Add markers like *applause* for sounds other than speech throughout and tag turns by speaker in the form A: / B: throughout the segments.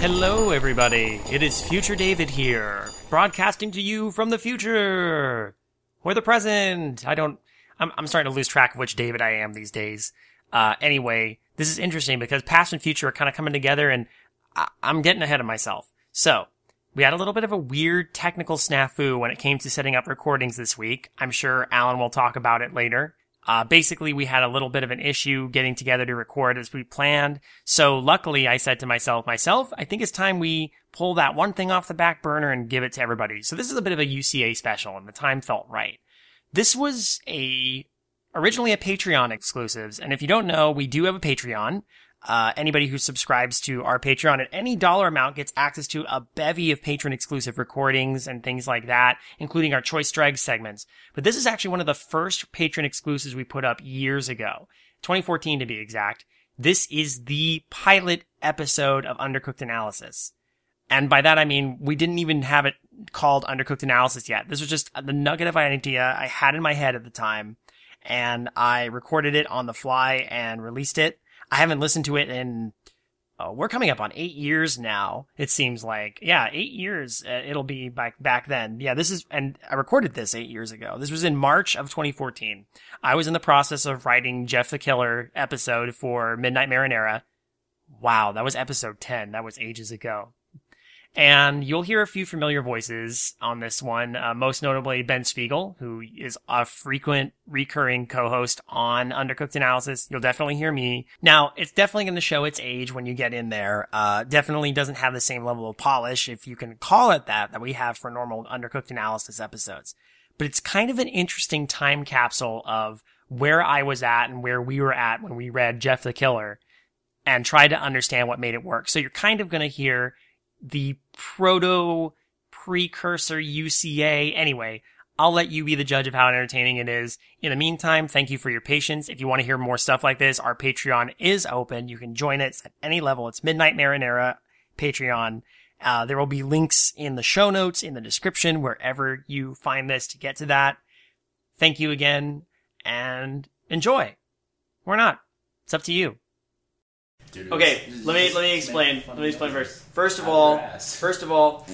A: Hello, everybody. It is Future David here, broadcasting to you from the future or the present. I don't. I'm, I'm starting to lose track of which David I am these days. Uh, anyway, this is interesting because past and future are kind of coming together, and I, I'm getting ahead of myself. So we had a little bit of a weird technical snafu when it came to setting up recordings this week. I'm sure Alan will talk about it later. Uh, basically, we had a little bit of an issue getting together to record as we planned. So luckily, I said to myself, myself, I think it's time we pull that one thing off the back burner and give it to everybody. So this is a bit of a UCA special and the time felt right. This was a, originally a Patreon exclusives. And if you don't know, we do have a Patreon. Uh, anybody who subscribes to our Patreon at any dollar amount gets access to a bevy of patron exclusive recordings and things like that, including our Choice Drag segments. But this is actually one of the first patron exclusives we put up years ago, 2014 to be exact. This is the pilot episode of Undercooked Analysis. And by that, I mean, we didn't even have it called Undercooked Analysis yet. This was just the nugget of an idea I had in my head at the time. And I recorded it on the fly and released it. I haven't listened to it in. Uh, we're coming up on eight years now. It seems like yeah, eight years. Uh, it'll be back back then. Yeah, this is and I recorded this eight years ago. This was in March of 2014. I was in the process of writing Jeff the Killer episode for Midnight Marinera. Wow, that was episode 10. That was ages ago. And you'll hear a few familiar voices on this one, uh, most notably Ben Spiegel, who is a frequent recurring co-host on Undercooked Analysis. You'll definitely hear me. Now, it's definitely going to show its age when you get in there. Uh, definitely doesn't have the same level of polish, if you can call it that, that we have for normal Undercooked Analysis episodes. But it's kind of an interesting time capsule of where I was at and where we were at when we read Jeff the Killer and tried to understand what made it work. So you're kind of going to hear the proto precursor UCA. Anyway, I'll let you be the judge of how entertaining it is. In the meantime, thank you for your patience. If you want to hear more stuff like this, our Patreon is open. You can join us at any level. It's Midnight Marinera Patreon. Uh, there will be links in the show notes, in the description, wherever you find this to get to that. Thank you again and enjoy. Or not. It's up to you. Okay, let me let me explain. Let me explain first. First of all, first of all,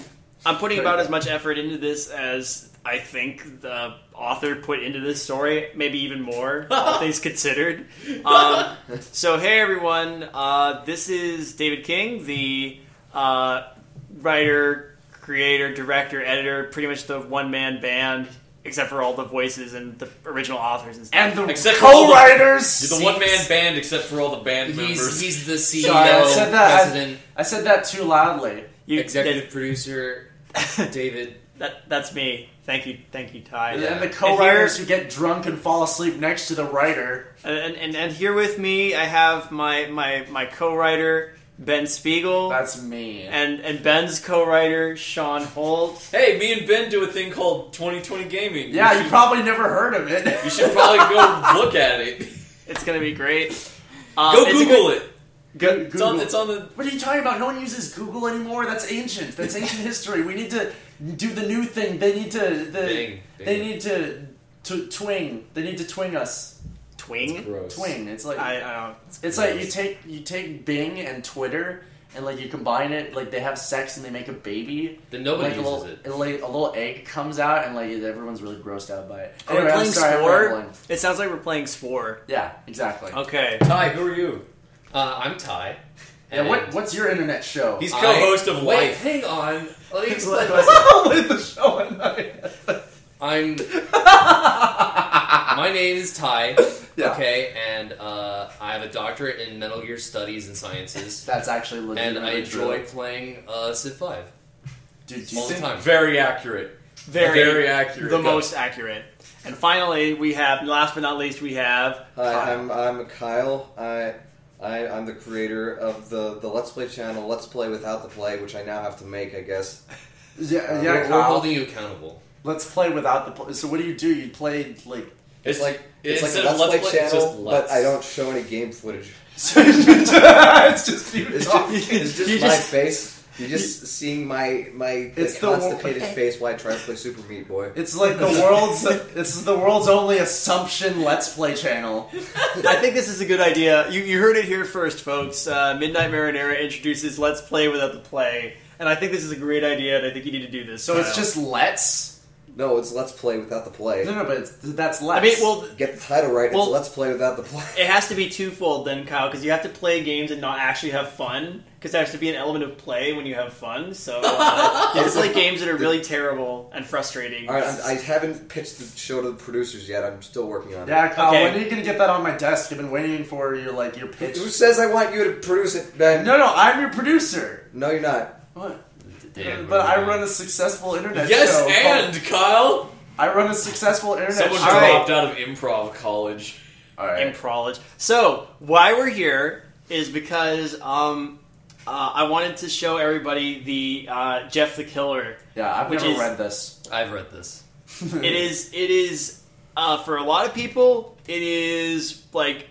A: I'm putting about as much effort into this as I think the author put into this story, maybe even
B: *laughs*
A: more, all things considered. Um, so, hey everyone, uh, this is David King, the uh, writer, creator, director, editor, pretty much the one man band, except for all the voices and the original authors and stuff.
B: And the
C: Except for all the-
B: co-writers.
C: You're the one man band except for all the band
D: He's,
C: members.
D: he's the
A: E
D: CEO,
B: Sorry, I said that.
D: president,
B: I said that too loudly.
A: You-
D: executive producer, David.
A: *laughs* That, that's me. Thank you, thank you, Ty.
B: And then the
A: If
B: co-writers
A: you're-
B: who get drunk and fall asleep next to the writer.
A: And, and and here with me, I have my my my co-writer Ben Spiegel,
B: That's me.
A: and and Ben's co-writer Sean Holt.
C: hey, me and Ben do a thing called 2020 Gaming.
B: yeah,
C: you
B: you
C: should,
B: probably never heard of it.
C: you should probably go look at it.
A: It's gonna be great. Um,
C: Go
A: it's a
C: Google
A: good-
C: it.
B: *laughs* Go-
C: It's on,
B: Google.
C: it's on the.
B: What are you talking about? No one uses Google anymore. That's ancient. That's ancient history. We need to do the new thing. They need to. The,
C: Bing, bing.
B: They need to, to twing. They need to twing us.
A: Twing.
C: Gross.
B: Twing. It's like
A: I, I don't.
B: it's like you take you take Bing and Twitter and like you combine it. Like they have sex and they make a baby.
C: Then nobody
B: like a
C: uses
B: little,
C: it.
B: and, like a little egg comes out and like everyone's really grossed out by it.
A: Are we
B: Anyway, I'm
A: playing
B: sorry, I'm
A: Spore?
B: rambling.
A: It sounds like we're playing Spore.
B: Yeah, exactly.
A: Okay.
C: Ty, who are you?
D: Uh, I'm Ty.
B: And what what's your internet show? *laughs*
C: He's
D: I-
C: co-host of
D: Wait,
C: Life.
D: hang on. Let me explain myself.
B: with the show at night.
D: I'm. my name is Ty.
B: Yeah.
D: Okay, and uh, I have a doctorate in Metal Gear Studies and Sciences,
B: That's actually legit.
D: and I enjoy playing uh, Civ Five.
B: Dude, do you
D: all the
B: think-
D: time.
C: Very accurate.
A: Very,
C: Very accurate.
A: The
C: Go.
A: most accurate. And finally, we have. Last but not least, we have.
E: Hi,
B: Uh,
E: I'm I'm Kyle. I, I I'm the creator of the the Let's Play channel, Let's Play Without the Play, which I now have to make, I guess.
B: Yeah,
E: Uh,
B: yeah,
E: we're-
D: We're
B: Kyle.
D: holding you accountable.
B: Let's play without the. Pl- so what do you do? You play like.
E: It's like it's like a
C: instead of
E: Let's, Play,
C: it's
E: channel,
C: just
E: but
C: Let's. *laughs*
E: I don't show any game footage.
B: *laughs* it's just you
E: It's
B: talking.
E: just, it's just
A: You
E: my
A: just-
E: face. You're just seeing my my
B: It's the-
E: constipated face while I try to play Super Meat Boy.
B: It's like the world's. it's the world's only assumption Let's Play channel.
F: I think this is a good idea. You, you heard it here first, folks. Uh, Midnight Marinera introduces Let's Play Without the Play, and I think this is a great idea, and I think you need to do this.
B: So it's
F: Kyle.
B: just Let's.
E: No, it's Let's Play without the
B: No,
E: play.
B: no, but it's, that's Let's.
F: I mean, well,
E: Get the title right.
F: Well-
E: it's Let's Play without the play.
F: it has to be twofold then, Kyle, because you have to play games and not actually have fun, because there has to be an element of play when you have fun. So
E: *laughs*
F: uh, you have to play games that are really terrible and frustrating.
E: All right, I'm, I haven't pitched the show to the producers yet. I'm still working on it.
B: yeah, Kyle.
F: Okay.
B: When are you gonna get that on my desk? I've been waiting for your like your pitch.
E: Who says I want you to produce it, Ben?
B: No, no, I'm your producer.
E: No, you're not.
B: What?
D: Damn,
B: but I
D: really.
B: run a successful internet
D: Yes,
B: show. called-
D: and Kyle.
B: I run a successful internet
D: Someone
B: show.
D: dropped out of improv college.
B: All right.
F: Improlog. So why we're here is because um, uh, I wanted to show everybody the uh, Jeff the Killer.
B: Yeah, I've
F: Which
B: never
F: is-
B: read this.
D: I've
B: *laughs*
D: read this.
F: It is it is uh, for a lot of people. It is like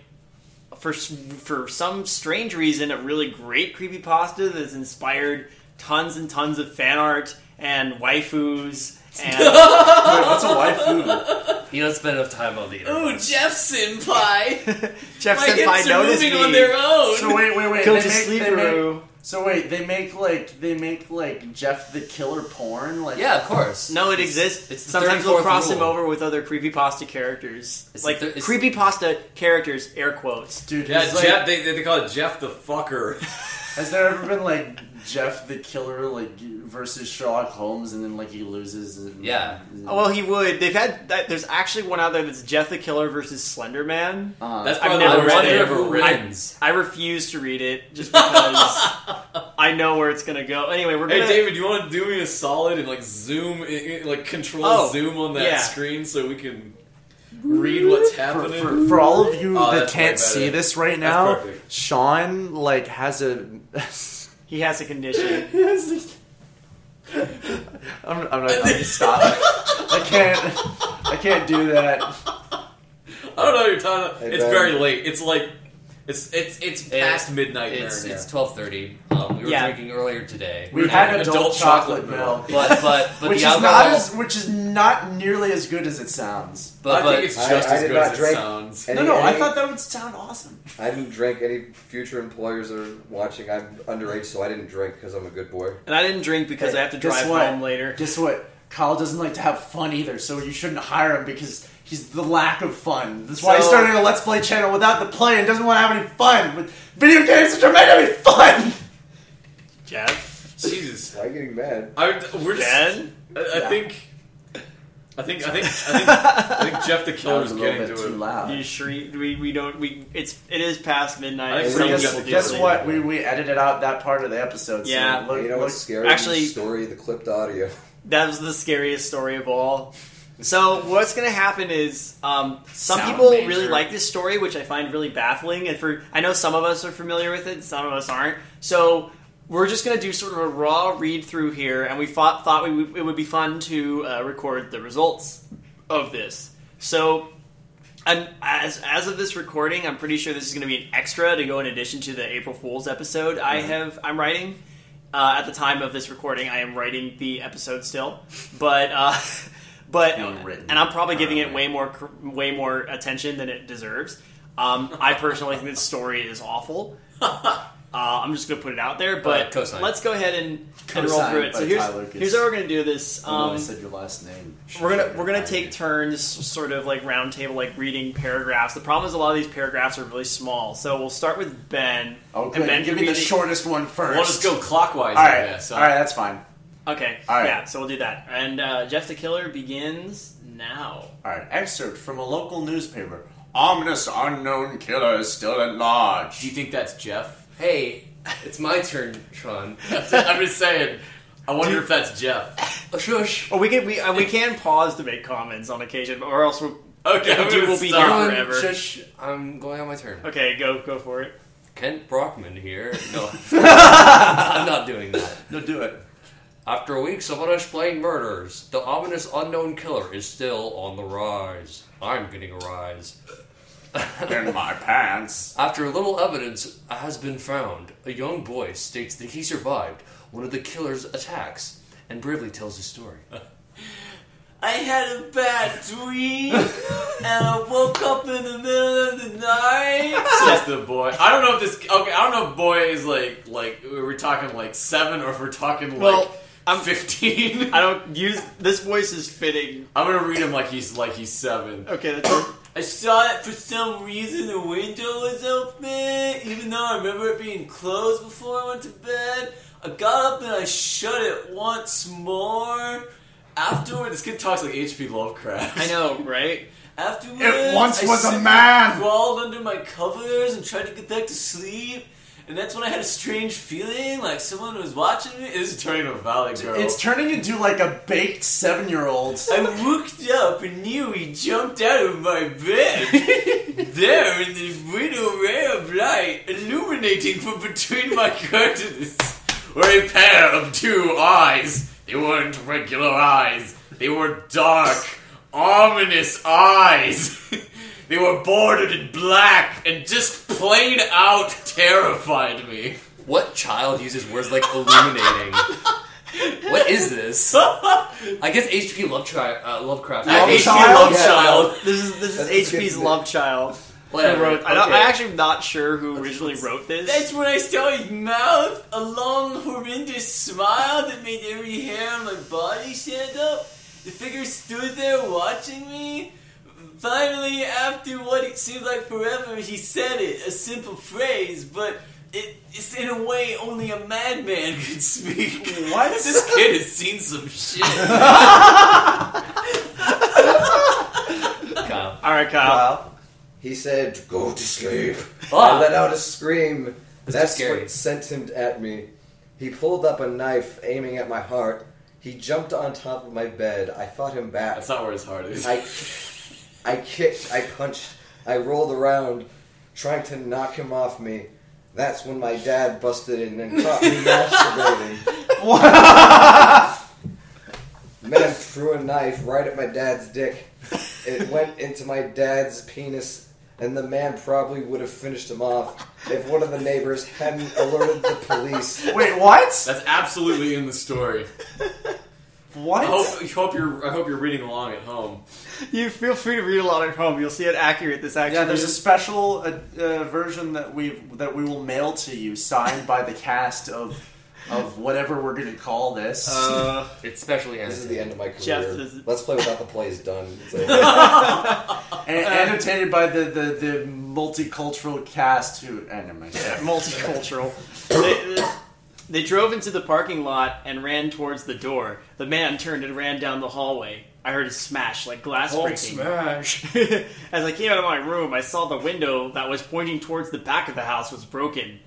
F: for s- for some strange reason a really great creepy pasta that's inspired tons and tons of fan art and waifus. And *laughs*
B: Wait, what's a waifu?
D: He doesn't spend enough time on the internet.
G: Ooh, Jeff Senpai!
F: Jeff
G: My
F: Senpai
G: hips are
F: noticed
G: moving
F: me.
G: on their own!
B: So wait, wait, wait.
F: Go
B: they
F: to
B: make-
F: sleep,
B: they make-
F: Roo.
B: So wait, they make like they make like Jeff the Killer porn. Like
D: Yeah, of course.
F: No, it exists.
D: it's the
F: Sometimes we'll
D: 34th
F: cross
D: rule.
F: him over with other creepypasta characters.
D: It's
F: like
D: the thir- it's-
F: creepypasta characters, air quotes.
B: dude.
C: Yeah,
B: is, like-
C: Jeff. They, they call it Jeff the
B: *laughs*
C: fucker.
B: Has there ever been like Jeff the Killer like versus Sherlock Holmes, and then like he loses? And,
D: Yeah.
F: Oh, well, he would. They've had that. There's actually one out there that's Jeff the Killer versus Slender Man.
B: Uh,
D: That's
F: I've
D: probably
F: never
D: the one
F: read
D: that
F: it.
D: ever
F: I-
D: wins.
F: I refuse to read it just because I know where it's gonna go. Anyway, we're
C: Hey
F: gonna.
C: David, you want to do me a solid and like zoom, i- i- like control
F: Oh,
C: zoom on that
F: yeah.
C: screen so we can read what's
B: for,
C: happening?
B: for, for all of you
C: Oh,
B: that
C: that's way better.
B: can't see this right
C: That's
B: now,
C: perfect.
B: Sean like has a. *laughs*
F: He has a condition.
B: I'm, I'm not. I'm stopping. I can't. I can't do that.
C: I don't know what you're talking.
E: Hey,
C: about. it's
E: Ben.
C: very late. It's like it's it's it's
D: It-
C: past midnight.
D: It's
C: there.
D: it's twelve thirty. Um, we were
F: Yeah.
D: drinking earlier today,
B: We
C: We're
B: had
C: having
B: adult,
C: adult
B: chocolate,
C: chocolate
B: milk,
C: milk.
D: but but
B: *laughs*
D: but
B: which
D: the
B: is
D: alcohol.
B: not as which is not nearly as good as it sounds.
C: I
D: but but
C: think it's
E: I-
C: just
E: I
C: as
E: did
C: good
E: not
C: as
E: drink
C: it
E: *laughs*
C: sounds.
E: Any-
B: No, no, I
E: any-
B: thought that would sound awesome.
E: I didn't drink. Any future employers are watching. I'm underage, so I didn't drink because I'm a good boy.
F: and I didn't drink because I have to
B: Guess
F: drive
B: what?
F: home later.
B: Guess what? Kyle doesn't like to have fun either, so you shouldn't hire him because he's the lack of fun. That's why he
F: So-
B: started a Let's Play channel without the play and doesn't want to have any fun. But video games which are meant to be fun.
F: Jeff,
C: Jesus,
E: Why are you getting mad?
C: I, we're just.
F: Ben,
C: I, I
B: Yeah.
C: think. I think I think I think, I
B: *laughs*
C: think Jeff the
B: That
C: Killer
B: was
C: is
B: a little
C: getting
B: bit too
C: to it.
B: loud.
F: you shriek. We, we don't. We it's it is past midnight.
C: I think
F: We're
C: someone got
F: gonna
B: guess
F: still
C: the
F: do
B: guess
F: it.
B: what? We, we edited out that part of the episode.
F: Yeah.
B: So look,
E: you know
B: look,
E: what's scary?
F: actually-
E: the story, the clipped audio.
F: That was the scariest story of all. So what's going to happen is um, some
G: Sound
F: people
G: major.
F: really like this story, which I find really baffling. And for I know some of us are familiar with it, some of us aren't. So we're just going to do sort of a raw read through here, and we thought thought we would, it would be fun to uh, record the results of this. So. And as, as of this recording, I'm pretty sure this is going to be an extra to go in addition to the April Fool's episode I
B: Mm-hmm.
F: have I'm writing uh, at the time of this recording, I am writing the episode still, but uh, *laughs* but
B: Being written.
F: and I'm probably giving it way more cr- way more attention than it deserves. Um, I personally think this story is
B: *laughs*
F: awful. Uh, I'm just gonna put it out there, but
D: Uh, cosign.
F: let's go ahead and, and roll
B: Cosign
F: through it.
B: by
F: So here's
B: Tyler Lucas.
F: here's how we're gonna do this.
B: I know I
F: Um,
B: said your last name.
F: we're gonna we're gonna take turns, sort of like round table, like reading paragraphs. The problem is a lot of these paragraphs are really small, so we'll start with Ben.
B: Oh,
F: and
B: good.
F: Ben
B: Give
F: can
B: me the
F: read it-
B: shortest one first.
C: We'll just go clockwise.
B: All
C: I
B: right.
C: guess.
B: All right. That's fine.
F: Okay.
B: All right.
F: Yeah. So we'll do that. And uh, Jeff the Killer begins now.
B: All right, excerpt from a local newspaper. Ominous unknown killer is still at large.
C: Do you think that's Jeff?
D: hey, it's my turn, Tron.
C: *laughs* I'm just saying. I wonder if that's Jeff.
D: Shush.
F: Oh, we can we uh, we can pause to make comments on occasion, or else we'll.
C: Okay,
F: Yeah,
C: I'm
F: dude,
C: gonna
F: we'll be
C: stop.
F: here.
D: Tron,
F: forever.
D: Shush. I'm going on my turn.
F: Okay, go go for it.
D: Kent Brockman here.
F: *laughs*
D: No, I'm not doing that.
B: No, do it.
D: After weeks of unexplained murders, the ominous unknown killer is still on the rise. I'm getting a rise.
B: *laughs* in my pants.
D: After little evidence has been found, a young boy states that he survived one of the killer's attacks and bravely tells his story.
G: I had a bad dream, and I woke up in the middle of
C: *laughs*
G: the night.
C: Says the boy. I don't know if this. Okay, I don't know if boy is like like we're talking like seven or if we're talking like
F: Well,
C: I'm fifteen. *laughs*
F: I don't use this voice is fitting.
C: I'm gonna read him like he's like he's seven.
F: Okay, that's it.
G: I saw it for some reason. The window was open, even though I remember it being closed before I went to bed. I got up and I shut it once more.
C: Afterward, this kid talks like H.P. Lovecraft.
F: I know, right?
G: Afterwards,
B: It once
G: I
B: was a
G: simply
B: man.
G: Crawled under my covers and tried to get back to sleep, and that's when I had a strange feeling like someone was watching me. It
C: This
G: was
C: is turning into a Valley Girl.
B: It's turning into like a baked seven year *laughs* old.
G: I looked up and knew he jumped out of my bed. there in the window ray of light, illuminating from between my curtains,
C: were a pair of two eyes. They weren't regular eyes. They were dark, ominous eyes. they were bordered in black and just plain out terrified me.
D: What child uses words like illuminating? what is this? I guess H.P. Lovecraft. Uh, Lovecraft.
B: Love
D: I-
C: H.P.
B: child?
E: Yeah.
C: Lovechild.
F: This is this
E: That's
F: is
E: good
F: HP's
E: to-
F: love child.
D: whatever.
F: Wrote, I don't,
D: Okay.
F: I actually am not sure who originally wrote this.
G: That's when I saw his mouth, a long, horrendous smile that made every hair on my body stand up. The figure stood there watching me. Finally, after what it seemed like forever, he said it, a simple phrase, but it, it's in a way only a madman *laughs* could speak.
B: What?
G: *laughs* This kid has seen some shit.
D: *laughs* Kyle.
F: All right, Kyle.
E: Wow. He said, "Go to sleep." I
D: Ah.
E: let out a scream. That's
D: scary.
E: what sent him at me. He pulled up a knife, aiming at my heart. He jumped on top of my bed. I fought him back.
C: That's not where his heart is.
E: I, *laughs* I kicked, I punched, I rolled around, trying to knock him off me. That's when my dad busted in and caught me masturbating. Man threw a knife right at my dad's dick. It went into my dad's penis, and the man probably would have finished him off if one of the neighbors hadn't alerted the police.
B: Wait, what?
C: That's absolutely in the story.
B: What?
C: I hope, I hope you're. I hope you're reading along at home.
F: You feel free to read a lot at home. You'll see how accurate this actually
B: Yeah, there's a
F: is.
B: special uh, uh, version that we that we will mail to you, signed by the cast of of whatever we're going to call this.
F: Uh,
D: It's specially
E: This is the
D: animated.
E: end of my career.
F: Jeff, this is-
E: Let's play without the play is done. It's over.
B: and annotated by the, the, the multicultural cast who anime.
F: multicultural. they, they- they drove into the parking lot and ran towards the door. The man turned and ran down the hallway. I heard a smash, like glass breaking.
C: smash!
F: *laughs* As I came out of my room, I saw the window that was pointing towards the back of the house was broken.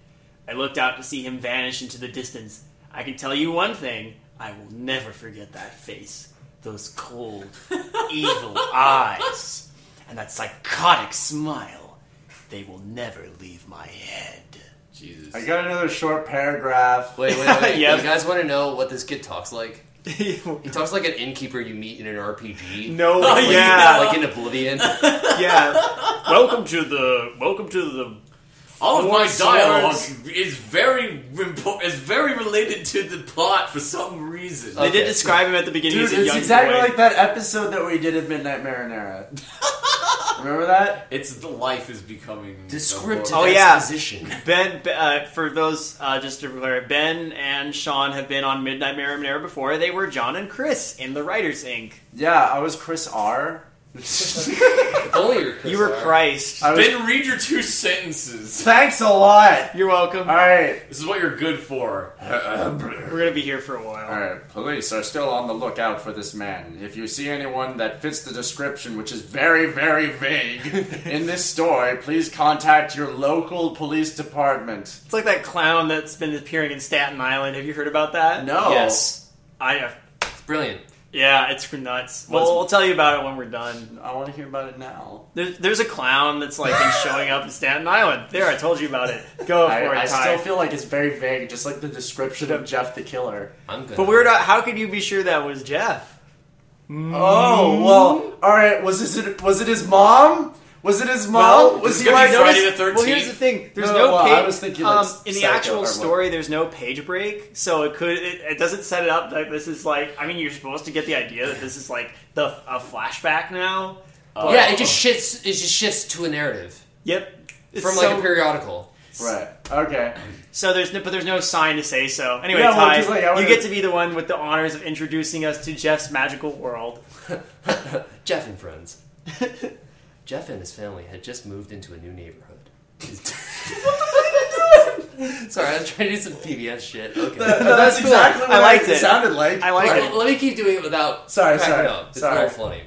F: I looked out to see him vanish into the distance. I can tell you one thing I will never forget that face, those cold, evil eyes, and that psychotic smile. They will never leave my head.
C: Jesus.
B: I got another short paragraph.
D: Wait, wait, wait.
F: Yep.
D: You guys want to know what this kid talks like?
F: *laughs*
D: He talks like an innkeeper you meet in an RPG. *laughs*
F: no,
D: Like,
F: Oh, *laughs* yeah,
D: Like in Oblivion.
F: yeah. Welcome to the welcome to the
C: All of
F: Four
C: my dialogue
F: swords.
C: is very impo- is very related to the plot for some reason.
F: They did
D: Okay.
F: describe him at the beginning
B: Dude,
F: as a
B: it's
F: young
B: exactly
F: boy.
B: like that episode that we did of Midnight
D: *laughs*
B: Marinara. Remember that?
C: It's the life is becoming
D: Descriptive
F: Oh, yeah.
D: exposition.
F: Ben, uh, for those uh, just to declare, Ben and Sean have been on Midnight Marinara before. They were John and Chris in the Writers Inc.
B: Yeah, I was Chris
D: *laughs*
B: R.
D: If only *laughs* you were Chris
F: You were
D: Rock.
F: Christ.
B: I was-
C: Ben, read your two sentences.
B: Thanks a lot.
F: You're welcome.
B: All right.
C: This is what you're good for.
F: We're gonna be here for a while.
B: Alright, police are still on the lookout for this man. If you see anyone that fits the description, which is very, very *laughs* vague, in this story, please contact your local police department.
F: It's like that clown that's been appearing in Staten Island. Have you heard about that?
B: No.
F: Yes. I have.
D: It's brilliant.
F: Yeah, it's nuts. Well, we'll tell you about it when we're done.
B: I want to hear about it now.
F: There's, there's a clown that's like been showing up in Staten Island. There, I told you about it. Go for
B: I,
F: it,
B: I
F: Ty.
B: still feel like it's very vague, just like the description of Jeff the Killer.
D: I'm good.
F: but we're not. How could you be sure that was Jeff?
B: Oh well. All right. Was this it? Was it his mom? Was it his mom?
F: Well,
B: was
H: this is
B: he
H: gonna
B: like
H: be Friday
B: notice-
H: the thirteenth.
F: Well, here's the thing. There's
B: No,
F: no,
B: well,
F: page.
B: I was thinking, like,
F: um, in the
B: Psycho or
F: actual
B: what-
F: story, there's no page break, so it could. It, it doesn't set it up that this is like. I mean, you're supposed to get the idea that this is like the a flashback now. but-
D: yeah, it just shifts. It just shifts to a narrative
F: Yep. It's
D: from
F: so-
D: like a periodical.
B: Right. *laughs* Okay.
F: So there's no, but there's no sign to say so. Anyway,
B: Yeah, well,
F: Ty,
B: 'cause, like, I
F: you
B: would've-
F: get to be the one with the honors of introducing us to Jeff's magical world.
D: Jeff and friends. *laughs* Jeff and his family had just moved into a new neighborhood. *laughs* Sorry, I was trying to do some PBS shit. Okay.
B: No, that's exactly what
F: I liked it.
B: sounded like.
F: I like
D: Let,
F: it.
D: let me keep doing it without.
B: Sorry,
D: cracking
B: sorry,
D: Up. It's
B: sorry.
D: not funny.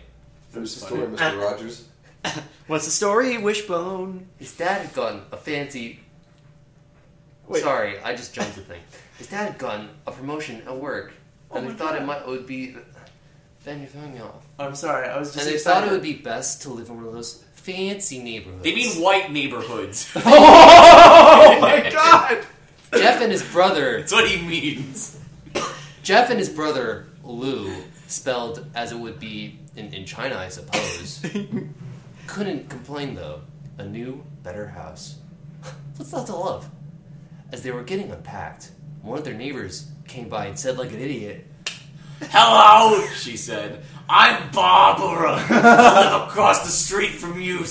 E: Finish the story, Mr. Rogers.
F: What's the story, Wishbone?
D: His dad had gotten a fancy.
F: Wait.
D: Sorry, I just jumped the thing. His dad had gotten a promotion at work, and he thought it might it would be. uh, Then you're throwing me off.
B: I'm sorry. I was just
D: And they
B: excited.
D: thought it would be best to live in one of those fancy neighborhoods.
H: They mean white neighborhoods.
C: *laughs*
B: Oh my god!
D: Jeff and his
F: *laughs*
D: brother.
H: That's what he means.
D: Jeff and his brother Lou, spelled as it would be in, in China,
F: *laughs*
D: I suppose. couldn't complain though. A new, better house. *laughs* What's not to love? As they were getting unpacked, one of their neighbors came by and said, like an idiot,
H: Hello, she said. I'm Barbara. I live across the street from you.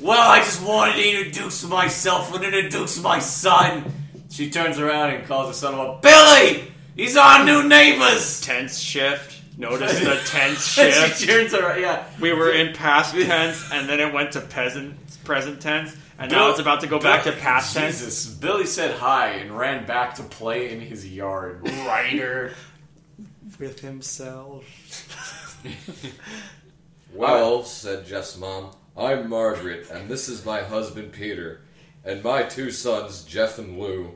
H: Well, I just wanted to introduce myself and introduce my son. She turns around and calls her son a Billy! He's our new neighbors! *laughs*
F: Tense shift. Notice *laughs*
H: the
F: tense
H: she turns around, yeah.
F: We were in past tense, and then it went to present present tense, and now
H: Bill-
F: it's about to go back to
H: Billy-
F: past tense.
H: Jesus, Billy said hi and ran back to play in his yard. Writer.
F: With himself.
E: Well, said Jeff's mom, I'm Margaret, and this is my husband Peter, and my two sons, Jeff and Lou.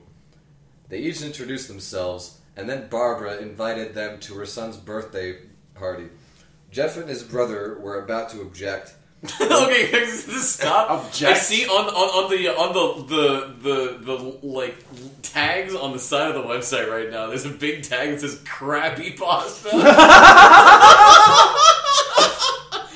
E: They each introduced themselves, and then Barbara invited them to her son's birthday party. Jeff and his brother were about to object.
H: *laughs* okay, this is stop.
B: Object.
H: I see on, on, on the on the, the the the like tags on the side of the website right now. There's a big tag that says "crappy pasta." *laughs*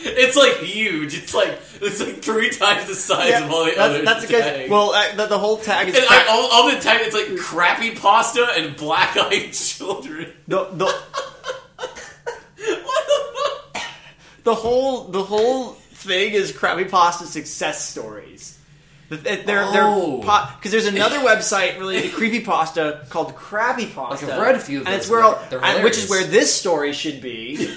H: it's like huge. It's like it's like three times the size of all the other
F: that's, that's a good.
H: tags.
F: Well, uh, the, the whole tag is
H: and I, all, all the tag it's like crappy pasta and black eyed *laughs* children.
F: the, *laughs* the
H: what the fuck?
F: the whole the whole thing is Krabby Pasta success stories. The- the- They're
D: Oh.
F: because there's another website related to creepy pasta called Krabby Pasta.
D: I've read a few of
F: and
D: those.
F: it's where all-
D: They're
F: and which is
D: hilarious.
F: where this story should be. *laughs*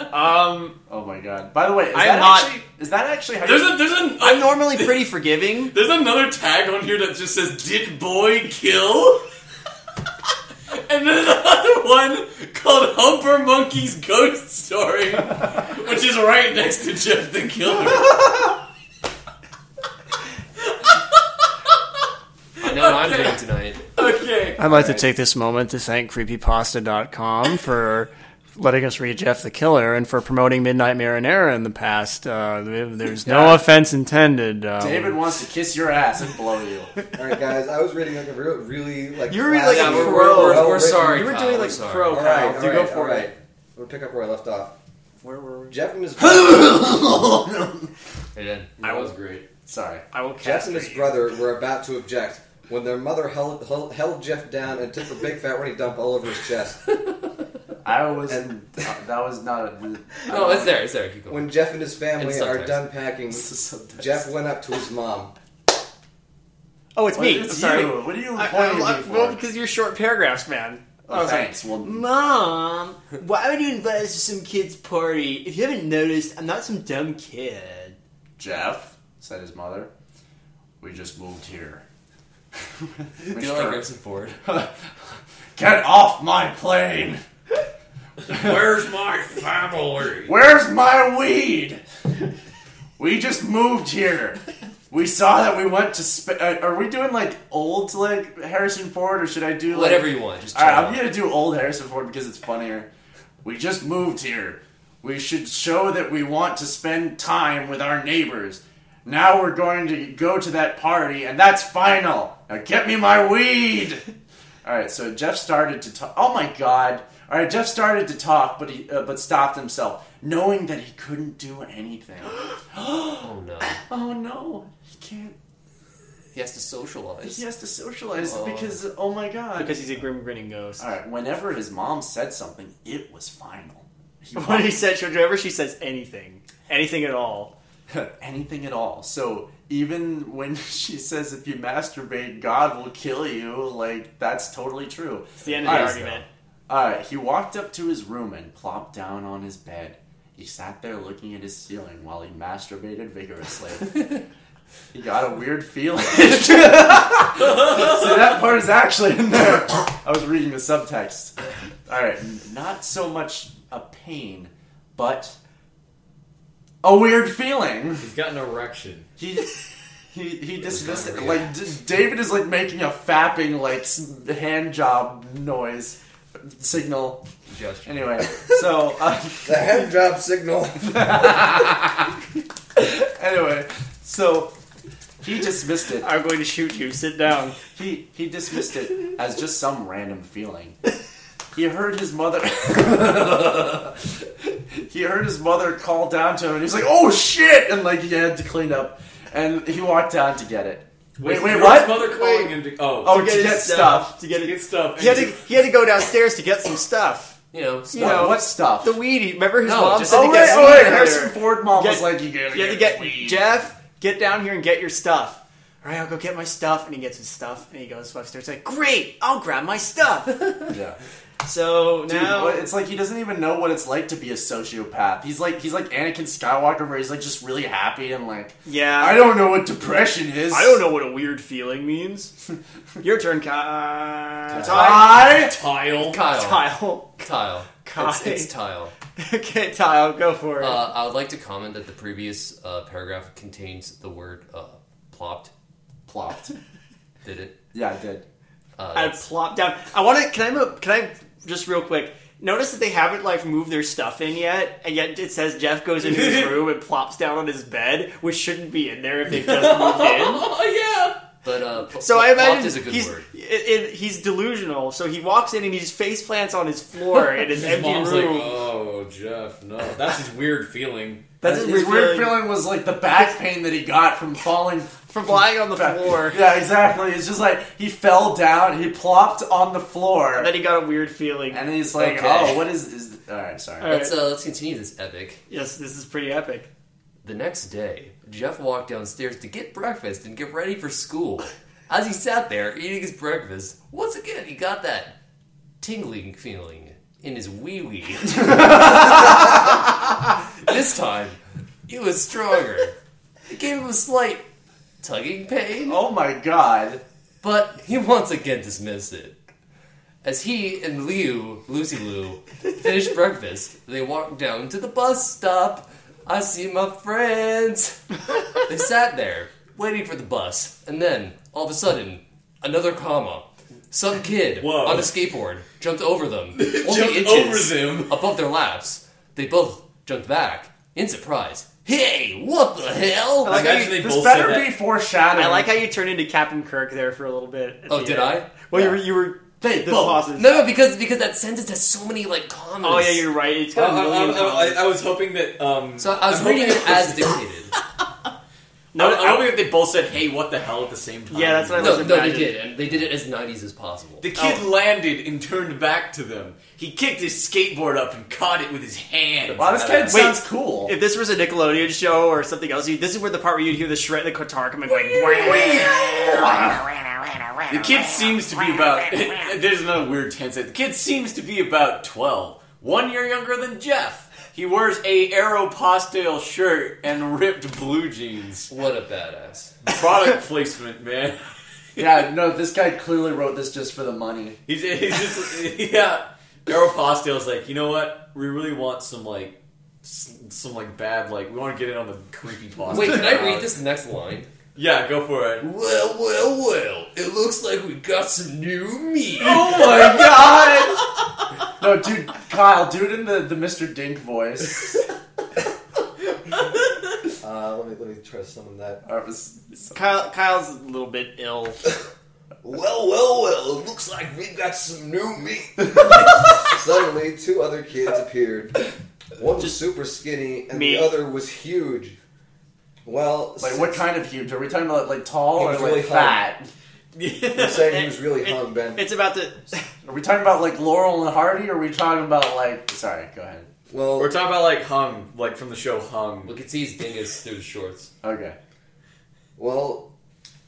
F: um,
B: Oh my god. By the way, is
F: I'm
B: that
F: not-
B: actually is that actually how
H: There's
B: you
H: a there's a
F: I'm normally pretty forgiving.
H: There's another tag on here that just says, Did boy kill? and then another one called Humper Monkey's Ghost Story, which is right next to Jeff the Killer.
D: I *laughs* know what
F: *laughs*
D: I'm doing tonight.
H: Okay.
F: I'd like to take this moment to thank creepypasta.com for letting us read Jeff the Killer and for promoting Midnight Marinara in the past. Uh, there's no offense intended. um,
B: David wants to kiss your ass and blow you. *laughs*
E: All right, guys, I was reading like a real, really like
F: You were reading, like,
E: classic-
D: Yeah, we're, we're,
F: Crow.
D: we're, we're
E: Well-written-
D: sorry.
F: you were
D: Kyle,
F: doing
D: we're
F: like
D: sorry.
F: pro
E: All right,
F: cow.
E: all
F: You
E: right,
F: go for
E: all
F: it.
E: right. We'll pick up where I left off.
F: Where were we?
E: Jeff
F: *laughs*
E: and his brother,
D: It did.
B: I was great. Sorry.
F: I will catch
E: Jeff and his brother were about to object when their mother held, held, held Jeff down and took a big fat runny dump all over his chest.
B: I was uh,
E: And-
B: that was not a
D: No, it's there. It's there. Keep going.
E: When Jeff and his family
D: And
E: are
D: subtext.
E: done packing, Jeff went up to his mom.
F: Oh, it's
B: What
F: me.
B: is
F: I'm
B: you?
F: sorry.
B: What are you
F: I-
B: pointing
F: I-
B: at me for?
F: well, because you're short paragraphs, man.
B: Oh, thanks. Well,
F: Mom, why would you invite us to some kid's party? If you haven't noticed, I'm not some dumb kid.
B: Jeff said his mother, "We just moved here."
D: Do you like Harrison Ford?
B: Get off my plane!
H: Where's my family?
B: Where's my weed? We just moved here. We saw that we went to. Sp- uh, are we doing like old like Harrison Ford, or should I do like,
D: Whatever you want. Just
B: All
D: try
B: right,
D: it out.
B: I'm gonna do old Harrison Ford because it's funnier. We just moved here. We should show that we want to spend time with our neighbors. Now we're going to go to that party, and that's final. Now get me my weed. All right, so Jeff started to talk. Oh my god, All right, Jeff started to talk, but he uh, but stopped himself, knowing that he couldn't do anything.
D: Oh no.
B: oh no, he can't.
D: He has to socialize.
B: He has to socialize
D: Oh.
B: because oh my god.
F: because he's a grim grinning ghost.
B: all right, whenever his mom said something, it was final. He
F: When he said whenever she says anything, anything at all,
B: anything at all. So even when *laughs* she says if you masturbate, God will kill you, like that's totally true.
F: it's the end of the
B: Alright,
F: argument.
B: Alright, he walked up to his room and plopped down on his bed. He sat there looking at his ceiling while he masturbated vigorously. he got a weird feeling. *laughs* See, that part is actually in there. I was reading the subtext. Alright, not so much a pain, but a weird feeling.
I: He's got an erection.
B: He he he dismissed it. Like D- David is like making a fapping like s- hand job noise signal.
I: Gesture.
B: Anyway, so uh, *laughs*
E: The hand job signal.
B: anyway, so he dismissed it.
F: I'm going to shoot you. Sit down.
B: He he dismissed it as just some random feeling. He heard his mother. *laughs* he heard his mother call down to him, and he's like, "Oh shit!" And like he had to clean up, and he walked down to get it. Wait, wait,
I: your
B: what?
I: Mother calling him to oh,
B: Oh, to
F: his
B: get stuff.
F: To get
I: to
F: it.
I: get stuff.
F: He had
I: *laughs*
F: to, he had to go downstairs to get some stuff.
D: You know, stuff.
B: You know what stuff?
F: The weed. Remember his
D: No,
F: mom
D: just-
F: said
B: Oh
F: to
B: wait,
F: get some
B: oh wait,
F: earlier.
B: Harrison Ford mom was
F: Get-
B: like, you gotta
F: You have to
B: get,
F: get
B: weed.
F: Jeff. Get down here and get your stuff. All right, I'll go get my stuff. And he gets his stuff, and he goes upstairs. Like, great, I'll grab my *laughs* stuff.
B: Yeah.
F: so
B: Dude,
F: now,
B: what- it's like he doesn't even know what it's like to be a sociopath. He's like he's like Anakin Skywalker, where he's like just really happy and like
F: yeah,
B: I don't know what depression is.
F: I don't know what a weird feeling means. Your turn, Kyle.
B: I
I: tile.
D: Kyle.
F: Tile.
D: Tile.
F: Kyle.
D: It's, it's Tile.
F: *laughs* okay, Tile, go for it.
D: Uh, I would like to comment that the previous uh, paragraph contains the word uh, plopped.
B: plopped.
D: Did it?
B: Yeah, I did.
D: Uh,
F: I
D: that's-
F: plop down. I want to. Can I? Move, can I? Just real quick. Notice that they haven't like moved their stuff in yet, and yet it says Jeff goes into his room and plops down on his bed, which shouldn't be in there if they've just moved in.
G: Oh yeah.
D: but uh, pl-
F: So
D: pl-
F: I imagine
D: plopped is a good
F: he's
D: word.
F: It, it, he's delusional. So he walks in and he just face plants on his floor in his,
I: His
F: empty
I: mom's like,
F: room.
I: oh, Jeff, no. That's his weird feeling.
F: That's
B: His
F: his
B: weird, feeling. was like the back pain that he got from falling
F: from lying on the
B: back. *laughs*
F: floor.
B: Yeah, exactly. It's just like he fell down, he plopped on the floor,
F: And then he got a weird feeling.
B: and he's like,
D: Okay.
B: "Oh, what is?" is all right, sorry.
F: All right.
D: Let's, uh, let's continue this epic.
F: Yes, this is pretty epic.
D: The next day, Jeff walked downstairs to get breakfast and get ready for school. As he sat there eating his breakfast, once again he got that tingling feeling in his wee wee. this time, it was stronger. It gave him a slight tugging pain
B: Oh my god.
D: but he once again dismissed it. As he and Liu, Lucy Liu,
I: *laughs*
D: finished breakfast, they walked down to the bus stop. I see my friends. they sat there, waiting for the bus, and then, all of a sudden, another comma. Some kid
I: Whoa.
D: on a skateboard jumped
I: *laughs*
D: over them, only
I: Jumped
D: inches
I: over them.
D: above their laps. They both jumped back in surprise. Hey, what the hell?
F: like how
I: Imagine
F: you-
I: they
B: This
I: both said
B: better
I: that.
B: be foreshadowing.
F: I like how you turned into Captain Kirk there for a little bit. at
D: Oh,
F: the
D: did
F: end.
D: I?
F: Well,
B: Yeah.
F: you were you were
D: They
F: the
D: both.
F: pauses.
D: No, because because that sentence has so many like commas.
F: Oh yeah, you're right. It's
I: I,
F: got a million.
I: I- I-
F: commas.
I: I was hoping that. Um,
D: So I was
I: I'm
D: reading
I: hoping
D: it
I: that
D: as
I: this-
D: dictated. *laughs*
I: I,
F: no,
I: I don't
F: I-
I: think that they both said, "Hey, what the hell?" at the same time.
F: Yeah, that's what I
D: no,
F: was
D: no, they
F: imagining.
D: did, and they did it as '90s as possible.
I: The kid landed and turned back to them. He kicked his skateboard up and caught it with his hand.
B: Wow, this kid
F: Wait.
B: sounds cool.
F: If this was a Nickelodeon show or something else, you, this is where the part where you'd hear the shred, the guitar coming, going.
I: The kid seems to be about. *laughs* There's another weird tense. The kid seems to be about 12, one year younger than Jeff. He wears a Aeropostale shirt and ripped blue jeans.
D: What a badass!
I: Product placement, man.
B: Yeah, no, this guy clearly wrote this just for the money. *laughs*
I: He's, he's just *laughs* yeah. Aeropostale's like, you know what? We really want some like s- some like bad like we want to get in on the creepy pasta.
D: Wait, can I read this next line?
I: Yeah, go for it.
D: Well, well, well. It looks like we got some new meat.
B: Oh my Oh god! No, dude, Kyle, do it in the, the Mr. Dink voice.
E: Uh, let me let me try some of that.
B: Or it was-
F: Kyle, Kyle's a little bit ill.
E: Well, well, well, it looks like we've got some new meat. *laughs* Suddenly, two other kids appeared. One was super skinny, and
F: me.
E: the other was huge. Well,
B: Like,
E: since
B: what kind of huge? Are we talking about, like, tall
E: He
B: or,
E: was
B: like,
E: really
B: fat?
E: you're saying he was really hung, Ben.
F: It's about the
B: Are we talking about, like, Laurel and Hardy, or are we talking about, like... Sorry, go ahead.
E: Well,
H: We're talking about like Hung, like from the show Hung.
D: We could see his dingus through the shorts.
B: Okay.
E: Well,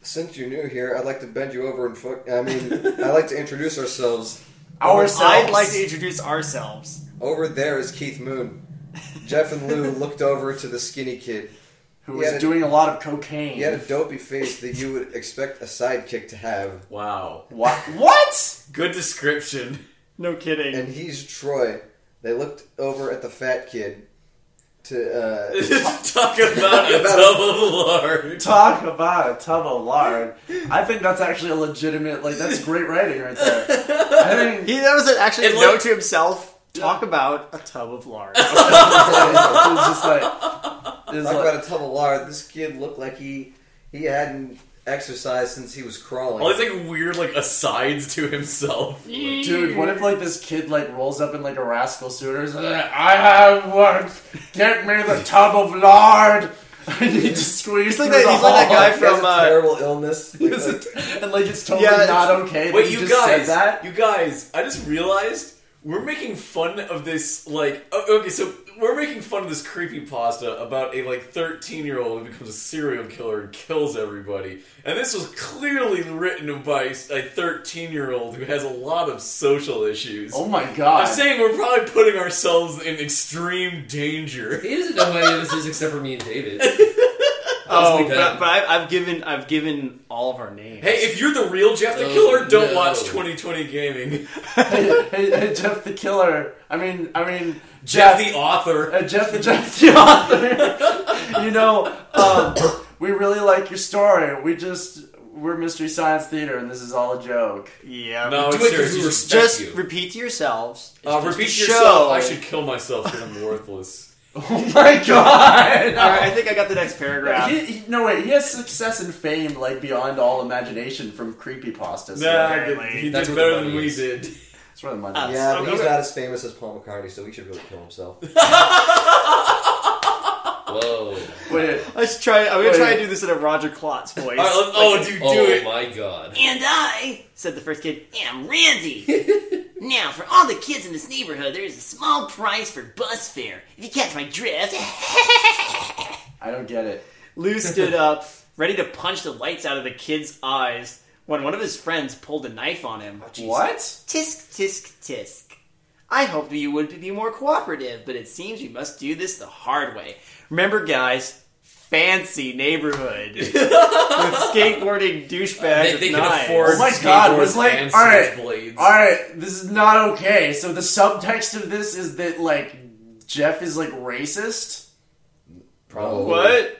E: since you're new here, I'd like to bend you over and fuck. I mean, *laughs* I'd like to introduce ourselves.
B: Ourselves.
F: I'd like to introduce ourselves.
E: Over there is Keith Moon. Jeff and Lou looked over to the skinny kid.
B: Who
E: He
B: was
E: had a-
B: doing a lot of cocaine.
E: He had a dopey face that you would expect a sidekick to have,
H: Wow.
B: What? What?
I: *laughs*
H: Good description.
F: No kidding.
E: and he's Troy. They looked over at the fat kid. To uh,
H: Talk about a
I: *laughs*
H: double large.
B: Talk about a tub of lard. I think that's actually a legitimate, like, that's great writing right there. I think
F: he, that was actually a
H: It
F: note
H: looked-
F: to himself. Talk about a tub of lard.
B: it was just like, it was like-
E: talk about a tub of lard. This kid looked like he he hadn't exercised since he was crawling.
H: All these like weird like asides to himself.
B: dude, what if like this kid like rolls up in like a rascal suit or something? like, I have work. Get me the tub of lard. I need to squeeze
F: He's like
B: through
F: that-
B: the
F: he's like
B: hall."
F: that guy
B: *laughs*
E: He has
F: from,
E: a
F: uh,
E: terrible
F: *laughs*
E: illness. Like, like,
B: and like it's totally
F: Yeah, it's-
B: not okay. that
H: Wait,
B: he
H: you,
B: just
H: guys,
B: said that.
H: you guys, I just realized we're making fun of this. Like, oh, okay, so we're making fun of this creepy pasta about a like thirteen-year-old who becomes a serial killer and kills everybody. And this was clearly written by a thirteen-year-old who has a lot of social issues.
B: Oh my god!
H: I'm saying we're probably putting ourselves in extreme danger.
D: He doesn't know who any of us is except for me and *laughs* David.
F: oh,
D: Possibly
F: but,
D: that.
F: but I've, I've given I've given all of our names.
H: Hey, if you're the real Jeff the
D: Oh,
H: Killer, don't
D: no.
H: watch 2020 Gaming.
B: hey, hey, hey, Jeff the killer. I mean, I mean,
H: Jeff the author.
B: Uh, Jeff the Jeff the author. *laughs* you know, um, we really like your story. We just we're Mystery Science Theater, and this is all a joke.
F: yeah,
H: No,
F: but
H: it's
D: Do it 'cause
H: serious.
D: we
H: You
D: respect
F: just
D: you.
F: repeat to yourselves.
H: Uh,
F: It's just
H: repeat
F: a
H: yourself.
F: show.
H: I should kill myself because I'm worthless.
B: Oh *laughs* my god!
F: All right, I think I got the next paragraph.
B: He, he- no wait, he has success and fame like beyond all imagination from creepypasta. So
H: Nah,
F: apparently.
H: he did
D: That's what the
H: better than
D: money
H: we *laughs*
D: is.
H: did.
B: that's where the money.
F: Uh,
B: is.
E: yeah,
F: so
E: but he's
F: go-
E: not as famous as Paul McCartney, so he should really kill himself.
D: Whoa.
B: Wait,
F: Let's try. I'm gonna
B: Wait.
F: try and do this in a Roger Klotz voice.
H: All right, let- oh, dude, do
D: oh
H: it.
D: my god.
J: And I, said the first kid, am Randy.
F: *laughs*
J: now, for all the kids in this neighborhood, there is a small price for bus fare. If you catch my drift. *laughs*
B: I don't get it.
F: Lou stood up, ready to punch the lights out of the kid's eyes, when one of his friends pulled a knife on him.
B: What?
J: tisk, tisk, tisk.
F: I hoped you would be more cooperative, but it seems we must do this the hard way. Remember, guys, fancy
D: *laughs*
F: neighborhood with skateboarding douchebags.
D: They-
F: with
D: they can
F: knives.
D: afford-
B: Oh my god!
H: Skateboards
B: Was like
H: and
B: all right,
H: switchblades.
B: all right. This is not okay. So the subtext of this is that like Jeff is like racist.
E: Probably.
F: What?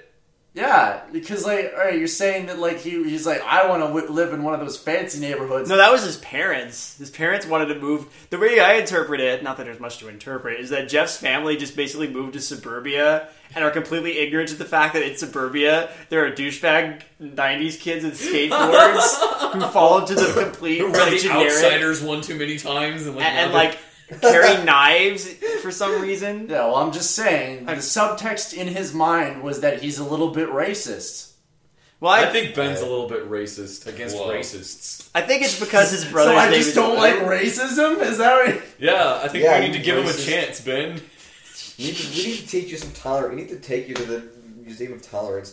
B: Yeah, because like, all right, you're saying that like he, he's like, I want to w- live in one of those fancy neighborhoods.
F: No, that was his parents. His parents wanted to move. The way I interpret it, not that there's much to interpret, is that Jeff's family just basically moved to suburbia and are completely ignorant of the fact that in suburbia there are douchebag '90s kids with
D: *laughs*
F: skateboards who fall into the complete
H: We're
F: like,
H: like
F: generic
H: outsiders one too many times, and like,
F: and, and
H: now they're-
F: like
H: *laughs*
F: carry knives for some reason.
B: No, I'm just saying the subtext in his mind was that he's a little bit racist.
F: Well, I,
H: I think Ben's a little bit racist against
D: Whoa.
H: racists.
F: I think it's because his brother's
B: so I
F: name
B: just
F: is
B: don't
F: Lou.
B: like racism. Is that right?
H: Yeah, I think
E: Yeah,
H: we need to
E: he's
H: give him a
E: racist.
H: chance, Ben.
E: We need, to, we need to teach you some tolerance. We need to take you to the Museum of Tolerance.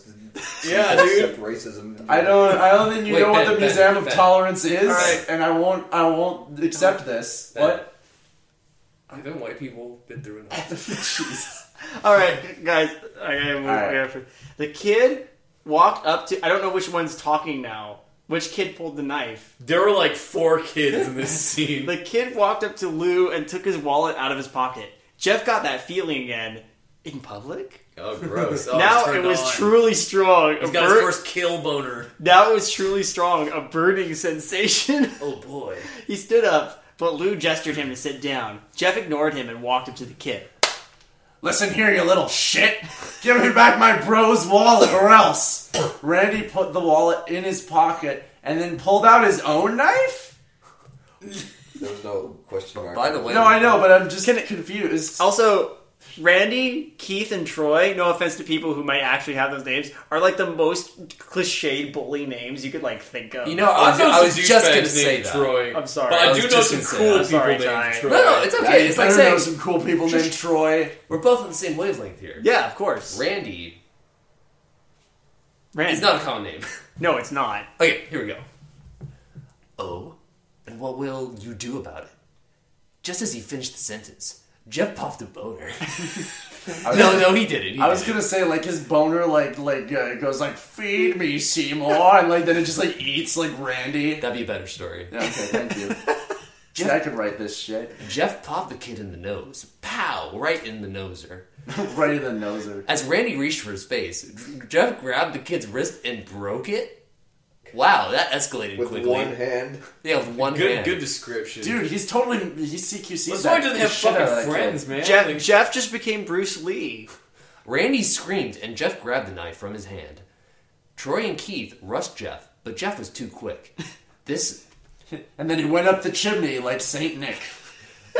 E: To
H: Yeah, dude.
E: accept racism.
B: I don't. I don't think you
D: Wait,
B: know what
D: Ben,
B: the
D: Ben,
B: Museum of
D: Ben.
B: Tolerance is,
F: Alright.
B: and I won't. I won't accept this. *laughs* What?
H: I know white people been through enough.
B: Jesus.
F: All right, guys, I gotta move.
B: right.
F: I gotta- The kid walked up to. I don't know which one's talking now. Which kid pulled the knife?
H: There were like four kids in this scene.
F: The kid walked up to Lou and took his wallet out of his pocket. Jeff got that feeling again in public.
H: oh, gross. Oh,
F: now
H: it's
F: it
H: turned
F: was
H: on.
F: truly strong. A
H: He's got his
F: bur-
H: first kill boner.
F: now it was truly strong. A burning *laughs* sensation.
H: Oh boy.
F: He stood up, but Lou gestured him to sit down. Jeff ignored him and walked up to the kid.
B: Listen here, you little shit. Give me back my bro's wallet or else. Randy put the wallet in his pocket and then pulled out his own knife?
E: There was no question mark.
D: By the way,
B: No, I know, but I'm just
F: Can it-
B: confused.
D: Oh,
F: Also, Randy, Keith, and Troy, no offense to people who might actually have those names, are like the most cliched bully names you could like think of.
D: You know, I was,
H: know
D: I
H: some
D: was just
H: douchebags
D: gonna
H: named
D: say that.
H: Troy.
F: I'm sorry.
H: But
F: I
H: I
D: was
H: do know
D: just
H: some
D: gonna say
H: cool
D: that.
H: people
F: Sorry, Ty.
H: named Troy.
D: No, no, it's
B: I
D: okay. It's like
B: better know
D: saying
B: some cool people named Troy.
D: we're both on the same wavelength here.
F: yeah, of course.
D: Randy
F: Randy.
D: is not a common name.
F: no, it's not.
D: okay, here we go. Oh, and what will you do about it? Just as he finished the sentence, Jeff popped a *laughs* boner. no, no, he didn't. He
B: I was
D: didn't.
B: gonna say like his boner like like uh, goes like feed me Seymour and like then it just like eats like Randy.
D: That'd be a better story.
B: Okay, thank
D: *laughs*
B: you. See, I could write this shit
D: Jeff popped the kid in the nose. Pow! Right in the noser.
B: right in the noser.
D: As Randy reached for his face, Dr- Jeff grabbed the kid's wrist and broke it. Wow, that escalated
E: with
D: quickly.
E: one hand.
D: Yeah, with one
H: Good,
D: hand.
H: good description.
B: Dude, he's totally he's CQC.
H: that's why he doesn't have fucking friends, man.
F: Jeff,
H: Like,
F: Jeff just became Bruce Lee.
D: Randy screamed, and Jeff grabbed the knife from his hand. Troy and Keith rushed Jeff, but Jeff was too *laughs* quick. This,
B: And then he went up the chimney like Saint Nick.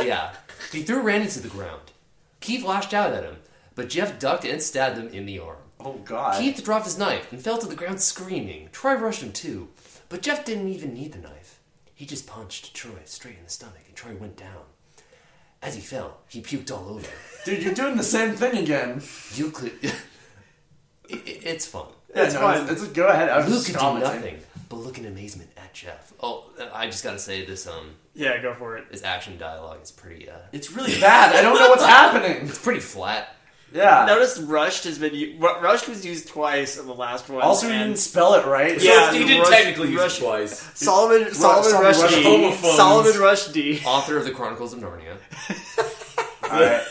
D: yeah, he threw Randy to the ground. Keith lashed out at him, but Jeff ducked and stabbed him in the arm.
B: Oh God.
D: Keith dropped his knife and fell to the ground screaming. Troy rushed him too, but Jeff didn't even need the knife. He just punched Troy straight in the stomach, and Troy went down. As he fell, he puked all over.
B: Dude, you're doing the same thing again.
D: *laughs* Euclid. It- it- it's fun.
B: Yeah,
F: It's
B: no,
F: fine.
B: It's, it's, go ahead. I was
D: Luke
B: just
D: could do
B: commenting.
D: nothing but look in amazement at Jeff. Oh, I just gotta say this um
F: Yeah, go for it.
D: this action dialogue is pretty uh
B: It's really bad. I don't know what's happening.
D: it's pretty flat.
B: Yeah.
F: Notice rushed has been u- Ru- rushed was used twice in the last one.
B: also, you
F: and
B: didn't spell it right.
F: Yeah.
H: he didn't
F: Rush-
H: technically use
F: Rush-
H: it twice.
F: Solomon Solomon
B: Solomon
F: Rushdie.
B: Rushdie.
H: Homophones.
F: Solomon Rushdie.
D: Author of the Chronicles of Narnia.
B: All right.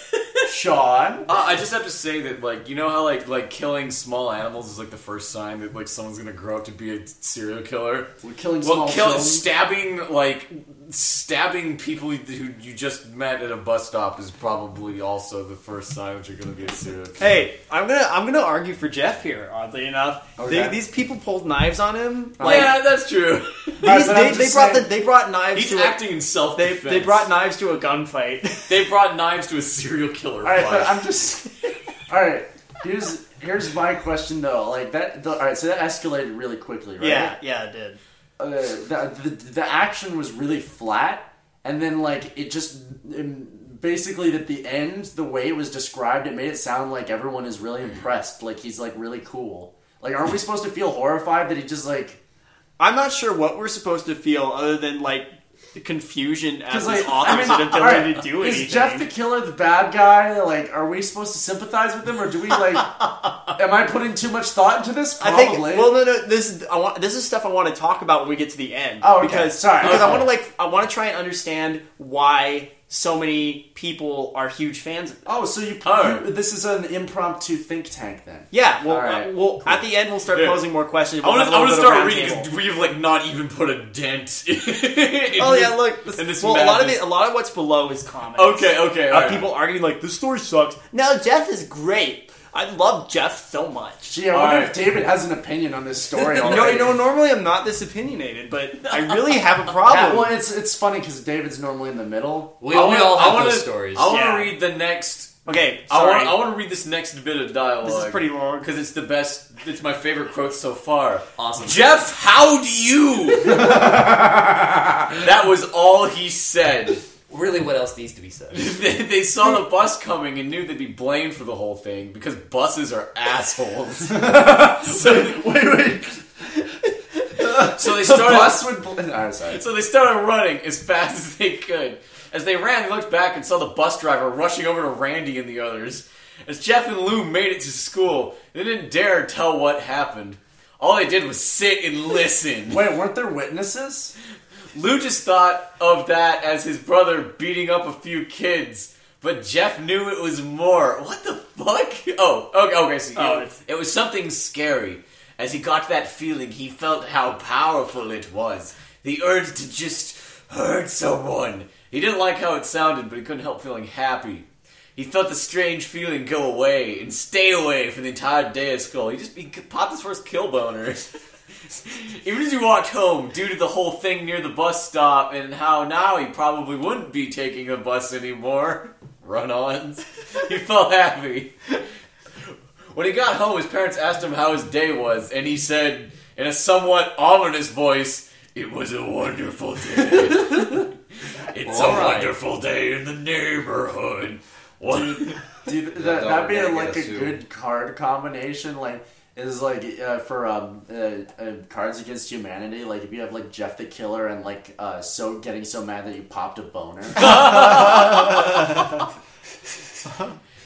B: Sean.
H: Uh, I just have to say that, like, you know how like like killing small animals is like the first sign that like someone's gonna grow up to be a serial killer.
B: We're killing
H: Well,
B: small
H: kill,
B: children.
H: stabbing like stabbing people who you just met at a bus stop is probably also the first sign that you're gonna be a serial killer.
F: Hey, I'm gonna I'm gonna argue for Jeff here. Oddly enough,
B: Okay.
F: they, these people pulled knives on him. Like
H: yeah, that's true.
F: *laughs* these,
B: but
F: they,
B: I'm just
F: they brought the,
B: saying-
F: they brought knives
H: He's
F: to a,
H: acting in self
F: they
H: defense.
F: they brought knives to a gunfight.
H: they brought knives to a serial killer.
B: All right, but
H: fight.
B: I'm just. *laughs* All right. Here's here's my question though. Like that. The, all right. So that escalated really quickly, right?
F: *laughs* yeah, yeah, it did.
B: Uh, the, the the action was really flat, and then like it just. um Basically, at the end, the way it was described, it made it sound like everyone is really
F: Mm-hmm.
B: impressed. Like he's like really cool. Like, aren't we supposed to feel horrified that he just like
F: I'm not sure what we're supposed to feel other than like the confusion as
B: Because
F: his
B: like, I
F: author's
B: mean,
F: inability
B: alright,
F: to do
B: is
F: anything.
B: Jeff the killer the bad guy? Like, are we supposed to sympathize with him, or do we like?
F: *laughs*
B: am I putting too much thought into this?
F: I
B: Probably.
F: think. Well, no, no. This is I want. This is stuff I want to talk about when we get to the end.
B: Oh, okay.
F: Because
B: Sorry.
F: Because I
B: Okay.
F: want to like. I want to try and understand why so many people are huge fans of. It.
B: oh, so you,
H: Alright.
B: you- this is an impromptu think tank then?
F: Yeah. Well,
B: Alright,
F: uh, well at the end we'll start
H: Yeah.
F: posing more questions.
H: I
F: We'll
H: want
F: have a
H: to
F: little bit of
H: start
F: round
H: reading
F: table.
H: because we've like not even put a dent. *laughs* in
F: *laughs* Oh
H: this-
F: yeah, look. This,
H: in this
F: well, a lot of
H: madness.
F: it, a lot of what's below is comments.
H: Okay, okay.
F: Uh,
H: alright.
F: people arguing like this story sucks. No, Jeff is great. I love Jeff so much.
B: Gee, I wonder
H: Alright.
B: if David has an opinion on this
F: *laughs*
B: story.
F: You
B: Already.
F: know, you know, normally I'm not this opinionated, but I really *laughs* have a problem.
B: Yeah, well, it's it's funny because David's normally in the *laughs* middle.
D: We,
H: I
D: we
H: wanna-
D: all have
H: I wanna,
D: those stories.
H: I want to
F: Yeah.
H: read the next.
F: okay,
H: I
F: sorry.
H: want. I want to read this next bit of dialogue.
F: this is pretty long.
H: because it's the best. It's my favorite quote so far.
D: Awesome.
H: Jeff, how do you? that was all he said. *laughs*
D: Really what else needs to be said?
H: They, they saw the bus coming and knew they'd be blamed for the whole thing because buses are assholes. so,
B: Wait, wait.
H: so
B: *laughs* The
H: they started.
B: bus would. Bl- Alright, sorry.
H: So they started running as fast as they could. As they ran, they looked back and saw the bus driver rushing over to Randy and the others. As Jeff and Lou made it to school, they didn't dare tell what happened. All they did was sit and listen.
B: Wait, weren't there witnesses?
H: Lou just thought of that as his brother beating up a few kids, but Jeff knew it was more. What the fuck? *laughs* Oh, okay, okay. So,
F: Oh,
H: yeah,
F: it's-
H: it was something scary. As he got that feeling, he felt how powerful it was. The urge to just hurt someone. He didn't like how it sounded, but he couldn't help feeling happy. He felt the strange feeling go away and stay away for the entire day at school. He just he popped his first kill boner. *laughs* Even as he walked home, due to the whole thing near the bus stop and how now he probably wouldn't be taking a bus anymore, *laughs* run ons, *laughs* he felt happy. When he got home, his parents asked him how his day was, and he said, in a somewhat ominous voice, It was a wonderful day. *laughs*
K: It's
H: All
K: a
H: right.
K: wonderful day in the neighborhood. What?
B: Dude, that, that'd
E: dog
B: be
E: would make
B: like
E: it
B: a
E: a soup.
B: good card combination. Like, is like uh, for um uh, uh, Cards Against Humanity. Like, if you have like Jeff the Killer and like uh, so getting so mad that you popped a *laughs* boner.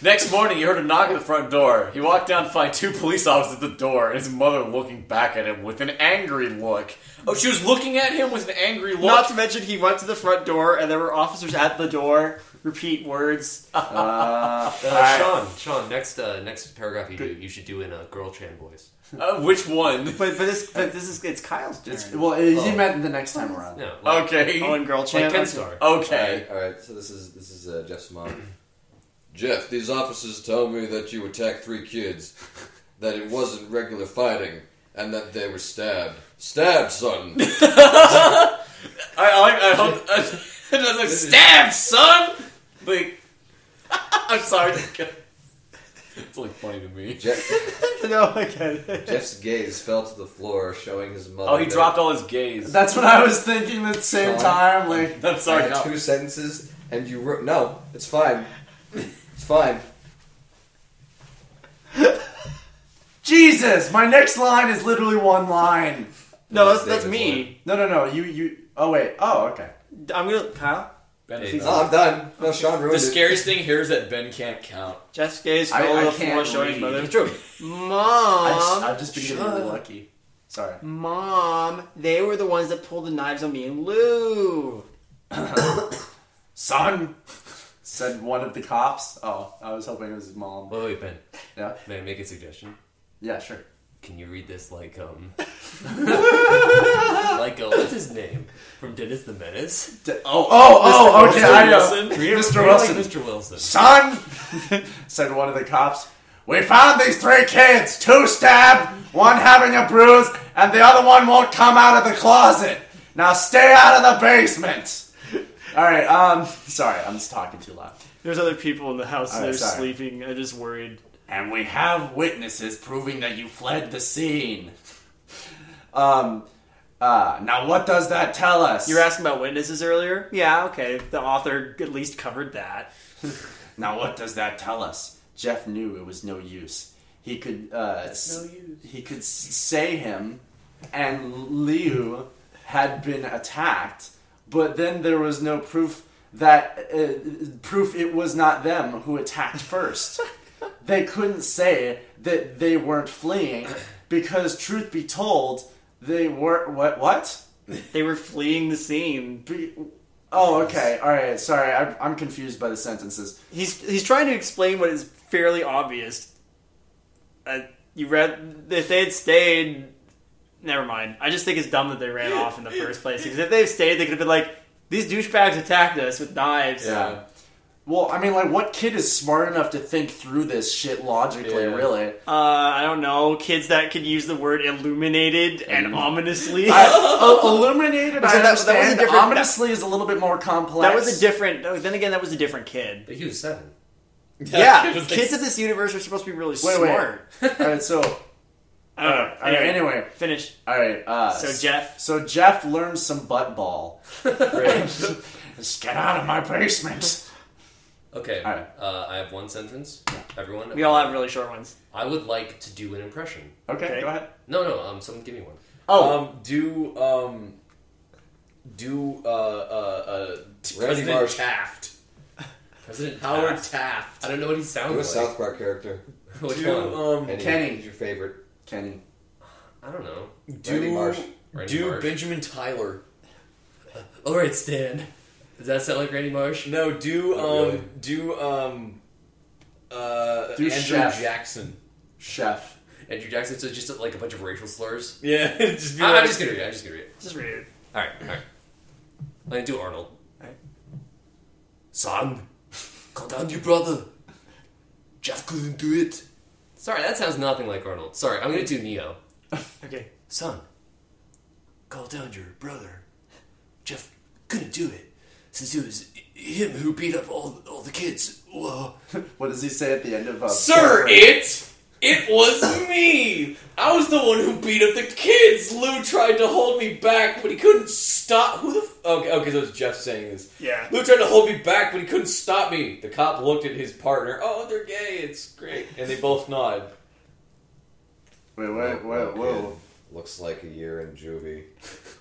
H: Next morning, he heard a knock at the front door. He walked down to find two police officers at the door and his mother looking back at him with an angry look. Oh, she was looking at him with an angry look?
F: Not to mention, he went to the front door, and there were officers at the door. Repeat *laughs* words.
D: Uh, Sean, Sean, next uh, next paragraph you do, you should do in a girl Chan voice.
H: Uh, which
F: *laughs*
H: one?
F: But but this but this is it's Kyle's turn.
B: It's, well, it, he meant the next time around.
D: No, like,
H: Okay.
F: Oh, and girl
D: like
F: chat.
D: Ken Star.
H: Okay.
E: All right, all right, so this is this is uh, Jeff's mom. *clears throat* Jeff, these officers tell me that you attacked three kids, that it wasn't regular fighting, and that they were stabbed. Stabbed, son. *laughs*
H: I, I, like- I hope. *laughs* I, I was like, stab, son! Like, *laughs* I'm sorry. It's like funny to me.
E: Jeff,
F: no, I get it.
E: Jeff's gaze fell to the floor, showing his mother.
H: Oh, he
E: that-
H: dropped all his gays.
B: That's what I was thinking. At the same
E: Sorry.
B: time, like
H: I'm
E: I
H: sorry.
E: had
H: no.
E: two sentences, and you wrote no. It's fine. It's fine.
B: Jesus, my next line is literally one line.
F: No,
E: Yes,
F: that's, that's
E: David's
F: me.
B: No, no, no. You, you. Oh wait. Oh, okay.
F: I'm gonna Kyle.
E: No, I'm done. No, Sean ruined
K: The
E: it.
K: scariest thing here is that Ben can't count.
F: Jeff's gaze
B: I-
F: fell
B: I
F: on the
B: can't
F: floor, showing his
B: read.
F: mother.
K: True.
B: I just,
F: Mom,
B: I've just been getting really lucky. Sorry.
F: mom, they were the ones that pulled the knives on me and Lou.
B: Son, *laughs* said one of the cops. Oh, I was hoping it was his mom.
D: Wait, wait, Ben.
B: Yeah.
D: May I make a suggestion?
B: Yeah, sure.
D: Can you read this like
K: *laughs*
D: um, like uh, what's his name from Dennis the Menace?
B: D- oh, oh, oh. okay, I know.
D: Wilson.
B: Mr.
D: Read like
B: Wilson.
D: Mr. Wilson.
B: Son, *laughs* said one of the cops. We found these three kids, two stabbed, one having a bruise, and the other one won't come out of the closet. Now stay out of the basement. *laughs* All right. Um, sorry, I'm just talking too loud.
F: There's other people in the house. and
B: Alright,
F: they're
B: sorry.
F: sleeping. I'm just worried.
B: And we have witnesses proving that you fled the scene. *laughs* Um, uh, now what does that tell us?
F: You were asking about witnesses earlier. Yeah, okay. The author at least covered that.
B: Now, what does that tell us? Jeff knew it was no use. He could uh, s- he could s- say him, and Liu had been attacked, but then there was no proof that uh, proof it was not them who attacked first. they couldn't say that they weren't fleeing because, truth be told, they were what what.
F: They were fleeing the scene.
B: Be- oh, okay, all right. Sorry, I'm, I'm confused by the sentences.
F: He's he's trying to explain what is fairly obvious. Uh, you read if they had stayed. Never mind. I just think it's dumb that they ran off in the first place because if they had stayed, they could have been like, "These douchebags attacked us with knives."
B: Yeah. Well, I mean, like, what kid is smart enough to think through this shit logically,
H: Yeah.
F: *laughs*
B: really?
F: Uh, I don't know kids that could use the word illuminated and ominously.
B: I, uh, illuminated, I
F: that- that was a
B: understand.
F: different-
B: Ominously is a little bit more complex.
F: *laughs* that was a different. oh, Then again, that was a different kid.
H: *laughs*
D: He was seven.
F: Yeah,
K: It was like-
F: kids of this universe are supposed to be really
B: Wait, wait.
F: smart.
B: *laughs* All right, so,
F: *laughs* I don't
B: all
F: know.
B: right,
F: Anyway,
B: anyway.
F: finish.
B: All right, uh,
F: So Jeff,
B: So Jeff learns some butt
F: *laughs*
B: ball. *laughs* Just get out of my basement.
D: Okay.
B: All right.
D: Uh, I have one sentence. Everyone.
F: we all have really short ones.
D: I would like to do an impression.
B: Okay,
F: Okay.
B: go ahead.
D: No, no. Um, someone give me one.
B: Oh.
K: Um, do um, do uh uh uh t-
E: Randy
K: President
E: Marsh.
K: Taft,
D: President
K: Howard
D: Taft.
K: Taft.
D: I don't know what he
E: Do a
D: sounds like.
E: South Park character.
D: Which
K: do
D: one?
K: um
E: Any,
B: Kenny.
E: Who's your favorite?
B: Kenny.
D: I don't know.
K: do
E: Randy Marsh.
D: Randy
K: do
D: Marsh.
K: Benjamin Tyler.
D: All right, Stan. Does that sound like Randy Marsh?
K: No, do um
D: Oh,
E: Not really.
K: do um uh
B: Do
K: Andrew
B: Chef.
K: Jackson.
B: Chef.
D: Andrew Jackson. So just like a bunch of racial slurs.
K: Yeah, *laughs* just be
D: I-
K: like,
D: I'm just gonna read. it, I'm just gonna read. it.
F: Just read it.
D: All right. All right. I'm gonna do Arnold.
F: Alright.
D: Son, call down your brother. Jeff couldn't do it. Sorry, that sounds nothing like Arnold. Sorry, I'm gonna do Neo.
F: *laughs* Okay.
D: Son, call down your brother. Jeff couldn't do it since it was him who beat up all, all the kids. Well,
B: What does he say at the end of uh,
H: Sir,
B: Paranoid?
H: it it was me. I was the one who beat up the kids. Lou tried to hold me back, but he couldn't stop. Who the? F- okay, okay, so it's Jeff saying this.
F: Yeah.
H: Lou tried to hold me back, but he couldn't stop me. The cop looked at his partner. Oh, they're gay. It's great, and they both nod. *laughs*
B: Wait, wait, wait, whoa.
E: Looks like a year in juvie.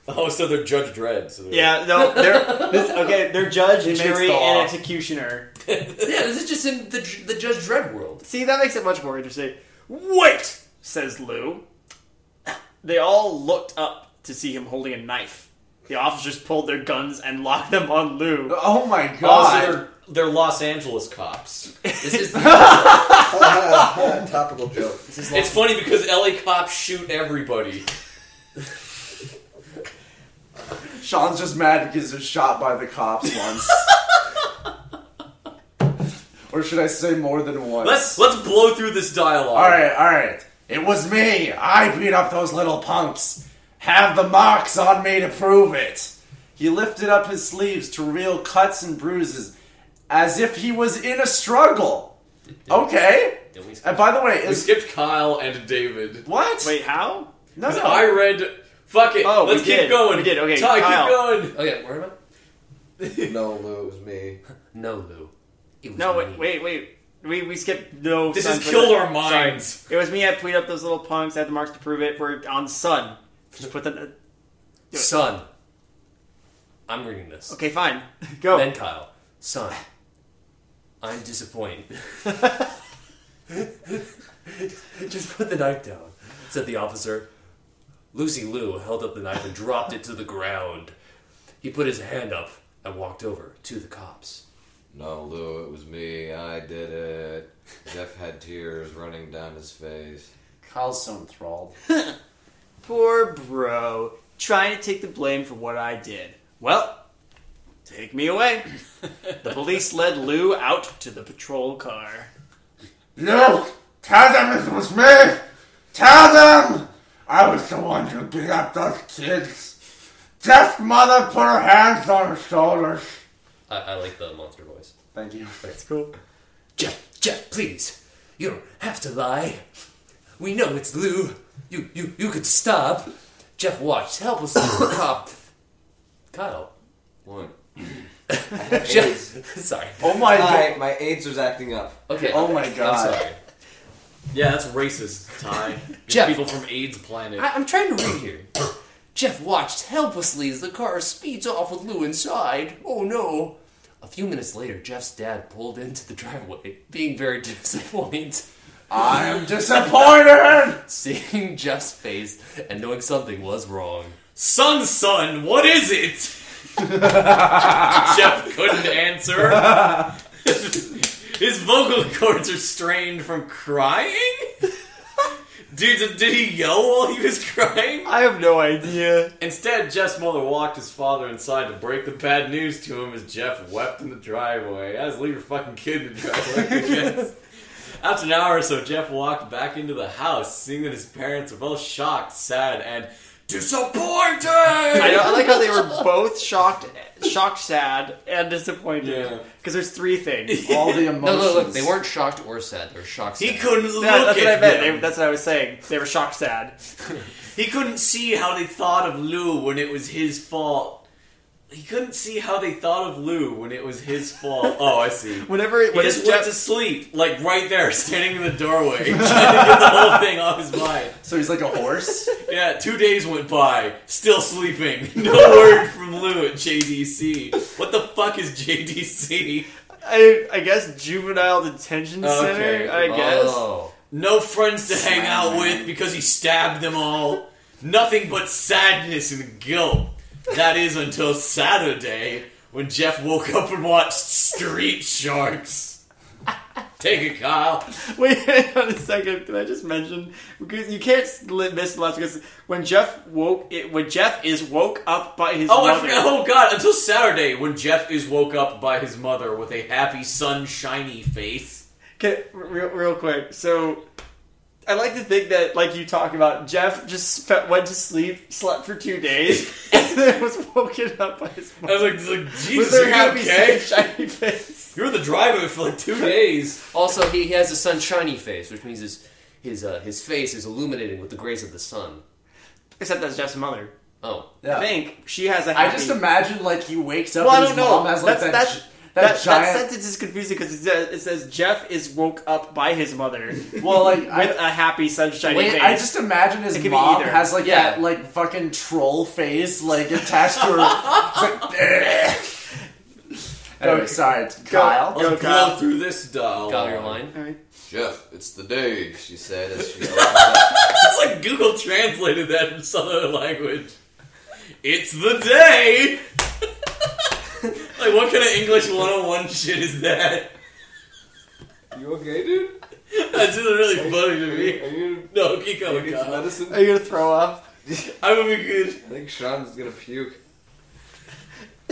H: Oh, so they're Judge Dredd. So they're-
F: Yeah, no, they're this, okay. They're judge,
B: makes
F: jury,
B: the law.
F: and executioner.
D: yeah, this is just in the, the Judge Dredd world.
F: See, that makes it much more interesting. Wait, says Lou. They all looked up to see him holding a knife. The officers pulled their guns and locked them on Lou.
B: Oh my
H: Oh, so
B: god.
H: they're, they're Los Angeles cops.
D: This
H: *laughs*
D: is the,
E: Ah, *laughs* Topical joke.
D: this is
H: It's
D: Los,
H: funny because LA cops shoot everybody.
B: Sean's just mad because he was shot by the cops
D: *laughs*
B: once. or should I say more than once?
H: Let's let's blow through this dialogue.
B: Alright, alright. It was me. I beat up those little punks. Have the marks on me to prove it. He lifted up his sleeves to reveal cuts and bruises as if he was in a struggle. Okay.
D: Did we skip-
B: And by the way,
H: We
B: is
H: skipped Kyle and David.
B: what?
F: Wait, how?
B: no, no.
H: I read. Fuck it.
F: Oh, we
H: Let's keep
F: did.
H: going.
F: We did. Okay,
H: Ty,
F: Kyle.
H: keep going.
D: okay, Oh, where am I?
E: No, Lou, it was me.
D: No, Lou. It was
F: No,
D: me.
F: wait, wait, wait. We, we skipped no.
H: This
F: Sun
H: has
F: for
H: killed
F: the-
H: our minds.
F: Sorry. It was me. I tweet up those little punks. I had the marks to prove it. We're on Sun. Just put the.
D: Son. I'm reading this.
F: Okay, fine. *laughs* Go.
D: Then Kyle. Son. I'm disappointed. *laughs* Just put the knife down, said the officer. Lucy Lou held up the knife and dropped it to the ground. He put his hand up and walked over to the cops.
E: No, Lou, it was me. I did it. Jeff had tears running down his face.
B: Kyle's so enthralled.
F: Poor bro, trying to take the blame for what I did. Well, take me
H: *laughs*
F: away. the police led Lou out to the patrol car.
B: Luke, tell them it was me. Tell them I was the one who beat up those kids. Jeff's mother put her hands on her shoulders.
D: I, I like the monster voice.
B: Thank you.
D: That's cool. Jeff, Jeff, please. You don't have to lie. We know it's Lou. You, you, you could stop. Jeff watched helplessly as the cop. Kyle. *laughs*
E: What?
D: Jeff, sorry.
B: Oh my
E: My, my AIDS was acting up.
D: Okay.
B: Oh my God.
D: I'm sorry.
H: Yeah, that's
F: *laughs*
H: racist, Ty. These
D: Jeff.
H: people from AIDS Planet.
D: I, I'm trying to read here. Jeff watched helplessly as the car speeds off with Lou inside. Oh no. A few minutes later, Jeff's dad pulled into the driveway, being very *laughs* disappointed.
B: I am disappointed.
D: *laughs* Seeing Jeff's face and knowing something was wrong.
H: Son, son, what is it?
F: *laughs*
H: Jeff couldn't answer. His vocal cords are strained from
F: *laughs*
H: crying? Dude, did- did he yell while he was crying?
F: I have no idea.
H: Instead, Jeff's mother walked his father inside to break the bad news to him as Jeff wept in the driveway. I just leave your fucking kid in the driveway. I
F: *laughs*
H: guess. After an hour or so, Jeff walked back into the house, seeing that his parents were both shocked, sad, and disappointed.
F: I, know, I like how they were both shocked, shocked, sad, and disappointed.
H: Yeah.
F: Because there's three things.
H: *laughs*
B: All the emotions.
D: *laughs* No, no, look, they weren't shocked or sad. They were shocked.
H: He
D: sad.
H: couldn't look
F: Yeah, that's what I
H: at
F: meant.
H: them.
F: They- that's what I was saying. They were shocked, sad.
H: He couldn't see how they thought of Lou when it was his fault. He couldn't see how they thought of Lou when it was his fault. Oh,
F: *laughs*
H: I see.
F: Whenever
H: He
F: when
H: just
F: it's
H: went
F: Jeff,
H: to sleep, like right there, *laughs* standing in the doorway, *laughs* trying to get the whole thing off his mind.
B: So he's like a
F: *laughs*
B: horse.
H: Yeah, two days went by, still sleeping. *laughs* No word from Lou at JDC. What the fuck is JDC?
F: I, I guess juvenile detention
H: Okay.
F: center. I guess. *laughs*
D: Oh.
H: No friends to hang out with because he stabbed them all. Nothing but sadness and guilt. That is until Saturday when Jeff woke up and watched Street Sharks. Take it, Kyle.
F: Wait hang on a second. Can I just mention because you can't li- miss the last because when Jeff woke it when Jeff is woke up by his
H: Oh, I
F: mother.
H: forgot. Oh, God. Until Saturday when Jeff is woke up by his mother with a happy, sunshiny face.
F: Okay, real, real quick. So I like to think that, like you talk about, Jeff just fe- went to sleep, slept for two days, *laughs* and then was woken up by *laughs* his mom.
L: I was like, just like
F: With
L: Jesus,
F: her
L: are you
F: happy,
L: okay?
F: safe, shiny face.
L: You were the driver for like two days.
D: Also, he, he has a sunshiny face, which means his his uh, his face is illuminating with the grace of the sun.
F: Except that's Jeff's mother.
D: Oh,
F: I
B: Yeah.
F: think she has a
B: I
F: happy...
B: just imagine like he wakes up
F: Well, I
B: and his
F: don't know.
B: mom has like
F: That's-
B: that,
F: that's-
B: gi- that,
F: That, that,
B: giant.
F: sentence is confusing because it says, it says Jeff is woke up by
B: *laughs*
F: his mother
B: well,
F: *laughs*
B: like
F: with
B: I,
F: a happy sunshiny
B: wait,
F: face.
B: I just imagine
F: It
B: his
F: could be
B: mom
F: either.
B: has like
D: Yeah.
B: that like fucking troll face like attached to
F: *laughs*
B: her. It's like, anyway, sorry, it's Kyle.
F: Go,
L: Blow
F: Kyle.
L: through this dial.
D: got your line.
M: Jeff, it's the day, she said as
E: *laughs*
M: she opened up.
L: It's like Google translated that in some other language. It's the day. *laughs* like, what kind of English 101 shit is that?
E: You okay, dude?
L: That's just really funny to
E: Are
L: me.
E: you
L: No, keep
E: gonna
L: going,
E: need some
L: Kyle.
E: medicine?
F: Are you gonna throw up?
L: I would be good.
E: I think Sean's gonna puke.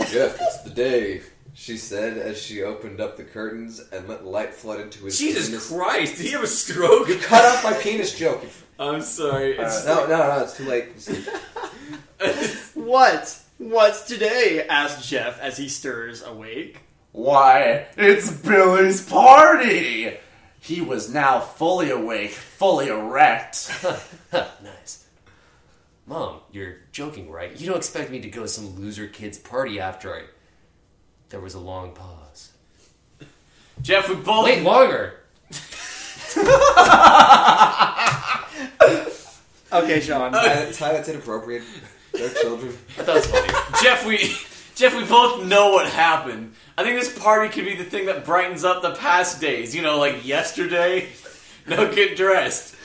M: Jeff, it's the day.
E: She said as she opened up the curtains and let light flood into his
L: Jesus
E: penis.
L: Christ, did he have a stroke?
E: Cut off my penis joke.
L: I'm sorry. It's
E: No, no, no, it's too late.
F: What? What's today? Asked Jeff as he stirs awake.
B: Why, it's Billy's party! He was now fully awake, fully erect.
D: nice. Mom, you're joking, right? You don't expect me to go to some loser kid's party after I. There was a long pause.
H: Jeff, we both.
D: Wait, longer.
F: Okay, Sean.
E: Ty, Ty, that's inappropriate. They're children.
D: I thought it was funny.
H: Jeff, we. *laughs* Jeff, we both know what happened. I think this party could be the thing that brightens up the past days. You know, like yesterday. *laughs* No, get dressed.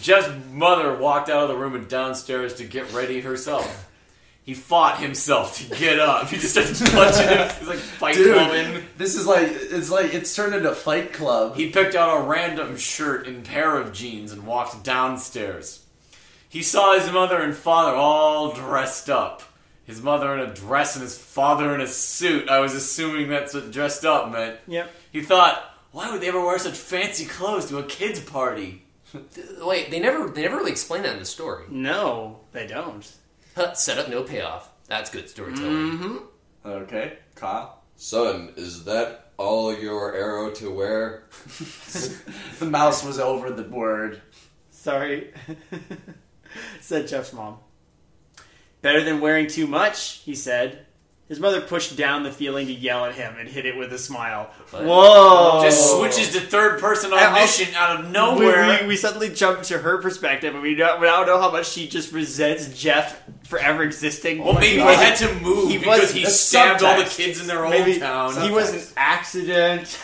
H: Jeff's mother walked out of the room and downstairs to get ready herself. He fought himself to get up. He just starts *laughs* punching him. He's like fight
B: Dude.
H: clubbing.
B: This is like, it's like, it's turned into Fight Club.
H: He picked out a random shirt and pair of jeans and walked downstairs. He saw his mother and father all dressed up. His mother in a dress and his father in a suit. I was assuming that's what dressed up meant.
F: Yep.
H: He thought, why would they ever wear such fancy clothes to a kid's party?
D: Wait, they never they never really explain that in the story.
F: No, they don't.
D: Huh, set up, no payoff. That's good storytelling.
F: Mm. Mm-hmm.
B: Okay, Kyle.
M: Son, is that all your arrow to wear?
B: The mouse was over the word.
F: Sorry, *laughs* said Jeff's mom. Better than wearing too much, he said. His mother pushed down the feeling to yell at him and hit it with a smile.
D: But-
F: Whoa!
H: Just switches to third person omniscient out of
F: We,
H: nowhere.
F: we, we suddenly jump to her perspective, and we, don't, we now know how much she just resents Jeff for ever existing.
H: well, maybe they had to move
F: He
H: because
F: was-
H: he
F: that's
H: stabbed all the
F: subtext.
H: kids in their own
F: Maybe
H: town.
F: he was an accident.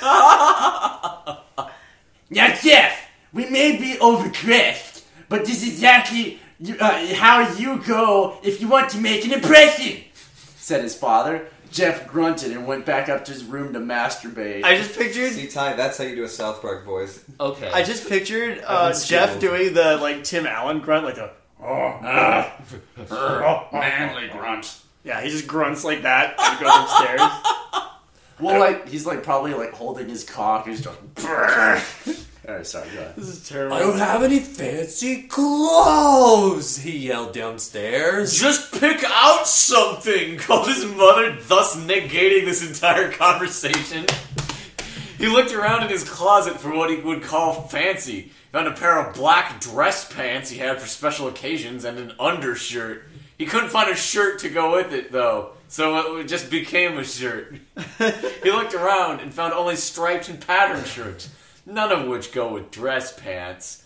B: Now, Jeff, we may be overdressed, but this is exactly you- uh, how you go if you want to make an impression, said his father. Jeff grunted and went back up to his room to masturbate.
F: *laughs* I just pictured
E: See, Ty, that's how you do a South Park voice.
D: Okay.
F: I just pictured uh, Jeff doing the like Tim Allen grunt, like a oh,
B: manly grunt.
F: yeah, he just grunts like that and goes
D: *laughs*
F: upstairs.
B: Well, like he's like probably like holding his cock. He's just. All right, sorry. Go ahead.
F: This is terrible.
M: have any fancy clothes, he yelled downstairs.
H: Just pick out something, *laughs* called his mother, thus negating this entire conversation. He looked around in his closet for what he would call fancy. Found a pair of black dress pants he had for special occasions and an undershirt. He couldn't find a shirt to go with it, though, so it just became
F: *laughs*
H: a shirt. he looked around and found only striped and patterned shirts, none of which go with dress pants.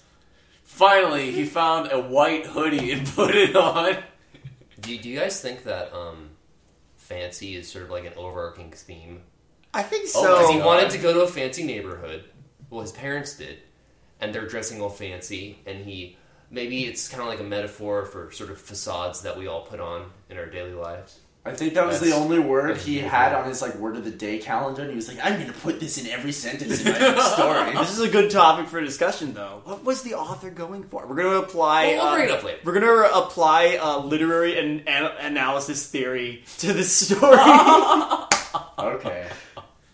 H: Finally, he found a white hoodie and *laughs* put it on.
D: do, do you guys think that um, fancy is sort of like an overarching theme?
F: I think
D: Because
F: so.
D: he wanted to go to a fancy neighborhood. Well, his parents did, and they're dressing all fancy, and he maybe it's kind of like a metaphor for sort of facades that we all put on in our daily lives.
B: I think that was the
D: That's-
B: only word he
D: that's
B: had
D: beautiful.
B: on his like word of the day calendar, and he was like, "I'm gonna put this in every sentence in my
H: *laughs*
B: story."
F: this is a good topic for discussion, though. What was the author going for? We're going to apply.
D: We'll- we'll
F: uh,
D: bring it up later.
F: We're going to apply uh, literary and *laughs*
D: *laughs*
F: an- analysis theory to the story.
B: Okay.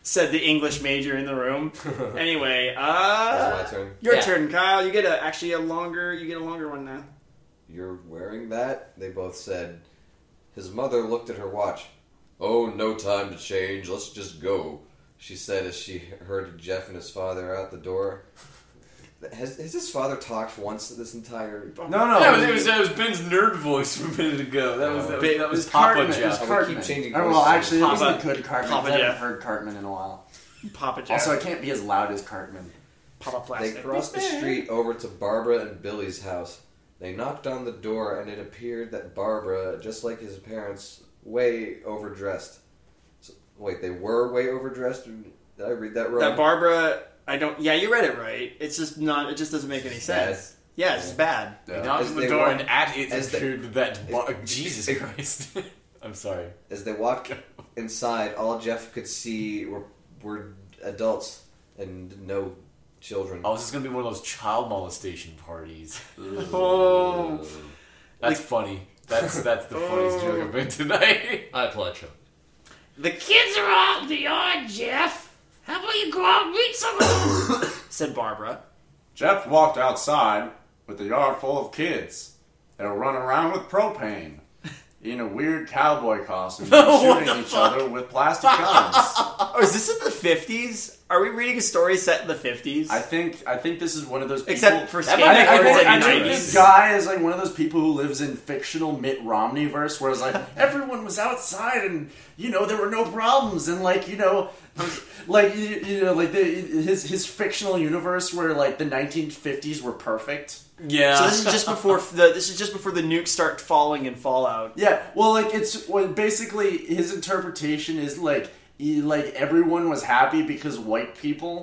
F: said the English major in the
D: *laughs*
F: room. anyway, uh,
E: my turn.
F: your
D: Yeah.
F: turn, Kyle. You get a, actually a longer. You get a longer one now.
E: You're wearing that? They both said. His mother looked at her watch. Oh, no time to change. Let's just go, she said as she heard Jeff and his father out the door. Has, has his father talked once this entire.
B: No, no.
H: That was, it was, that was Ben's nerd voice from a minute ago. That was
F: Oh,
H: that was, that was Papa
B: Cartman.
H: Jeff.
E: I would
B: Cartman.
E: keep changing
B: Oh, well,
E: voices.
B: actually, that was
F: Papa-
B: a good Cartman.
F: Papa
B: I haven't
F: Jeff.
B: heard Cartman in a while.
F: Papa Jeff.
B: Also, I can't be as loud as Cartman.
F: Papa
E: They
F: Plastic.
E: crossed the street over to Barbara and Billy's house. They knocked on the door, and it appeared that Barbara, just like his parents, way overdressed. So, wait, they were way overdressed? Did I read that wrong?
F: That Barbara. I don't. Yeah, you read it right. It's just not. It just doesn't make any
E: Bad.
F: sense. Yeah, it's bad.
H: He knocked
E: As
H: on the
E: they
H: door
E: walk-
H: and at it
E: as they-
H: appeared that
E: it-
H: bar- Jesus
E: *laughs*
H: Christ. I'm sorry.
E: As they walked inside, all Jeff could see were, were adults and no children.
H: Oh, this is gonna be one of those child molestation parties.
F: Oh.
H: That's funny. That's that's the funniest joke I've been tonight.
D: I applaud you.
F: The kids are all the yard, Jeff. How about you go out and meet someone? *coughs* said Barbara.
B: Jeff walked outside with a yard full of kids. They'll run around with propane
F: *laughs*
B: in a weird cowboy costume, shooting each other with plastic
F: *laughs*
B: guns.
F: Oh, is this in the fifties? Are we reading a story set in the fifties?
B: I think I think this is one of those people.
F: Except for
B: I
F: Skinny
B: think, I think- I
F: Cartman
B: think
F: in the
B: this
F: 90s.
B: guy is like one of those people who lives in fictional Mitt Romney verse, where it's
F: *laughs*
B: like everyone was outside and you know there were no problems and like you know, like you, you know like the, his his fictional universe where like the 1950s were perfect.
H: Yeah.
F: So this is just before the this is just before the nukes start falling in Fallout.
B: Yeah, well, like it's well, basically his interpretation is like he, like everyone was happy because white
F: *laughs*
B: people,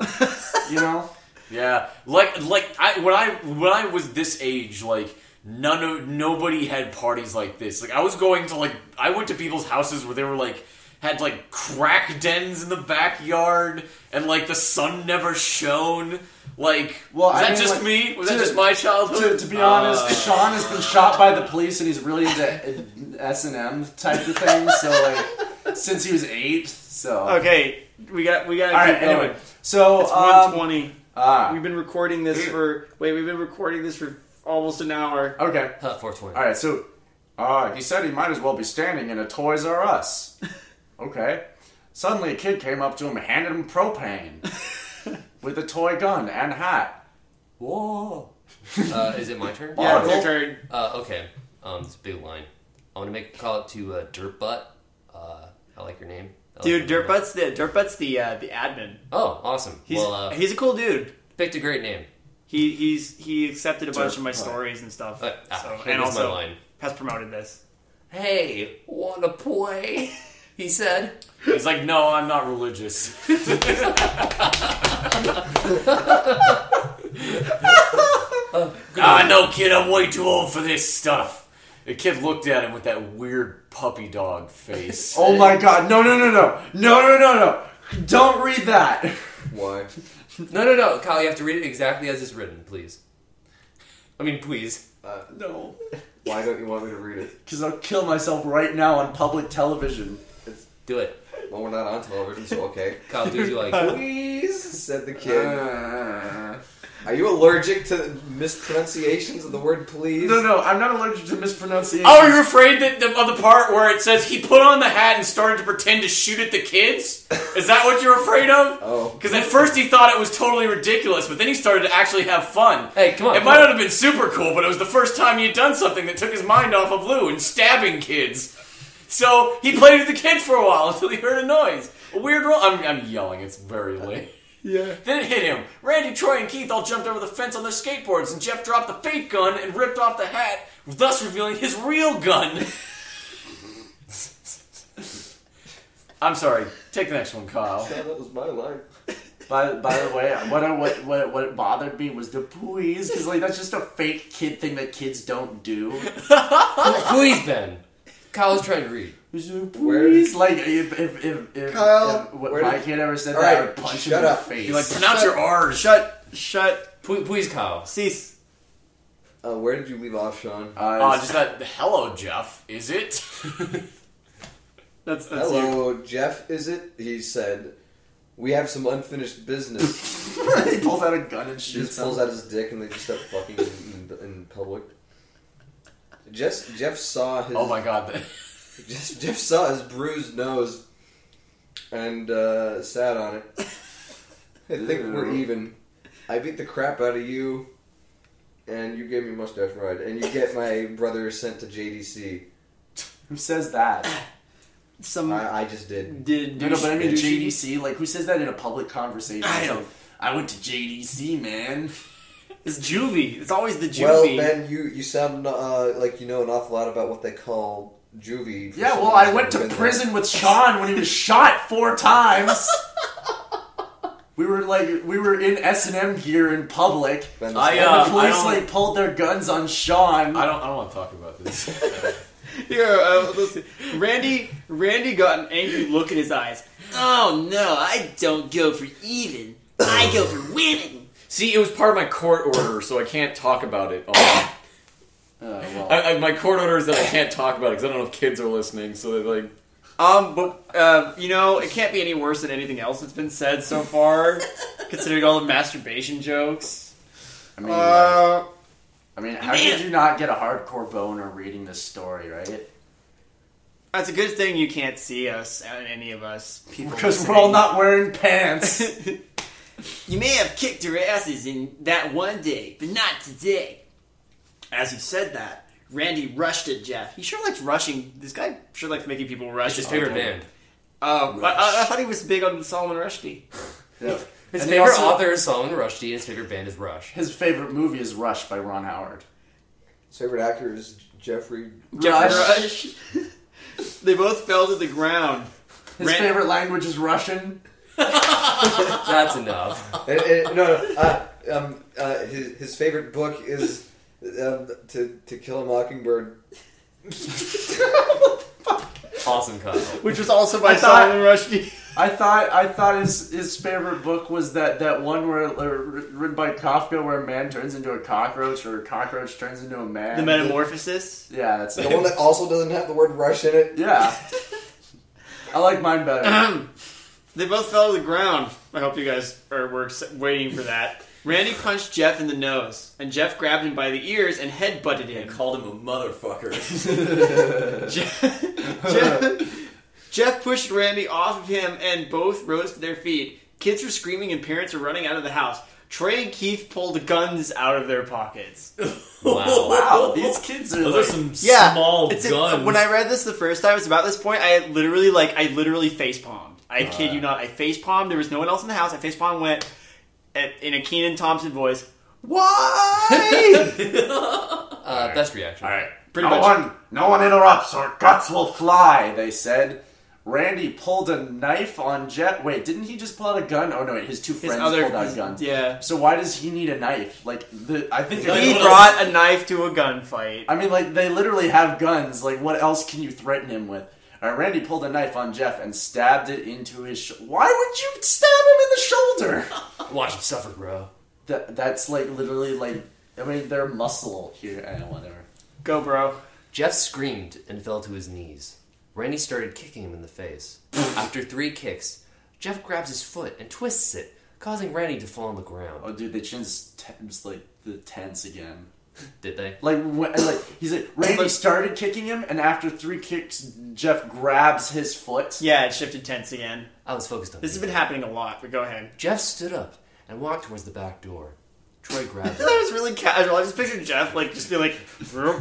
B: you know.
H: Yeah, like like I when I when I was this age, like none of nobody had parties like this. Like I was going to like I went to people's houses where they were like had like crack dens in the backyard and like the sun never shone. Like
B: Well,
H: was
B: I
H: that
B: mean,
H: just
B: like,
H: me? Was
B: to-
H: that just my
B: To,
H: childhood?
B: to be honest,
F: Uh.
B: Sean has been shot by the police, and he's really into S and M type of things. So like, since he was eight, so
F: Okay, we got we got.
B: All right. Anyway, so
F: it's one
B: um,
F: twenty.
B: ah,
F: We've been recording this for wait, we've been recording this for almost an hour.
B: okay.
D: Huh, 420.
B: All right, so uh, he said he might as well be standing in a Toys R Us. okay. Suddenly, a kid came up to him and handed him propane with a toy gun and hat.
N: Whoa.
D: Uh, is it my turn?
F: Yeah, it's
B: Marvel.
F: your turn.
D: Uh, okay. Um, it's a big line. I want to make a call out to uh, Dirtbutt. Uh, I like your name. I like
F: Dude,
D: your name.
F: Dirtbutt's the Dirtbutt's the uh, the admin.
D: Oh, awesome.
F: He's
D: well, uh,
F: he's a cool dude.
D: picked a great name.
F: He he's he accepted a bunch of my stories and stuff.
D: Uh, ah,
F: so,
D: here
F: and
D: is
F: also
D: my line.
F: has promoted this.
D: Hey, wanna play? *laughs* He said.
H: He's like, no, I'm not religious. *laughs* Ah, no, kid, I'm way too old for this stuff. The kid looked at him with that weird puppy dog face.
B: Oh my god, no, no, no, no. No, no, no, no. Don't read that.
E: Why?
D: No, no, no, Kyle, you have to read it exactly as it's written, please. I mean, please.
E: Uh,
B: No.
E: why don't you want me to read it?
B: Because I'll kill myself right now on public television.
D: Do it.
E: Well, we're not on television, so okay.
D: Kyle, do as you
B: *laughs*
D: like.
E: Please, said the
B: Uh.
E: kid. Are you allergic to mispronunciations of the word please?
B: No, no, I'm not allergic to mispronunciation.
H: Oh, you're afraid that the, of the part where it says he put on the hat and started to pretend to shoot at the kids? Is that what you're afraid of?
E: Oh.
H: Because at first he thought it was totally ridiculous, but then he started to actually have fun.
D: Hey, come on.
H: It
D: come
H: might
D: on.
H: not have been super cool, but it was the first time he had done something that took his mind off of Lou and stabbing kids. So he played with the kids for a while *laughs* until he heard a noise. A weird roll. I'm, I'm yelling. It's very late. Yeah. Then it hit him. Randy, Troy, and Keith all jumped over the fence on their skateboards, and Jeff dropped the fake gun and ripped off the hat, thus revealing his real gun. *laughs* I'm sorry. Take the next one, Kyle.
E: That was my line.
B: By, by the way, what, I, what what what bothered me was the please, because like that's just a fake kid thing that kids don't do.
D: *laughs* Please, Ben. Kyle's trying to read.
E: Where-
B: Please, like if if if, if,
E: Kyle,
B: if what
E: where
B: my
E: did-
B: kid ever said
E: All
B: that, I
E: right,
B: would punch
E: shut
B: him
E: up.
B: in the face.
H: You're like, pronounce your R's.
F: Shut shut
D: Please, please Kyle.
F: cease.
E: Uh, where did you leave off, Sean?
B: Uh, *laughs*
H: Uh, just that, hello, Jeff, is it?
F: That's that's you.
E: Hello, Jeff, is it? He said. we have some unfinished business.
B: he pulls out a gun and
E: He just
B: shoots
E: pulls
B: him.
E: out his dick and they just start fucking in, in, in public. Jeff, Jeff saw his
I: Oh my god. the-
E: Jeff, Jeff saw his bruised nose and uh, sat on it. I think we're even. I beat the crap out of you, and you gave me mustache ride, and you get my brother sent to JDC.
B: Who says that?
F: Some
E: I, I just did.
F: did
B: No, no, but I mean JDC. Like, who says that in a public conversation? I don't. I went to JDC, man.
F: It's juvie. It's always the juvie. *laughs*
E: Well, Ben, you you sound uh, like you know an awful lot about what they call juvie. for
B: Yeah,
E: some
B: well, I
E: reason.
B: went to
E: You've been there.
B: prison with Sean when he was shot four *laughs* times. we were like, we were in S and M gear in public.
E: Been there.
I: I,
B: And
I: uh,
B: the
I: I
B: police
I: don't,
B: like pulled their guns on Sean. Uh,
I: I don't, I don't want to talk about this. *laughs*
F: Here, uh, listen. Randy, Randy got an angry look in his eyes.
G: Oh no, I don't go for even. I go for winning.
I: See, it was part of my court order, so I can't talk about it. Oh,
B: Uh, well,
I: I, I, my court order is that I can't talk about it because I don't know if kids are listening, so they're like,
F: Um, but uh, you know, it can't be any worse than anything else that's been said so
B: *laughs*
F: far, considering all the masturbation jokes.
B: I mean,
F: Uh,
B: I mean, how did you not get a hardcore boner reading this story, right?
F: that's a good thing you can't see us, uh, any of us, people,
B: *laughs* Because we're
F: listening. *laughs*
B: all not wearing pants.
G: You may have kicked her asses in that one day, but not today.
F: As he said that, Randy rushed at Jeff. He sure likes rushing. This guy sure likes making people rush.
D: It's his favorite band.
F: Um, I, I- I thought he was big on Solomon Rushdie.
D: His
B: And they
D: favorite
B: also-
D: author is Solomon Rushdie, and his favorite band is Rush.
B: His favorite movie is Rush by Ron Howard.
E: His favorite actor is Jeffrey.
F: Jeff
B: Rush.
F: Rush. *laughs* they both fell to the ground.
B: His
F: Ran-
B: favorite language is Russian.
D: *laughs* That's enough.
E: Eh, eh, no, no. Uh, um, uh, his, his favorite book is um, to to kill a mockingbird.
D: Awesome Kyle. Uh,
F: which was also by
B: I thought-
F: Solomon Rushdie.
B: I thought I thought his his favorite book was that that one where uh, written by Kafka where a man turns into a cockroach or a cockroach turns into a man.
F: The Metamorphosis.
B: yeah, *laughs* that's
E: The one that also doesn't have the word Rush in it.
B: yeah. I like mine
F: Uh-huh.
B: better.
F: *clears throat* they both fell to the ground. I hope you guys are were ex- waiting for that. Randy punched Jeff in the nose, and Jeff grabbed him by the ears and head butted him. *laughs*
H: Called him a *laughs* motherfucker.
F: Jeff, Jeff, Jeff pushed Randy off of him, and both rose to their feet. Kids were screaming, and parents were running out of the house. Trey and Keith pulled guns out of their pockets.
D: Wow.
B: Wow, these kids are
H: Those are
B: like,
H: some
F: Yeah,
H: small
F: it's a-
H: guns. *laughs*
F: when I read this the first time, it was about this point. I literally like I literally face palmed. I kid you not. I face palmed. There was no one else in the house. I face palmed. Went at, in a Keenan Thompson voice. *laughs* Why?
D: Uh, best reaction.
B: all right.
F: Pretty
B: no
F: much.
B: one, no one interrupts or guts will fly. They said. Randy pulled a knife on Jet. Wait, didn't he just pull out a gun? Oh no, wait, his two
F: His
B: friends
F: other
B: pulled out guns.
F: yeah.
B: So why does he need a knife? Like the, I think
F: He
H: what
F: brought a knife to a gunfight.
B: I mean, like they literally have guns. Like, what else can you threaten him with? All right, Randy pulled a knife on Jeff and stabbed it into his. Sh- Why would you stab him in the shoulder?
D: Watch him suffer, bro.
B: That, that's like literally like. I mean, they're muscle here. I know, whatever.
F: Go, bro.
D: Jeff screamed and fell to his knees. Randy started kicking him in
I: *laughs*
D: the face. After three kicks, Jeff grabs his foot and twists it, causing Randy to fall on the ground.
B: Oh, dude, the chin's tense, like the tense again.
D: Did they?
B: Like, when, like he's like Randy started kicking him, and after three kicks, Jeff grabs his foot.
F: Yeah, it shifted tense again.
D: I was focused on
F: This has
D: the-
F: been happening a lot. But go ahead.
D: Jeff stood up and walked towards the back door. Troy
F: *laughs*
D: grabbed
F: *laughs* That
D: him.
F: was really casual. I just pictured Jeff like just be like. yeah,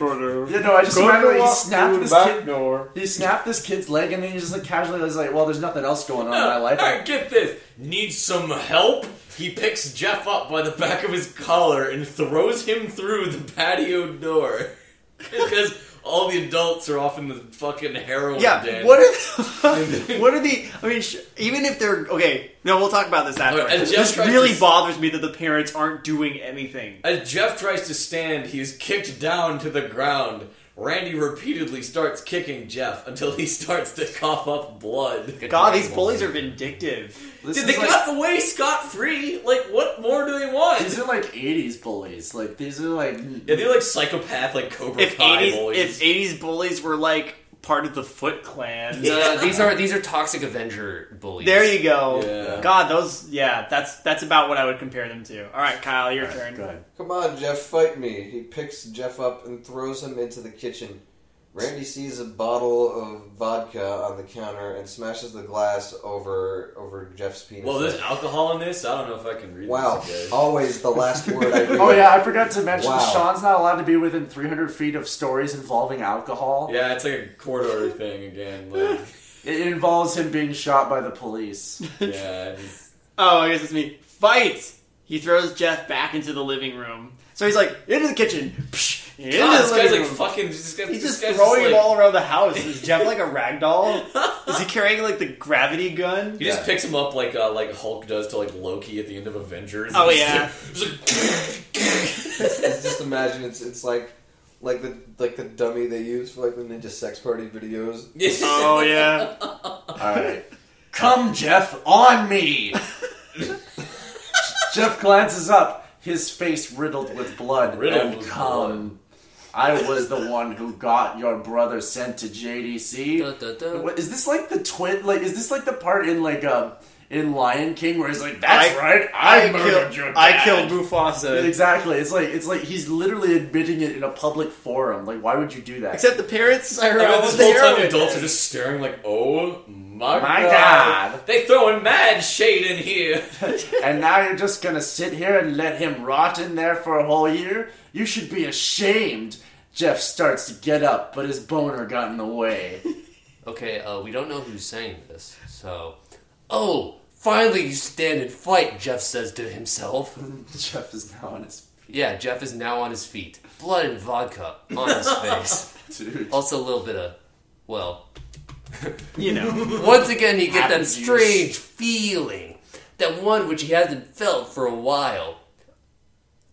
B: Yeah, no, I just remember he snapped this kid.
F: door.
B: He snapped this kid's leg, and then he just like casually was like, "Well, there's nothing else going on in my life."
H: *laughs* Alright, get this. Needs some help? He picks Jeff up by the back of his collar and throws him through the patio door. *laughs* because all the adults are off in the fucking heroin
F: Yeah.
H: den.
F: What
H: *laughs*
F: are what are the? I mean, sh- even if they're okay, no, we'll talk about this after.
H: Alright, and Jeff
F: this
H: tried to
F: really
H: s-
F: bothers me that the parents aren't doing anything.
H: As Jeff tries to stand, he is kicked down to the ground. Randy repeatedly starts kicking Jeff until he *laughs* starts to cough up blood.
F: God, these bullies are vindictive.
B: This
H: Dude,
B: is
H: they
B: like-
H: got away scot free. Like, what more do they want?
B: These are like '80s bullies. Like these are like
H: Yeah, they're like psychopath, like Cobra
F: If
H: Kai
F: eighties,
H: bullies.
F: if eighties bullies were like
B: part of the Foot Clan.
D: Uh, these are these are toxic Avenger
F: *laughs*
D: bullies.
F: There you go.
I: Yeah.
F: God, those. Yeah, that's that's about what I would compare them to. All right, Kyle, your turn.
B: Good.
E: Come on, Jeff, fight me. He picks Jeff up and throws him into the kitchen. Randy sees a bottle of vodka on the counter and smashes the glass over over Jeff's penis.
H: Well, there's alcohol in this. I don't know if I can read
E: wow,
H: this.
F: Oh.
H: again.
E: always the last word I read.
B: Oh yeah, I forgot to mention
E: Wow.
B: Sean's not allowed to be within 300 feet of stories involving alcohol.
H: Yeah, it's like a court order thing
F: *laughs*
H: again. Like,
B: It involves him being shot by the police.
H: yeah, I just,
F: Oh, I guess it's me. Fight! He throws Jeff back into the living room. So he's like into the kitchen. Psh, into
H: God,
F: the
H: this guy's
F: living
H: like
F: room.
H: fucking. This guy's,
F: He's
H: this
F: just
H: guy's
F: throwing
H: just,
F: him
H: like-
F: all around the house. Is Jeff like a rag doll? Is he carrying like the gravity gun?
H: He just picks him up like uh, like Hulk does to like Loki at the end of Avengers.
F: Oh,
H: He's
F: yeah.
H: like- he's like- *laughs*
F: *laughs*
E: just imagine it's it's like like the like the dummy they use for like the ninja sex party videos.
F: Oh yeah.
B: Alright. Come, Jeff, on me! Jeff glances up, his face riddled with blood.
H: Riddled
B: and
H: with
B: come. I was the one who got your brother sent to JDC.
D: Dun, dun, dun.
B: What, is this like the twin? Like, is this like the part in like um in Lion King where he's like, "That's
F: I-
B: right, I, murdered
F: killed.
B: your dad."
F: I killed Mufasa.
B: Exactly. It's like it's like he's literally admitting it in a public forum. Like, why would you do that?
F: Except the parents are
H: I mean,
F: all
H: this
F: the
H: whole time the
F: heroin.
H: adults are just staring like, oh my,
B: My God.
H: They throwing mad shade in here. *laughs*
B: and now you're just gonna sit here and let him rot in there for a whole year? You should be ashamed. Jeff starts to get up, but his boner got in the way. *laughs*
D: Okay, uh, we don't know who's saying this, so. Oh, finally you stand and fight, Jeff says to himself. *laughs*
B: Jeff is now on his
D: Yeah, Jeff is now on his feet. Blood and vodka
F: *laughs*
D: on his face.
B: dude.
D: Also, a little bit of, well.
F: You know.
D: Once again, you get that
B: Apple juice.
D: strange feeling. That one which he hasn't felt for a while.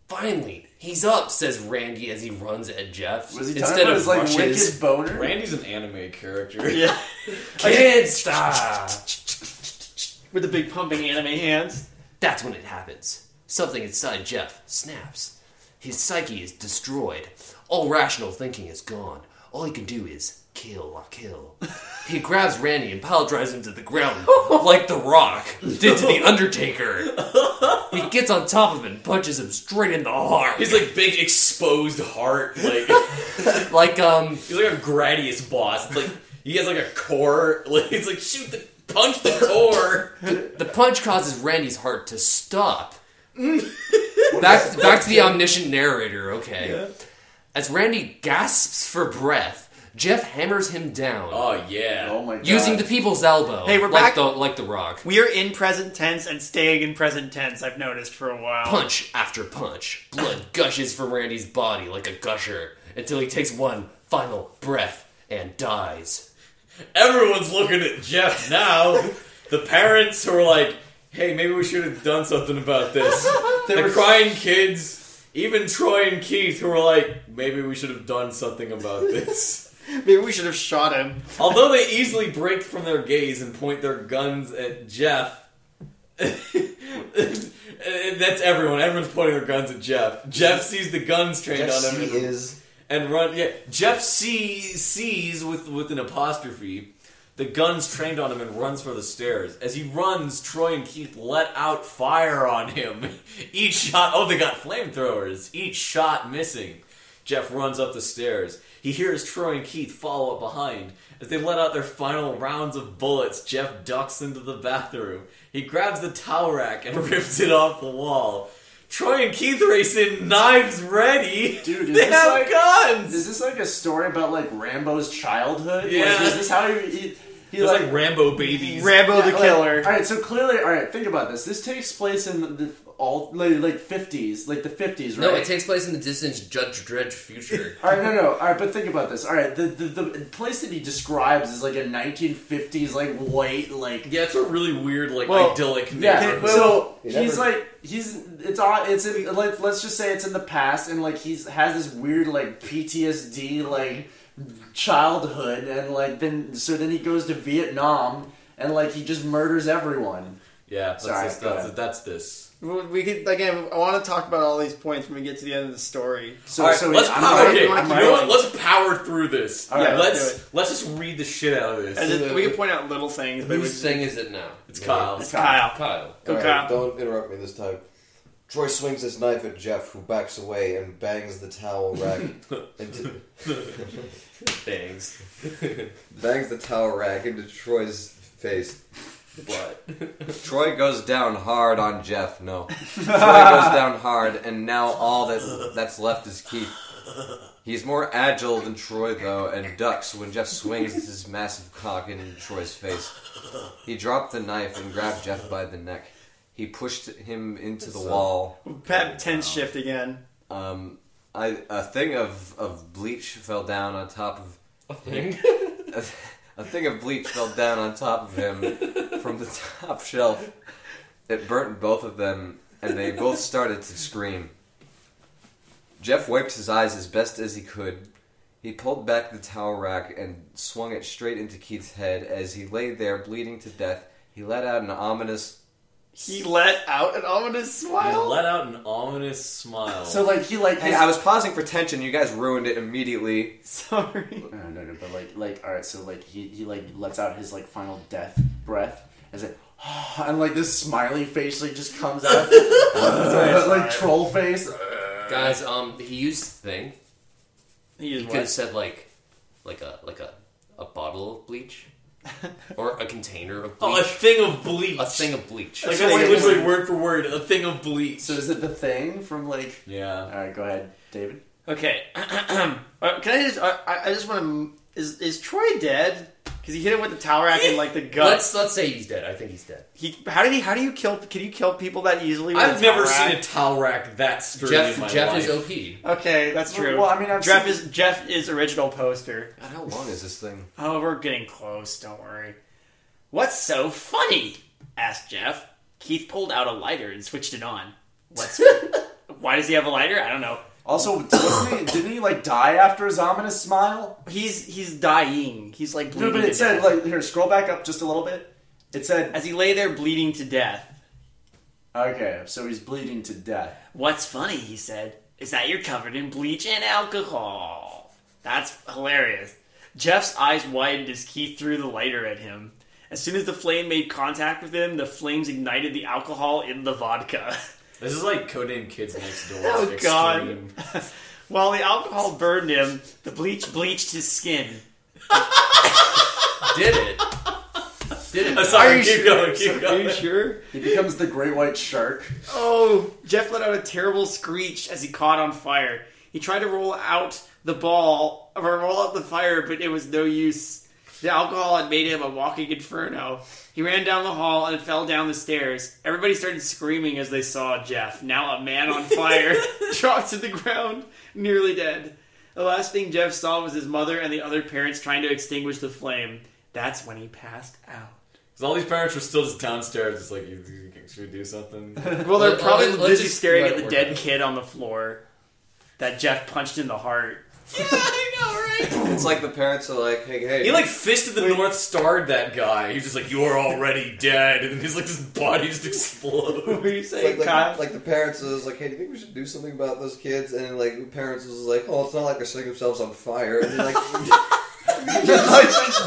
D: Finally, he's up, says Randy as he runs at Jeff.
B: Was he talking
D: instead
B: about
D: of
B: his like
D: rushes.
B: wicked boner?
H: Randy's an anime character.
F: Yeah.
D: Kids, stop!
F: *laughs* With the big pumping anime hands.
D: That's when it happens. Something inside Jeff snaps. His psyche is destroyed. All rational thinking is gone. All he can do is kill, kill. He grabs Randy and pile drives him to the ground like The Rock did to The Undertaker. He gets on top of him and punches him straight in the heart.
H: He's like big exposed heart.
F: *laughs*
H: Like
D: Like, um,
H: he's like a Gradius boss. It's like he has like a core. *laughs* Like he's like shoot the punch the core.
D: the punch causes Randy's heart to stop. back, back to the omniscient narrator, okay. As Randy gasps for breath, Jeff hammers him down.
H: Oh yeah.
B: Oh my god.
D: Using the people's elbow.
F: Hey, we're back-
D: like The, like the rock.
F: We are in present tense and staying in present tense. I've noticed for a while.
D: Punch after punch. Blood gushes from Randy's body like a gusher until he takes one final breath and dies.
H: Everyone's looking at Jeff now. the parents who are like, hey, maybe we should have done something about this. the crying kids, even Troy and Keith, who are like, maybe we should have done something about this.
F: *laughs* Maybe we should have shot him.
H: Although they easily break from their gaze and point their guns at Jeff. *laughs* That's everyone. Everyone's pointing their guns at Jeff. Jeff sees the guns trained
E: Jeff
H: on him.
E: C
H: and-
E: is
H: and run. Yeah, Jeff C sees with with an apostrophe the guns trained on him and runs for the stairs. As he runs, Troy and Keith let out fire on him. *laughs* Each shot. Oh, they got flamethrowers. Each shot missing. Jeff runs up the stairs. He hears Troy and Keith follow up behind. As they let out their final rounds of bullets, Jeff ducks into the bathroom. He grabs the towel rack and *laughs* rips it off the wall. Troy and Keith race in, knives ready. *laughs*
D: *laughs*
B: Dude, is
H: they
B: this
H: have
B: like-
H: guns.
B: Is this like a story about like Rambo's childhood? Like,
H: Yeah.
B: is this how he he, he
H: It was
B: like,
H: like Rambo babies.
F: Rambo
B: Yeah,
F: the
B: like-
F: killer.
B: all right, so clearly, all right. Think about this. This takes place in the, the all like, like 50s, like the 50s, right?
D: No, it takes place in the distant Judge Dredd future.
B: all right, no, no. All right, but think about this. All right, the, the the place that he describes is like a 1950s, like white, like
H: yeah, it's a really weird, like
B: Well,
H: idyllic name.
B: Yeah. so
E: You
B: he's
E: never-
B: like he's it's all it's in let, let's just say it's in the past and like he's has this weird like PTSD like childhood and like then so then he goes to Vietnam and like he just murders everyone.
H: yeah, that's
B: Sorry,
H: this,
B: go
H: that's,
B: ahead.
H: that's this.
F: We we could again. I want to talk about all these points when we get to the end of the story.
B: So,
H: All right,
B: so
H: let's
B: wait, I'm
H: power.
B: writing-
H: okay,
B: I'm
H: you know what?
B: writing-
H: Let's power through this.
F: right, let's do
H: let's let's just read the shit out of
F: And
H: this.
F: then we can point out little things, but it
D: Whose
F: was
D: thing is it now?
H: It's Kyle.
B: It's Kyle.
F: Kyle.
D: Kyle.
F: Go,
E: All right,
F: Kyle.
E: don't interrupt me this time. Troy swings his knife at Jeff, who backs away and bangs the towel rack. into,
D: Bangs.
E: *laughs* bangs the towel rack into Troy's face. What? *laughs* Troy goes down hard on Jeff. No, Troy goes down hard, and now all that that's left is Keith. He's more agile than Troy though, and ducks when Jeff swings his massive cock into Troy's face. He dropped the knife and grabbed Jeff by the neck. He pushed him into the wall.
F: Pat tense shift again. *laughs*
E: um, I, a thing of, of bleach fell down on top of *laughs* a, a thing of bleach fell down on top of him from the top shelf. It burnt both of them, and they both started to scream. Jeff wiped his eyes as best as he could. He pulled back the towel rack and swung it straight into Keith's head. As he lay there bleeding to death, he let out an ominous.
F: He let out an ominous
H: He
F: smile.
H: let out an ominous smile.
B: So like he like
E: Hey, I was pausing for tension. You guys ruined it immediately.
F: Sorry.
B: No, no, no, but like, like, all right, so like he, he like lets out his like final death breath as it, *sighs* and like this smiley face like just comes out, *laughs* like troll face.
D: Guys, um, he used thing.
F: He
D: He
F: is
D: could have
F: what?
D: said like, like a like a a bottle of bleach,
H: *laughs*
D: or a container of
H: Oh, a
D: bleach,
H: thing of bleach.
D: a thing of bleach.
H: Like
F: thing
H: that's
F: of
H: literally word for word. A thing of bleach.
B: So is it the thing from like?
H: yeah.
B: All right, go ahead, David.
F: Okay. *clears throat* Uh, Can I just? I, I- I just want to. Is is Troy dead? Because he hit him with the towel rack in like the gut.
D: Let's let's say he's dead. I think he's dead.
F: He. How did he? How do you kill? Can you kill people that easily? With
H: I've
F: a
H: never
F: towel rack?
H: seen a towel rack that sturdy in my
D: Jeff Jeff
H: life.
D: is OP.
F: Okay, that's true.
B: Well, I mean, I've
F: Jeff
B: seen-
F: is Jeff is original poster.
E: God, how long is this thing?
F: Oh, we're getting close. Don't worry. What's so funny? asked Jeff. Keith pulled out a lighter and switched it on.
H: *laughs*
F: What's? Why does he have a lighter? I don't know.
B: Also, wasn't he, didn't he like die after his ominous smile?
F: He's he's dying. He's like
B: No,
F: bleeding.
B: but
F: to
B: it said
F: death.
B: like here, scroll back up just a little bit. It said
F: as he lay there bleeding to death.
B: okay, so he's bleeding to death.
F: What's funny, he said, is that you're covered in bleach and alcohol. That's hilarious. Jeff's eyes widened as Keith threw the lighter at him. As soon as the flame made contact with him, the flames ignited the alcohol in the vodka. *laughs*
H: This is like Codename Kids Next Door.
F: Oh,
H: Extreme.
F: God. While the alcohol burned him, the bleach bleached his skin.
D: Did it? Did
H: I'm *laughs*
D: it?
H: sorry. keep going. Keep going.
F: sure?
B: He becomes the great white shark.
F: Oh, Jeff let out a terrible screech as he caught on fire. He tried to roll out the ball or roll out the fire, but it was no use. The alcohol had made him a walking inferno. He ran down the hall and fell down the stairs. Everybody started screaming as they saw Jeff, now a man on fire, dropped to the ground, nearly dead. The last thing Jeff saw was his mother and the other parents trying to extinguish the flame. That's when he passed out.
H: 'Cause all these parents were still just downstairs. It's like, you, you, should we
F: *laughs*
H: do something?
F: Well, they're
D: Let-
F: probably
D: let- let's
F: busy
D: just
F: staring
D: let
F: at
D: it
F: the
D: work
F: dead
D: out.
F: kid on the floor that Jeff punched in the heart.
E: It's like the parents are like, hey, hey.
H: He like fisted the North Starred that guy. He's just like, you're already dead, and he's like, his body just explodes.
F: *laughs* What are you
E: It's
F: saying,
E: like,
F: Kyle?
E: like, like the parents was like, hey, do you think we should do something about those kids? And like the parents was like, oh, it's not like they're setting themselves on fire. And like, *laughs*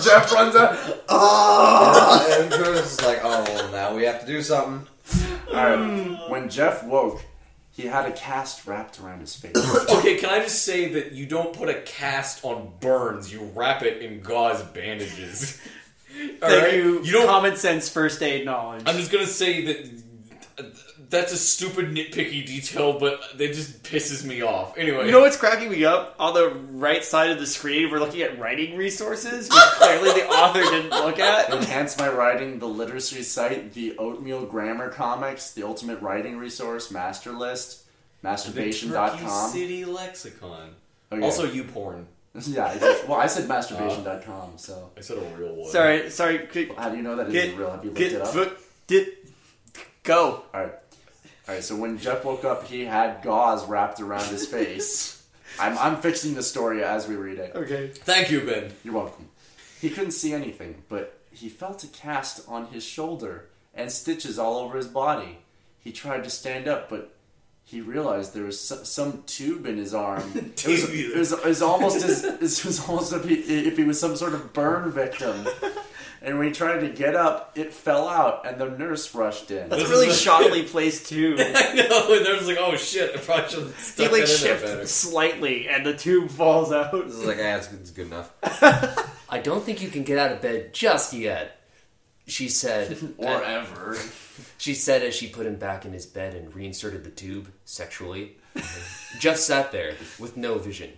B: Jeff runs out.
E: ah, and Curtis is like, oh, well, now we have to do something.
B: All right. When Jeff woke, he had a cast wrapped around his face.
H: okay, can I just say that you don't put a cast on burns; you wrap it in gauze
F: *laughs*
H: bandages. All
F: Thank
H: right?
F: you,
H: You don't.
F: common sense first aid knowledge.
H: I'm just gonna say that uh, that's a stupid nitpicky detail, but it just pisses me off. Anyway,
F: you know what's cracking me up? On the right side of the screen, we're looking at writing resources, *laughs* which clearly the author didn't look at.
B: Enhance my writing, the literacy site, the oatmeal grammar comics, the ultimate writing resource, master list, masturbation.com.
H: City Lexicon.
B: Okay.
H: Also, you porn.
B: *laughs* yeah, I did- well, I said masturbation.com, so
H: I said a real one.
F: Sorry, sorry. Could,
B: how do you know that isn't
F: get,
B: real? Have you looked
F: get,
B: it up?
F: foot- did, go.
B: All right, all right. So when Jeff woke up, he had gauze wrapped around his
F: *laughs*
B: face. I'm, I'm fixing the story as we read it.
F: Okay.
H: Thank you, Ben.
B: You're welcome. He couldn't see anything, but he felt a cast on his shoulder and stitches all over his body. He tried to stand up, but he realized there was so- some tube in his arm.
I: *laughs*
B: it, was, it, was, it was almost as it was almost if he, if he was some sort of burn
I: *laughs*
B: victim. And when he tried to get up, it fell out, and the nurse rushed in.
F: That's
H: This
F: a really
H: is a-
F: shoddily placed tube.
H: I know, and there was like, oh shit, I probably should have
F: He
H: stuck
F: like
H: that in there better.
F: shifts slightly, and the tube falls out.
E: This is like, ah, it's good- it's good enough.
D: I don't think you can get out of bed just yet,
H: *laughs*
D: she said. Uh,
I: or ever.
D: She said as she put him back in his bed and reinserted the tube sexually. *laughs* Jeff sat there with no vision,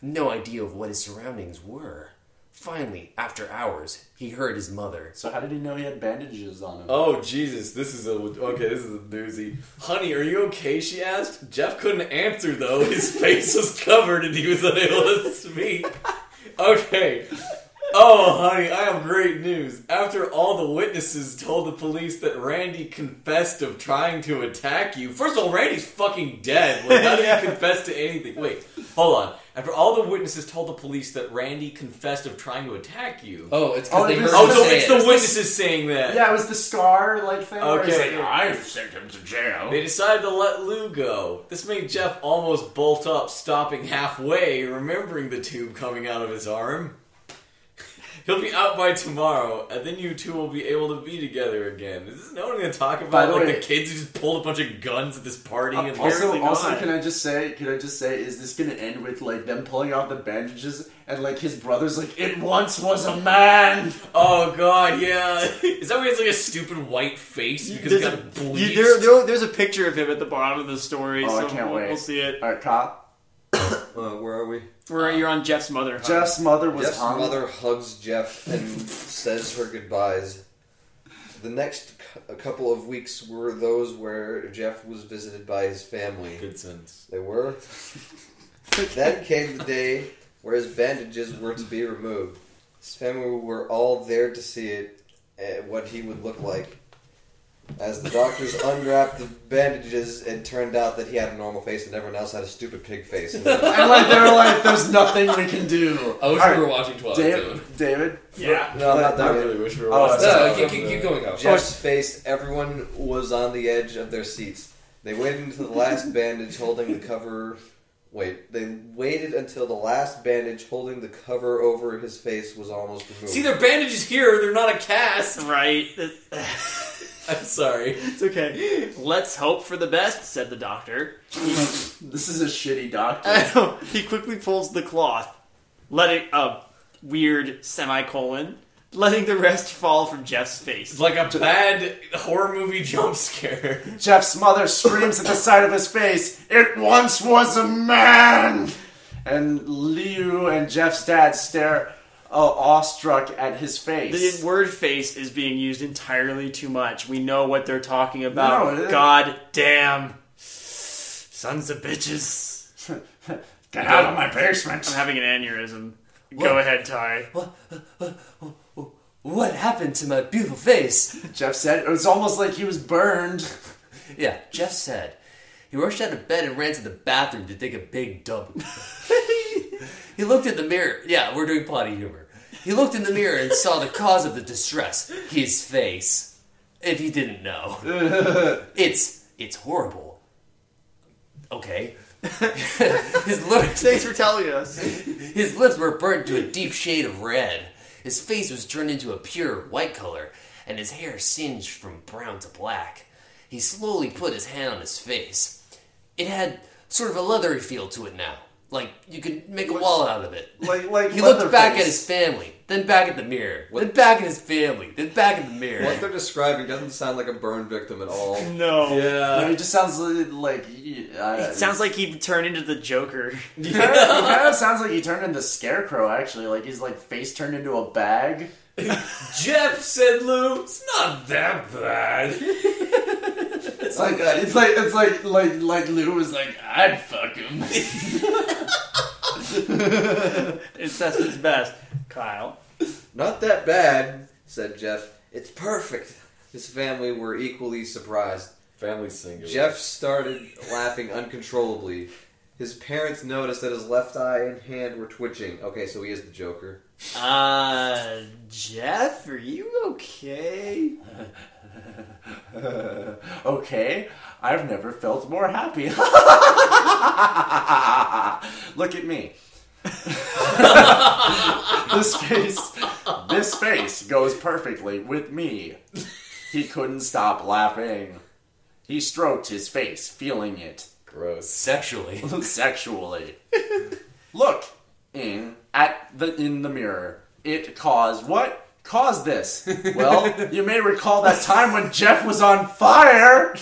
D: no idea of what his surroundings were. Finally, after hours, he heard his mother.
B: So how did he know he had bandages on him?
H: Oh Jesus, this is a okay. This is a doozy. Honey, are you okay? She asked. Jeff couldn't answer though. Oh, His face was covered and he was unable to speak. Okay. Oh, honey, I have great news. After all the witnesses told the police that Randy confessed of trying to attack you, first of all, Randy's fucking dead. Like, *laughs* how did he confess to anything? Wait, hold on. After all the witnesses told the police that Randy confessed of trying to attack you.
D: Oh, it's
B: Oh,
D: because they
B: it
D: heard
B: was-
H: Oh,
D: him
H: so
D: say
H: it's
D: it.
H: the witnesses saying that.
B: Yeah, it was the scar like thing. where he's
H: Okay.
B: like,
I: I sent him to jail.
H: They decided to let Lou go. This made Jeff almost bolt up, stopping halfway, remembering the tube coming out of his arm. He'll be out by tomorrow, and then you two will be able to be together again. Is this no one going to talk
B: By
H: about
B: the
H: like
B: way- oh.
H: the kids who just pulled a bunch of guns at this party? And
B: Also,
F: Apparently
B: also,
F: not.
B: can I just say? Can I just say? Is this gonna end with like them pulling off the bandages and like his brother's like, "It once was a man."
H: oh god, yeah. *laughs* Is that why he has like a stupid white face because he
F: There's
H: got
F: a-
H: bleached?
F: you- there- there- there's a picture of him at the bottom of the story,
B: Oh, I
F: so
B: can't
F: we'll,
B: wait.
F: we'll see it.
B: All right, cop.
E: Uh, where are we?
F: We're, you're on Jeff's mother. huh?
B: Jeff's mother was
E: Jeff's
B: hung.
E: mother hugs Jeff and says her goodbyes. The next cou- a couple of weeks were those where Jeff was visited by his family.
H: Good sense.
E: They were. then came the day where his bandages were to be removed. His family were all there to see it and what he would look like. As the doctors unwrapped the bandages, it turned out that he had a normal face and everyone else had a stupid pig face.
B: and *laughs* like they were like, "There's nothing we can do."
D: I wish
B: All
D: we
B: right,
D: were Oh, watching
E: Oh,
D: Twilight
B: David.
D: Zone.
B: David.
F: Yeah.
E: No, I'm not
H: I
E: done yet.
H: really wish we were
B: Oh,
H: watching.
B: that's-
H: that.
D: No, keep, keep, keep going. Al.
E: Jeff's face, everyone was on the edge of their seats. They waited until the *laughs* last bandage holding the cover. Wait, they waited until the last bandage holding the cover over his face was almost removed.
H: See, their bandages here. They're not a cast. *laughs*
F: Right. *laughs*
H: I'm sorry.
F: It's okay. Let's hope for the best, said the doctor.
B: This is a shitty doctor.
F: *laughs* he quickly pulls the cloth, letting a weird semicolon, letting the rest fall from Jeff's face.
H: It's like a bad horror movie jump scare.
B: Jeff's mother screams at the side of his face, It once was a man! And Liu and Jeff's dad stare uh, awestruck at his face. *laughs*
F: The word face is being used entirely too much. We know what they're talking about.
B: No, it-
F: God damn. Sons of bitches.
B: Get out of my basement!
F: I'm having an aneurysm. Go ahead, Ty.
D: What happened to my beautiful face?
B: Jeff said, It was almost like he was burned.
D: Yeah, Jeff said. He rushed out of bed and ran to the bathroom to take a big dump. *laughs* he looked in the mirror. Yeah, we're doing potty humor. He looked in the mirror and saw the cause of the distress his face. If he
F: *laughs*
D: didn't know, it's it's horrible. Okay. *laughs* his lips
F: Thanks for telling us.
D: his lips were burnt to a deep shade of red. His face was turned into a pure white color, and his hair singed from brown to black. He slowly put his hand on his face. It had sort of a leathery feel to it now, like you could make a wall out of it.
B: Like, like
D: He looked back
B: Leatherface.
D: at his family, then back at the mirror, then back at his family, then back at the mirror.
E: what they're describing doesn't sound like a burn victim at all.
F: No.
B: No,
H: Yeah.
B: he just sounds li- like. Uh,
F: It sounds like he'd turn into the Joker. *laughs*
B: He kind of, he kind of sounds like he turned into Scarecrow, actually. Like he's like face turned into a bag.
H: Jeff said, "Lou, it's not that bad."
B: It's like
E: uh,
B: It's like it's like like like Lou was like I'd fuck him.
F: It's that's his best. Kyle.
E: Not that bad, said Jeff. It's perfect. His family were equally surprised.
H: Family single.
E: Jeff started laughing uncontrollably. His parents noticed that his left eye and hand were twitching. Okay, so he is the Joker.
F: Uh, Jeff, are you okay?
B: *laughs* okay, I've never felt more happy. *laughs* Look at me. *laughs* this face, this face goes perfectly with me. He couldn't stop laughing. He stroked his face, feeling it
E: Gross.
D: Sexually.
B: *laughs* sexually. Look in at the in the mirror. It caused what? Caused this.
H: *laughs*
B: Well, you may recall that time when Jeff was on fire.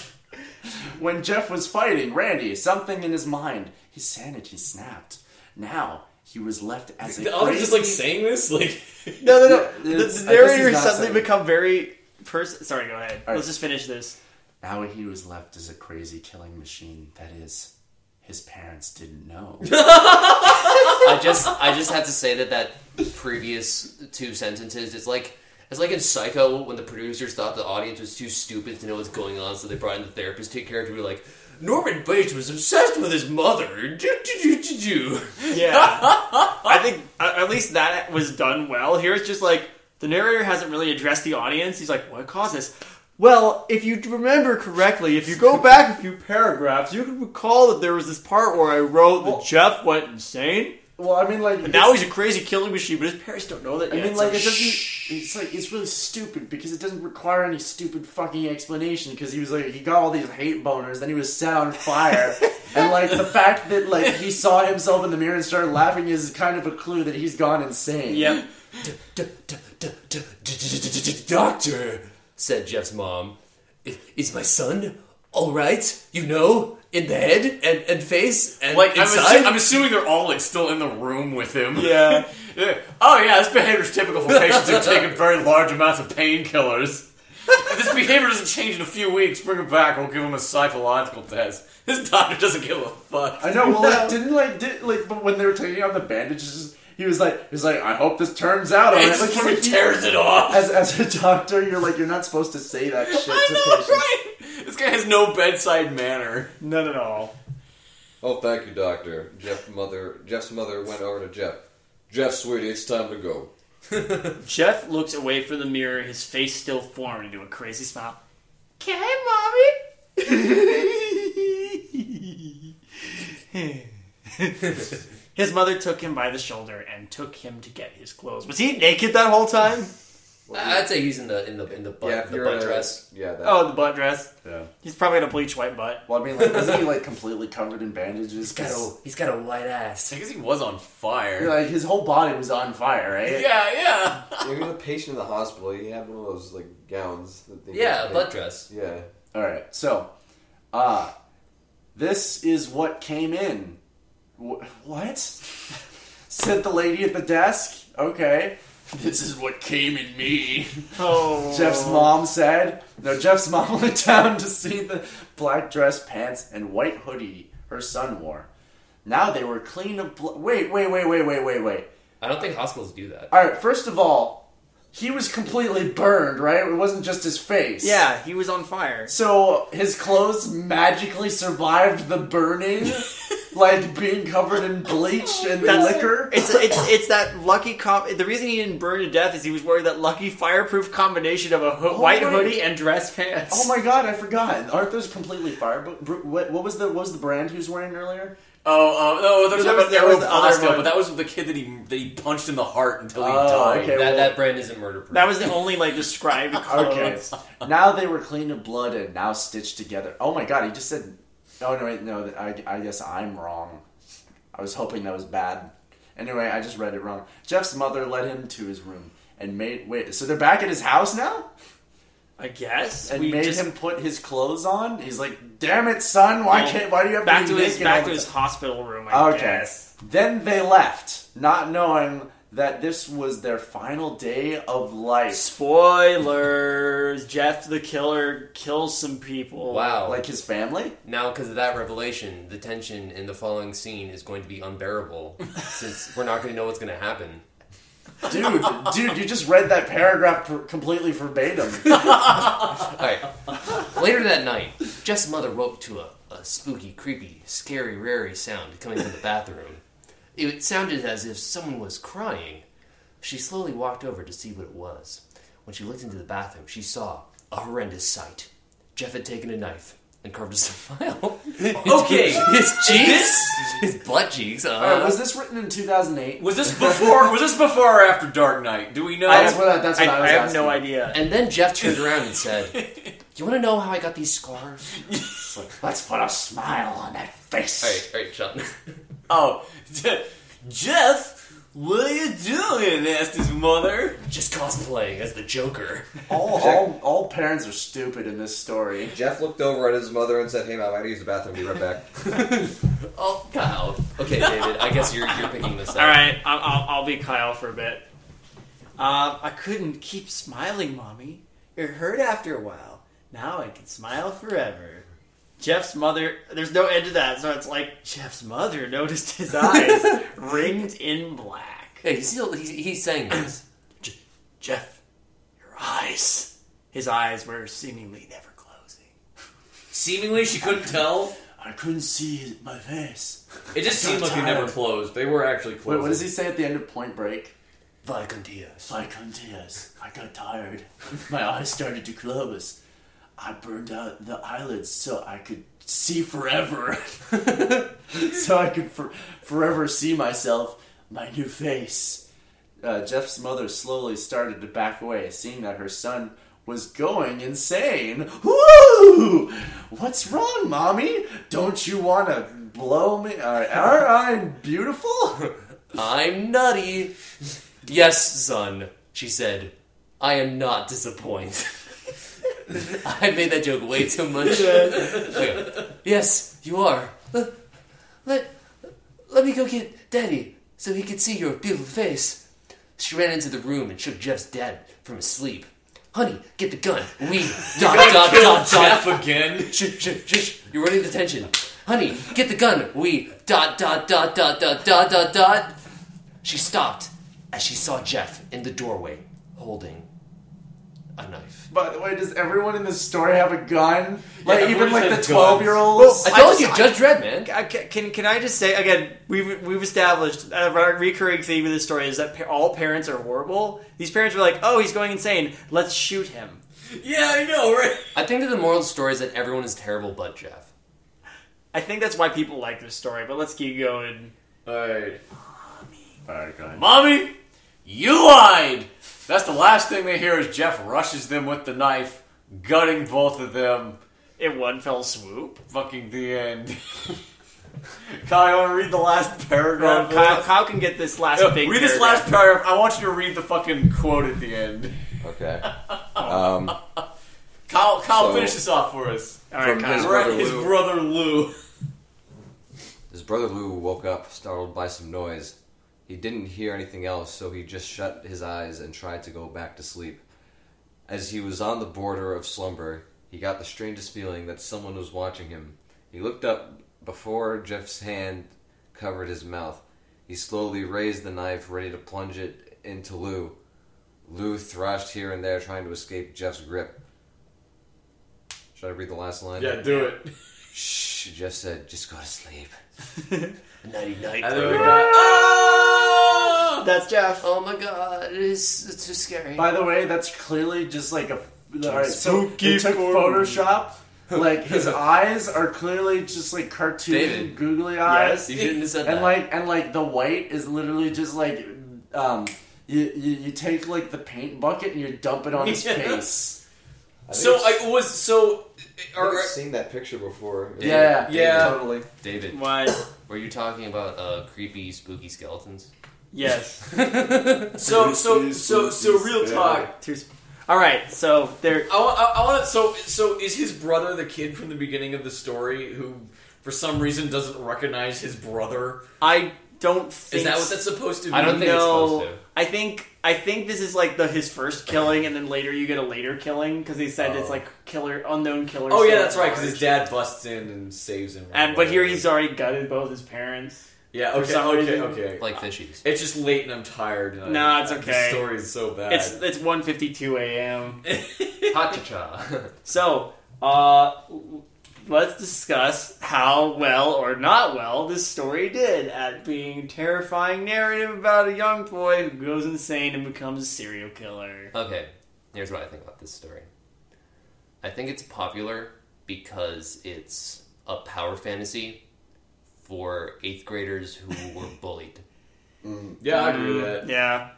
B: When Jeff was fighting Randy, something in his mind, his sanity snapped. Now he was left as a
H: *laughs* The other just
B: crazy-
H: like saying this, like
F: No, no, no.
B: It's- I guess
F: The, the
B: he's
F: narrator
B: not
F: suddenly
B: saying-
F: become very person. Sorry, go ahead.
B: right.
F: Let's just finish this.
B: Now he was left as a crazy killing machine. That is, his parents didn't
H: *laughs*
B: know.
D: I just I just have to say that that previous two sentences it's like it's like in Psycho when the producers thought the audience was too stupid to know what's going on, so they brought in the therapist to character who were like Norman Bates was obsessed with his mother. Do, do, do, do, do.
F: Yeah, I think uh, at least that was done well. Here it's just like the narrator hasn't really addressed the audience. He's like, "What caused this?" Well, if you remember correctly, if you go back a few paragraphs, you can recall that there was this part where I wrote that Jeff went insane.
B: well, I mean, like
F: Now he's a crazy killing machine, but his parents don't know that
B: I
F: yet.
B: mean,
F: so
B: like, it doesn't.
F: shh.
B: It's like it's really stupid because it doesn't require any stupid fucking explanation. Because he was like, he got all these hate boners, then he was set on fire, and like the fact that like he saw himself in the mirror and started laughing is kind of a clue that he's gone insane.
F: Yep.
D: Doctor said Jeff's mom, "I- "Is my son all right? You know, in the head and, and face and
C: Like I'm, assu-
D: inside."
C: I'm assuming they're all like still in the room with him.
F: Yeah.
C: *laughs* Yeah. Oh yeah, this behavior is typical for patients who've taken very large amounts of painkillers. If this behavior doesn't change in a few weeks, bring it back. We'll *laughs* give him a psychological test. This doctor doesn't give a fuck.
B: I know. Well, like, didn't like did like, but when they were taking out the bandages, he was like, he was like, I hope this turns out. all right."
C: It's
B: Like,
C: just when
B: like,
C: he tears it off.
B: as as a doctor, you're like, you're not supposed to say that shit
C: I
B: to
C: know,
B: patients.
C: right? This guy has no bedside manner.
F: None at all.
E: Oh, thank you, Doctor. Jeff mother Jeff's mother went over to Jeff. Jeff, sweetie, it's time to go.
F: Jeff looks away from the mirror, his face still formed into a crazy smile. Okay, mommy. *laughs* his mother took him by the shoulder and took him to get his clothes. Was he naked that whole time?
D: I'd say he's in the in the in the butt,
E: yeah, if
D: the
E: you're
D: butt
E: a-
D: dress.
E: Yeah, that.
F: Oh, the butt dress.
B: Yeah.
F: He's probably got a bleach white butt.
B: Well, I mean, like, isn't he like completely covered in bandages?
D: he's got a white ass.
C: I guess he was on fire.
B: Like his whole body was on fire, right?
C: Yeah, yeah.
E: Yeah, he was a patient in the hospital. He had one of those like gowns. That they
D: Yeah,
E: make.
D: a butt dress.
E: Yeah.
B: All right. So, uh this is what came in. Wh- what? *laughs* Said the lady at the desk. Okay.
C: This is what came in me.
F: Oh,
B: *laughs* Jeff's mom said. No, Jeff's mom *laughs* went down to see the black dress, pants, and white hoodie her son wore. Now they were clean of blood. Wait, wait, wait, wait, wait, wait, wait.
D: I don't think hospitals do that.
B: All right. First of all, he was completely burned, right? It wasn't just his face.
F: Yeah, he was on fire.
B: So his clothes magically survived the burning, like being covered in bleach and liquor.
F: It's it's it's that lucky com The reason he didn't burn to death is he was wearing that lucky fireproof combination of a ho- white
B: my-
F: hoodie and dress pants.
B: Oh my god, I forgot. Aren't those completely fire? But br- what, what was the what was the brand he was wearing earlier?
C: Oh, um, no, they're
F: That was-
C: talking
F: that was
C: about
F: the
C: Aeropostale,
F: other one.
C: but that was the kid that he that he punched in the heart until he
B: Oh,
C: died.
B: okay.
D: that,
B: well-
D: that brand isn't murder proof.
F: That was the only like described
B: Okay.
F: clothes.
B: now they were clean of blood and now stitched together. Oh my god, he just said. Oh no, wait, no. I, I guess I'm wrong. I was hoping that was bad. Anyway, I just read it wrong. Jeff's mother led him to his room and made wait. So they're back at his house now.
F: I guess
B: and
F: we
B: made
F: just
B: him put his clothes on. He's like, "Damn it, son! Why
F: Well,
B: can't? Why do you have
F: back
B: to
F: to
B: be
F: his
B: naked
F: back
B: all
F: to
B: the
F: his
B: time?"
F: hospital room. I
B: Okay.
F: guess.
B: Then they left, not knowing that this was their final day of life.
F: Spoilers: Jeff the killer kills some people.
D: wow.
B: Like his family.
D: now, because of that revelation, the tension in the following scene is going to be unbearable
C: *laughs*
D: since we're not going to know what's going to happen.
B: *laughs* Dude, dude, you just read that paragraph per- completely *laughs* verbatim.
D: All right. Later that night, Jeff's mother woke to a a spooky, creepy, scary, rary sound coming from the bathroom. It sounded as if someone was crying. She slowly walked over to see what it was. When she looked into the bathroom, she saw a horrendous sight. Jeff had taken a knife and carved a smile. *laughs*
H: Okay.
D: his cheeks, his butt cheeks. Uh,
F: *laughs*
B: All right, was this written in 2008?
H: Was
B: *laughs*
H: this before? was this before or after Dark Knight? Do we know?
B: That's what, I- that's
F: I,
B: what I,
F: I
B: was
F: have
B: asking.
F: no idea.
D: And then Jeff turned around and said, "You want to know how I got these scars?"
B: Let's put a smile on that face.
D: all right, John.
C: Oh, Jeff, what are you doing? asked his mother.
D: Just cosplaying as the Joker.
B: All, all, all parents are stupid in this story.
E: Jeff looked over at his mother and said, "Hey, mom, I gotta use the bathroom. Be
D: *laughs*
E: right back."
D: Oh, Kyle. Okay, David. I guess you're you're picking this up.
F: All right, I'll, I'll, I'll be Kyle for a bit. Um,
G: Uh, I couldn't keep smiling, Mommy. It hurt after a while. Now I can smile forever.
F: Jeff's mother. There's no end to that, so it's like Jeff's mother noticed his *laughs* eyes ringed in black.
D: Hey, he's still he's, he's saying this.
F: Jeff, your eyes. His eyes were seemingly never closing.
H: Seemingly, she couldn't tell.
B: I couldn't see my face.
H: It just seemed like they never closed. They were actually closed.
B: Wait, what does he say at the end of Point Break?
D: Vacantias.
B: Viscontias, I got tired. *laughs* My eyes started to close. I burned out the eyelids so I could see forever. *laughs* so I could for- forever see myself, my new face. Uh, Jeff's mother slowly started to back away, seeing that her son was going insane. Woo! What's wrong, mommy? Don't you want to blow me? Uh, are I beautiful? *laughs*
D: I'm nutty. Yes, son. She said, "I am not disappointed." *laughs* I made that joke way too much. Okay. Yes, you are. Let, let let me go get Daddy so he can see your beautiful face. She ran into the room and shook Jeff's dad from his sleep. Honey, get the gun. We dot dot dot dot
H: Jeff
C: *laughs*
H: again?
D: Shh, shh, shh. You're running the tension. Honey, get the gun. We dot dot dot dot dot dot dot dot. She stopped as she saw Jeff in the doorway holding a knife.
B: By the way, does everyone in this story have a gun? Like even
H: everyone
B: like
H: has
B: the
H: guns.
B: twelve year olds.
D: I told
F: just-
D: you, Judge Dredd, man.
F: I ca- can can I just say again? We've we've established uh, a re- recurring theme of this story is that pa- all parents are horrible. These parents were like, "Oh, he's going insane. Let's shoot him."
H: Yeah, I know, right?
D: I think that the moral of the story is that everyone is terrible but Jeff.
F: I think that's why people like this story. But let's keep going.
H: Alright.
I: Mommy, you lied. That's the last thing they hear is Jeff rushes them with the knife, gutting both of them.
F: In one fell swoop,
I: Fucking the end. *laughs* Kyle, you want to read the last paragraph?
F: um, Kyle, Kyle can get this last
B: Uh,
I: No,
F: big.
I: read this
F: paragraph.
I: last paragraph. I want you to read the fucking quote at the end.
E: Okay. Um,
I: Kyle, Kyle,
E: So-
I: finish this off for us.
F: All right,
E: from
F: Kyle.
E: his
I: We're at
E: brother
I: his
E: Lou.
I: brother Lou.
E: His brother Lou woke up, startled by some noise. He didn't hear anything else, so he just shut his eyes and tried to go back to sleep. As he was on the border of slumber, he got the strangest feeling that someone was watching him. He looked up before Jeff's hand covered his mouth. He slowly raised the knife, ready to plunge it into Lou. Lou thrashed here and there, trying to escape Jeff's grip. Should I read the last line?
H: Yeah, do it.
E: Shh, Jeff said, just go to sleep.
D: Nighty night.
H: And then we got. Ah!
F: That's Jeff.
D: Oh my god, it's, it's too scary.
B: By the way, that's clearly just like a. All right, so they took Photoshop. *laughs* Like his eyes are clearly just like cartoon
D: David.
B: googly
D: yes,
B: eyes,
D: you shouldn't have said
B: and
D: that.
B: like and like the white is literally just like, um, you you, you take like the paint bucket and you dump it on his
H: Yeah.
B: face.
H: So I was so.
E: I've
H: Alright.
E: seen that picture before.
B: Yeah,
H: Yeah.
B: totally.
D: David,
F: What?
D: were you talking about uh, creepy, spooky skeletons?
F: Yes.
H: So so so so real talk.
F: Two sp- All right. So there.
H: I, wa- I, I want to. So, so is his brother the kid from the beginning of the story who, for some reason, doesn't recognize his brother?
F: I don't think.
H: Is that what that's supposed to be?
D: I don't think
F: no,
D: it's supposed to.
F: I think I think this is like the his first killing, and then later you get a later killing because he said
D: Oh.
F: it's like killer unknown killer.
H: Oh yeah,
F: still
H: that's
F: at
H: right. Because his
F: large.
H: dad busts in and saves him. or
F: And but here
H: whatever.
F: he's already gutted both his parents.
H: Yeah.
F: for
H: Okay.
F: some
H: Okay.
F: reason.
H: Okay.
D: Like fishies.
H: It's just late and I'm tired. And
F: Nah,
H: I,
F: it's
H: The
F: okay.
H: story is so bad.
F: It's it's 1.52 a.m.
D: *laughs* Ha cha cha.
F: So uh, let's discuss how well or not well this story did at being a terrifying narrative about a young boy who goes insane and becomes a serial killer.
D: Okay, here's what I think about this story. I think it's popular because it's a power fantasy for eighth graders who were bullied.
H: Yeah, I agree with that.
F: Yeah.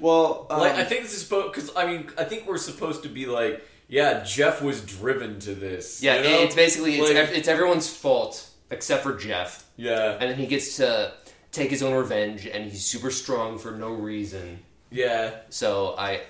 E: Well,
F: Mm.
E: um,
H: Like, I think this is because I mean, I think we're supposed to be like, yeah, Jeff was driven to this.
D: Yeah,
H: you know?
D: it's basically it's,
H: Like-
D: ev- it's everyone's fault except for Jeff,
H: yeah,
D: and then he gets to take his own revenge, and he's super strong for no reason.
H: yeah.
D: So I,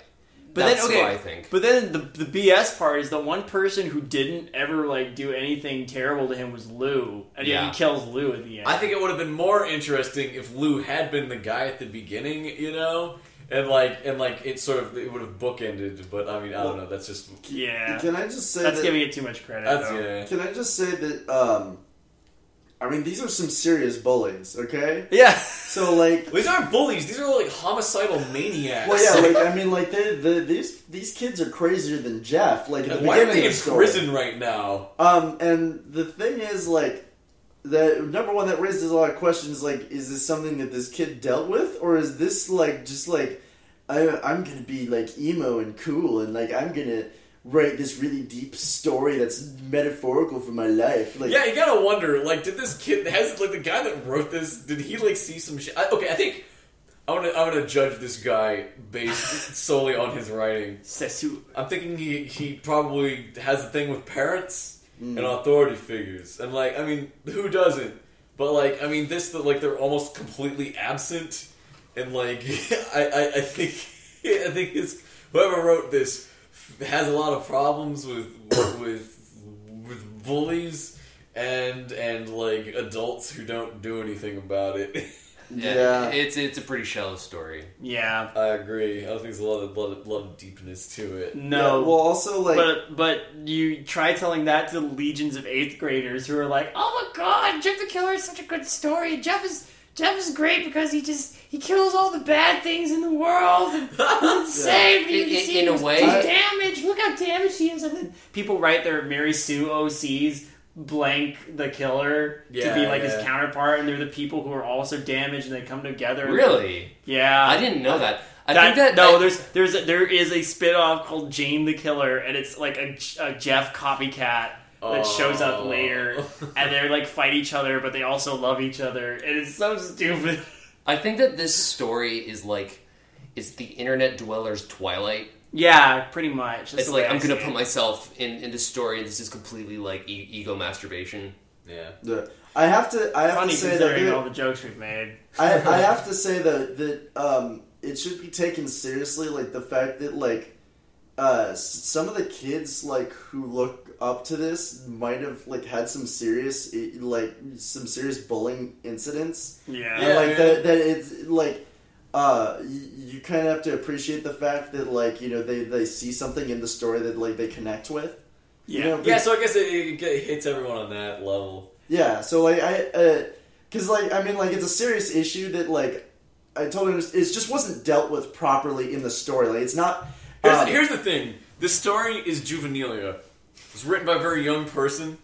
F: But
D: that's
F: then okay,
D: what I think.
F: but then the the BS part is the one person who didn't ever like do anything terrible to him was Lou, and yeah.
D: Yeah.
F: he kills Lou at the end.
H: I think it would have been more interesting if Lou had been the guy at the beginning, you know, and like and like it sort of it would have bookended. But I mean, I don't know. That's just
F: yeah,
B: Can I just say
F: that's
B: that,
F: giving it too much credit.
H: that's
F: though.
H: yeah.
B: Can I just say that? Um, I mean, these are some serious bullies. Okay,
F: Yeah.
B: so like,
H: These aren't bullies. These are like homicidal maniacs.
B: well, yeah,
H: *laughs*
B: like I mean, like they, the these these kids are crazier than Jeff. Like at the
H: Why are
B: beginning
H: they
B: of
H: in
B: the story.
H: prison right now?
B: Um, and the thing is, like, the number one that raises a lot of questions, like, is this something that this kid dealt with, or is this like just like, I, I'm gonna be like emo and cool, and like I'm gonna write this really deep story that's metaphorical for my life. Like,
H: Yeah, you gotta wonder. Like, did this kid has like the guy that wrote this? Did he like see some shit? I, okay, I think I want to. I want to judge this guy based solely on his writing.
F: Sesu.
H: I'm thinking he he probably has a thing with parents and authority figures, and like I mean, who doesn't? But like I mean, this like they're almost completely absent, and like *laughs* I, I I think *laughs* I think his whoever wrote this has a lot of problems with with with bullies and and like adults who don't do anything about it. *laughs*
D: Yeah,
B: Yeah.
D: it's it's a pretty shallow story.
F: Yeah.
H: I agree. I think there's a lot of lot of, lot of deepness to it.
F: No.
B: well, also like,
F: but but you try telling that to the legions of eighth graders who are like, oh my god, Jeff the Killer is such a good story. Jeff is Jeff is great because he just he kills all the bad things in the world and he's insane. but you
D: In-
F: can
D: in-
F: see
D: in a
F: he's-
D: way-
F: he's damaged. Look how damaged he is. And then people write their Mary Sue OCs blank the killer to be
H: Yeah,
F: like his
H: yeah.
F: counterpart, and they're the people who are also damaged, and they come together. and-
D: Really,
F: Yeah,
D: I didn't know that. I
F: that,
D: think that
F: no,
D: I-
F: there's there's a, there is a spin-off called Jane the Killer, and it's like a, a Jeff copycat that shows up
H: Oh.
F: later, and they like fight each other, but they also love each other, and it's so stupid.
D: I think that this story is like is the internet dweller's twilight.
F: Yeah, pretty much. That's
D: It's
F: the
D: like
F: way I
D: I'm gonna
F: see
D: put
F: it.
D: myself in in this story. and This is completely like e- ego masturbation.
H: *laughs*
F: *laughs*
H: Yeah.
B: the- I have to, I have
F: funny
B: to say that
F: considering
B: there-
F: all the jokes we've made.
B: I, I have to say that that um, it should be taken seriously. Like the fact that like uh, s- some of the kids like who look up to this might have like had some serious eh, like some serious bullying incidents.
F: Yeah,
B: and, like
H: man.
B: that that it's like. Uh, y- you kind of have to appreciate the fact that, like, you know, they, they see something in the story that, like, they connect with.
F: yeah.
B: You know,
H: Yeah, so I guess it, it it hits everyone on that level.
B: Yeah, so like I, uh 'cause like I mean like it's a serious issue that like I totally understand. it just wasn't dealt with properly in the story. Like it's not.
H: Here's,
B: um,
H: here's the thing: this story is juvenilia. It's written by a very young person,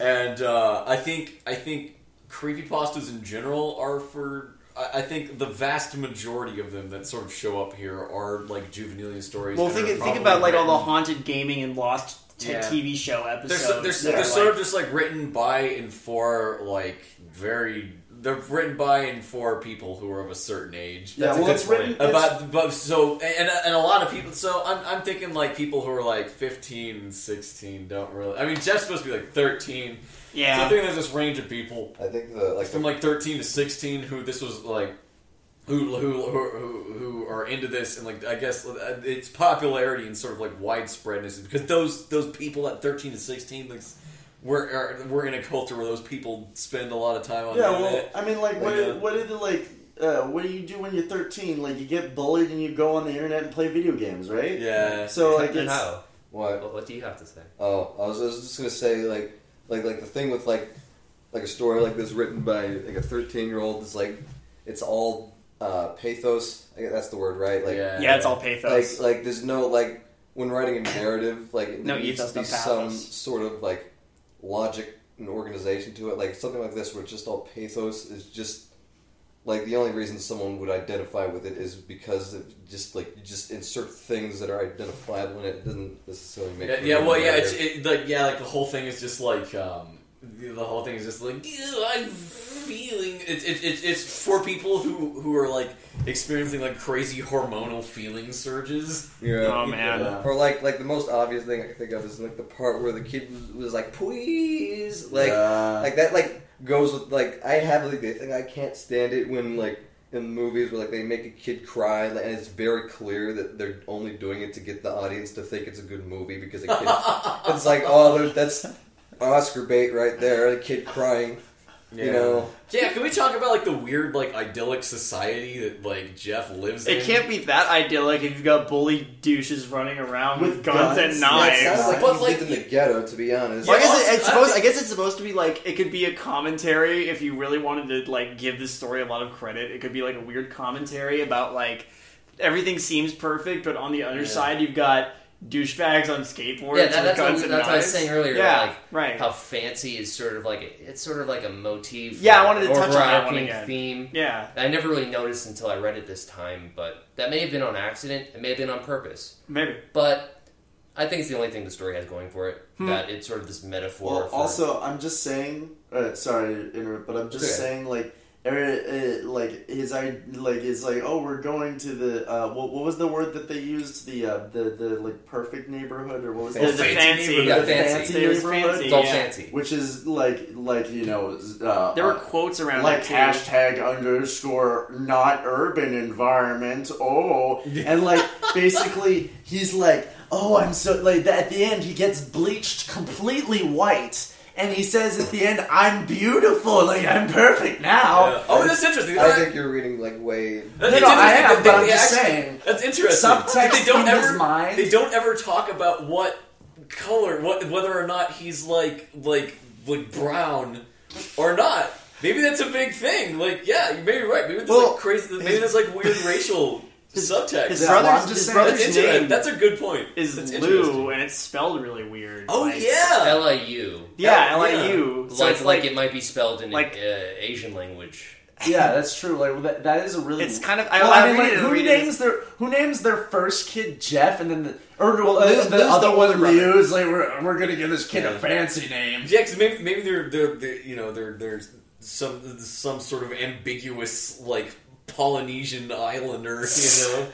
H: and uh, I think I think creepypastas in general are for. I I think the vast majority of them that sort of show up here are like juvenilia stories.
F: Well,
H: that
F: think
H: are
F: think
H: probably
F: about like all the
H: written-
F: haunted gaming and lost t-
H: Yeah.
F: TV show episodes.
H: They're, so, they're, so-
F: that
H: they're
F: are,
H: sort
F: like-
H: of just like written by and for like very. They're written by and for people who are of a certain age.
B: yeah,
H: That's a
B: well,
H: good
B: it's
H: point.
B: written it's-
H: about but so and, and a lot of people so I'm, I'm thinking like people who are like 15 16 don't really i mean jeff's supposed to be like 13 so
F: yeah.
H: i think there's this range of people
E: I think the like
H: from
E: the,
H: like 13 to 16 who this was like who who who, who, who are into this and like i guess uh, its popularity and sort of like widespreadness is because those those people at 13 to 16 like we're, are, we're in a culture where those people spend a lot of time on
B: yeah,
H: the
B: well,
H: internet.
B: I mean like what
H: Yeah.
B: what did like uh, what do you do when you're 13? Like you get bullied and you go on the internet and play video games, right?
H: yeah
B: So like it's
D: How?
E: what?
D: What, what do you have to say?
E: Oh, I was, I was just gonna say like, like, like the thing with like, like a story like this written by like a thirteen-year-old is like, it's all uh, pathos. I guess that's the word, right? Like,
F: yeah, it's all
E: like,
F: pathos.
E: like there's no like when writing a narrative, like it
F: No
E: needs
F: ethos,
E: to be
F: no pathos.
E: some sort of like logic and organization to it. Like something like this, where it's just all pathos, is just like the only reason someone would identify with it is because it just like you just insert things that are identifiable and it doesn't necessarily make.
H: Yeah,
E: for
H: yeah,
E: good
H: well, yeah,
E: narrative.
H: it's it, like yeah, like the whole thing is just like um, the the whole thing is just like "Ew, I'm feeling. It's it, it, it's for people who who are like experiencing like crazy hormonal feeling surges.
E: yeah.
A: Oh man.
E: Or like like the most obvious thing I can think of is like the part where the kid was, was like please like
B: Yeah.
E: like that like goes with like I have like the thing I can't stand it when like in movies where like they make a kid cry like, and it's very clear that they're only doing it to get the audience to think it's a good movie because
B: *laughs*
E: a kid it's like oh there- that's Oscar bait right there a kid crying you know
H: Yeah, can we talk about like the weird like idyllic society that like Jeff lives in?
F: It can't be that idyllic if you've got bully douches running around with, guns, and
E: yeah,
F: knives.
E: it sounds like
H: But,
E: he's
H: like,
E: lived in the ghetto to be honest
F: Well, I guess
H: also,
F: it, it's
H: I
F: supposed.
H: think-
F: I guess it's supposed to be like it could be a commentary if you really wanted to like give this story a lot of credit. It could be like a weird commentary about like everything seems perfect, but on the other side you've got douchebags on skateboards
D: Yeah,
F: with
D: that- that's, what,
F: guns
D: we-
F: and
D: that's what I was
F: knives.
D: saying earlier.
F: Yeah,
D: about, like,
F: right.
D: How fancy is sort of like a, it's sort of like a motif.
F: Yeah, I
D: like,
F: wanted to touch on that one
D: overarching
F: again.
D: Theme.
F: yeah,
D: I never really noticed until I read it this time, but that may have been on accident. It may have been on purpose,
F: maybe.
D: but I think it's the only thing the story has going for it.
F: Hmm.
D: That it's sort of this metaphor.
B: Well,
D: for,
B: also, I'm just saying. Uh, sorry, to interrupt, but I'm just
D: Okay.
B: saying, like, er, uh, like his, I like it's like, oh, we're going to the. Uh, what, what was the word that they used? The uh, the the like perfect neighborhood or what was
F: The, the
B: it?
H: Oh, fancy
F: fancy,
H: neighborhood.
D: Yeah, fancy.
F: It was fancy,
D: it's all
F: yeah.
D: fancy.
B: Which is like like you know uh,
F: There were quotes around
B: like
F: that, too.
B: hashtag underscore not urban environment. Oh, and
F: *laughs*
B: like basically he's like, oh, I'm so like at the end he gets bleached completely white. And he says at the end, "I'm beautiful, like I'm perfect now."
H: Yeah. Oh, that's interesting.
E: I think you're reading like way
H: That's
B: No, no, I am,
H: interesting that
B: but
H: they-
B: I'm
H: they
B: just
H: actually-
B: saying.
H: That's interesting.
B: Subtext
H: they don't
B: in
H: ever,
B: his mind.
H: They don't ever talk about what color, what whether or not he's like like like brown or not. Maybe that's a big thing. Like, yeah, you may be right. Maybe there's
B: Well,
H: like crazy. Maybe there's like
B: *laughs*
H: weird racial subtext.
F: His
B: Yeah, well, I'm
F: brother's,
B: just
F: his
B: saying-
H: that's
F: brother's
H: interesting.
F: name
H: That's a good point.
F: is
H: That's interesting.
F: Lou, and it's spelled really weird.
H: Oh
F: Like-
H: yeah.
D: LIU,
F: yeah,
H: Oh, yeah.
F: LIU. So
D: like,
F: it's
D: like it might be spelled in
F: like-
D: uh, Asian language.
B: Yeah, that's true. Like that, that is a really.
F: It's kind of- I-
B: Well,
F: I
B: I, mean,
F: read
B: like,
F: it- I
B: who
F: read it
B: names their who names their first kid Jeff, and then the or well, uh,
F: Lou's-
B: the
F: Lou's
B: other
F: the older
B: one
F: brother.
B: Liu is like we're, we're gonna give this kid a fancy name.
H: Yeah, 'cause maybe maybe there there there- you know there there's some some sort of ambiguous like Polynesian islander,
F: *laughs*
H: you know.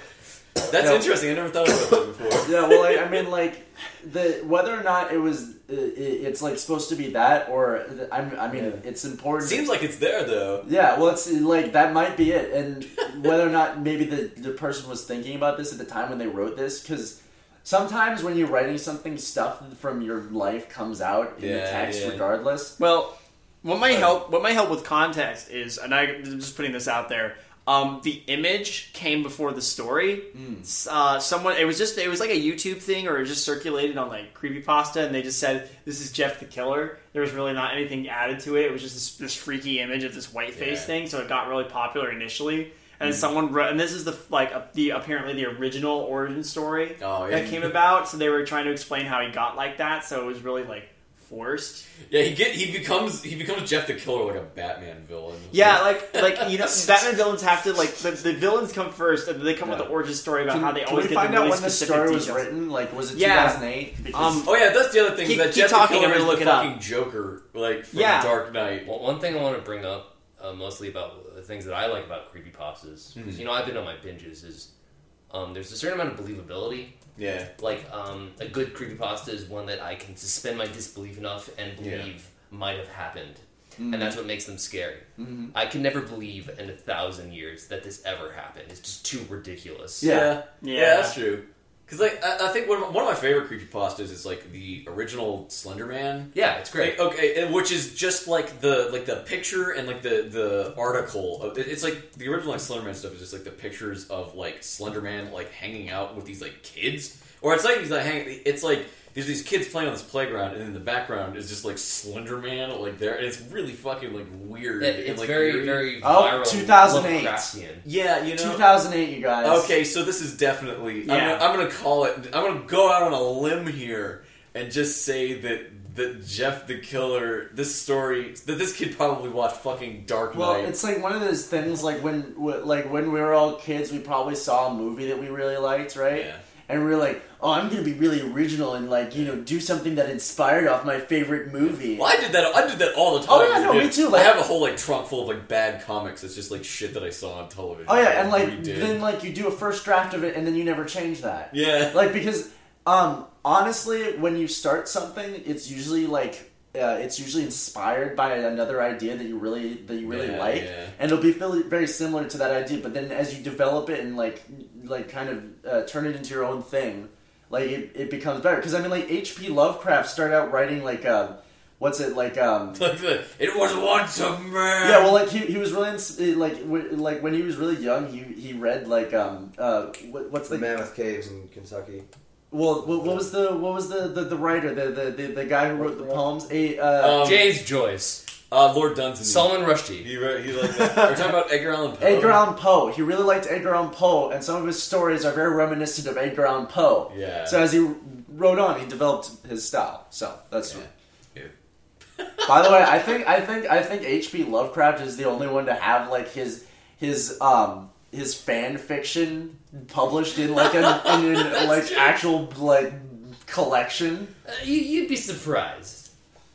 H: That's
B: No.
H: interesting. I never thought about that
F: *coughs*
H: before.
B: Yeah, well, like, I mean, like the whether or not it was, i i it's like supposed to be that, or the- I'm, I mean, it's important.
H: Seems like it's there though.
B: yeah, well, it's like that might be it, and whether or not maybe the the person was thinking about this at the time when they wrote this, because. Sometimes when you're writing something, stuff from your life comes out in the
H: Yeah,
B: text,
H: yeah.
B: regardless.
F: Well, what might help what might help with context is, and I, am just putting this out there. Um, the image came before the story.
H: Hmm.
F: S- Uh, someone, it was just it was like a YouTube thing, or it just circulated on like creepypasta, and they just said this is Jeff the Killer. There was really not anything added to it. It was just this, this freaky image of this white face
H: Yeah.
F: thing, so it got really popular initially. And then someone wrote, and this is the like uh, the apparently the original origin story
H: Oh, yeah.
F: that came about. So they were trying to explain how he got like that. So it was really like forced.
H: Yeah, he get he becomes he becomes Jeff the Killer like a Batman villain.
F: Yeah, like like you know, Batman villains have to like the, the villains come first, and then they come
H: Yeah.
F: with the origin story about how they
B: Can
F: always
B: we
F: get
B: find
F: the really
B: out when this
F: specific
B: story
F: details.
B: was written? Like, was it
F: Yeah.
B: 2008?
F: Um,
H: Oh yeah, that's the other thing.
F: Keep-
H: is that
F: keep
H: Jeff
F: talking,
H: the
F: I'm
H: Killer
F: gonna
H: is
F: look
H: the
F: it up.
H: fucking Joker, like from
F: Yeah.
H: Dark Knight.
D: Well, one thing I want to bring up, uh, mostly about the things that I like about creepypastas, because you know I've been on my binges, is um, there's a certain amount of believability
H: Yeah,
D: like um, a good creepypasta is one that I can suspend my disbelief enough and believe might have happened. And that's what makes them scary. I can never believe in a thousand years that this ever happened. It's just too ridiculous.
H: yeah, yeah,
F: Yeah.
H: that's true. Because like I, I think one of, my- one of my favorite creepypastas is like the original Slender Man.
D: Yeah, it's great.
H: Like, okay, and which is just like the like the picture and like the the article. of- it- It's like the original like Slenderman stuff is just like the pictures of like Slenderman like hanging out with these like kids, or it's like he's not hanging. It's like there's these kids playing on this playground, and in the background is just like Slenderman like there, and it's really fucking like weird.
D: It-
H: and,
D: it's
H: like,
D: very,
H: eerie.
D: very
B: Oh,
D: viral.
B: 2008.
D: Lovecraftian.
H: yeah, you know.
B: 2008, you guys.
H: Okay, so this is definitely.
F: Yeah.
H: I'm, gonna, I'm gonna call it. I'm gonna go out on a limb here and just say that that Jeff the Killer, this story, that this kid probably watched fucking Dark Knight.
B: Well, it's like one of those things. Like when, wh- like when we were all kids, we probably saw a movie that we really liked, right?
H: Yeah.
B: And we were like, "Oh, I'm gonna be really original and like you know do something that inspired off my favorite movie."
H: Well, I did that. I did that all the time.
B: Oh, yeah, no,
H: dude.
B: me too, like-
H: I have a whole like trunk full of like bad comics. It's just like shit that I saw on television.
B: Oh yeah, and like
H: redid.
B: then like you do a first draft of it and then you never change that.
H: yeah, *laughs*
B: Like because um honestly, when you start something, it's usually like uh, it's usually inspired by another idea that you really that you really
H: Yeah,
B: like,
H: yeah.
B: and it'll be fairly- very similar to that idea. But then as you develop it and like like kind of uh, turn it into your own thing, like it, it becomes better. Because I mean, like H.P. Lovecraft started out writing like um, what's it like um
H: it was once a man.
B: yeah, well, like he, he was really ins- eh, like w- like when he was really young, he he read like um uh what, what's
E: The
B: the
E: Mammoth Caves in Kentucky.
B: well what, what was the what was the the, the writer the, the the the guy who wrote the poems a uh
D: Oh,
H: Um,
D: James Joyce,
H: uh, Lord Dunsany.
D: Solomon Rushdie.
H: He wrote. He like. that. We're talking about Edgar Allan Poe.
B: Edgar Allan Poe. He really liked Edgar Allan Poe, and some of his stories are very reminiscent of Edgar Allan Poe.
H: Yeah.
B: So as he wrote on, he developed his style. So that's.
H: Yeah.
B: *laughs* By the way, I think I think I think H.P. Lovecraft is the only one to have like his his um his fan fiction published in like
H: *laughs*
B: an, in an like actual like collection.
D: Uh, you, you'd be surprised.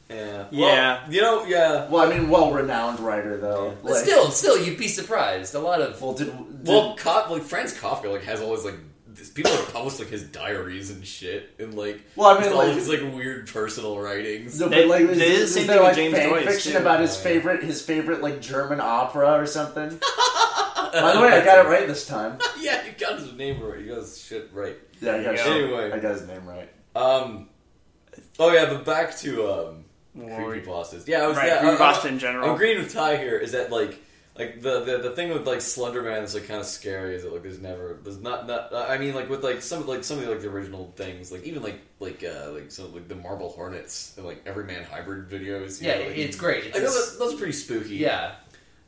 H: Yeah. Well,
F: Yeah.
H: You know. Yeah.
B: Well, I mean, well renowned writer though.
D: But
B: Like,
D: still, still, you'd be surprised. A lot of
B: well, did, did
H: Well, Ka- like Franz Kafka like has all his like. this- People have published like his diaries and shit, and like
B: Well, I mean,
H: his- all
B: like-
H: his like weird personal writings.
B: No,
F: They-
B: but, like,
F: they
B: is,
F: did the
B: is
F: same
B: there,
F: thing with
B: like,
F: James
B: fan
F: Joyce,
B: fiction
F: too.
B: about his favorite, his favorite like German opera or something? By the way, I
H: *laughs*
B: got it right this time.
H: yeah, you got his name right. You got his shit right.
B: Yeah, I got
H: Yeah.
B: it.
H: Anyway.
B: I got his name right.
H: Um. Oh yeah, but back to um
F: Well,
H: creepy bosses. Yeah, I was
F: Right,
H: yeah, I- I-
F: Boston in general.
H: I'm agreeing with Ty here. Is that like like the the, the thing with like Slenderman that's like kind of scary? Is that like there's never there's not not uh, I mean like with like some like some of the, like the original things like even like like uh like some like the Marble Hornets and like Everyman Hybrid videos. you
D: yeah,
H: know, like,
D: it's great. It's,
H: Like, those, those are pretty spooky.
D: yeah,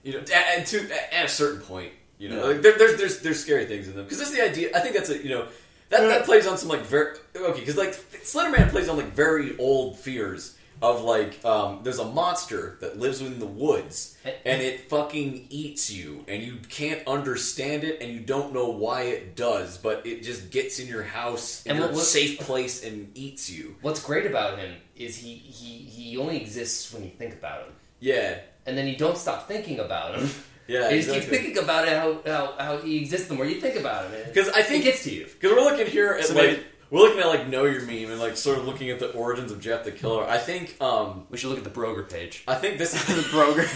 H: you know, at, at, to, at, at a certain point, you know,
B: Yeah.
H: like, there, there's there's there's scary things in them because that's the idea. I think that's a you know that that plays on some like very okay because like Slenderman plays on like very old fears of like um, there's a monster that lives in the
D: *laughs*
H: woods and it fucking eats you and you can't understand it and you don't know why it does but it just gets in your house in
D: And
H: your
D: what- what-
H: safe place and eats you
D: what's great about him is he he he only exists when you think about him,
H: yeah
D: and then you don't stop thinking about *laughs* him.
H: yeah
D: you just
H: exactly.
D: keep thinking about it how, how how he exists the more you think about him. and
H: 'Cause I think-
D: it gets to you.
H: Because we're looking here at
F: So
H: like
F: maybe-
H: we're looking at like know your meme and like sort of looking at the origins of Jeff the Killer. I think um
D: We should look at the Broger page.
H: I think
F: *laughs*
H: this
F: the
H: is *laughs*
F: broger.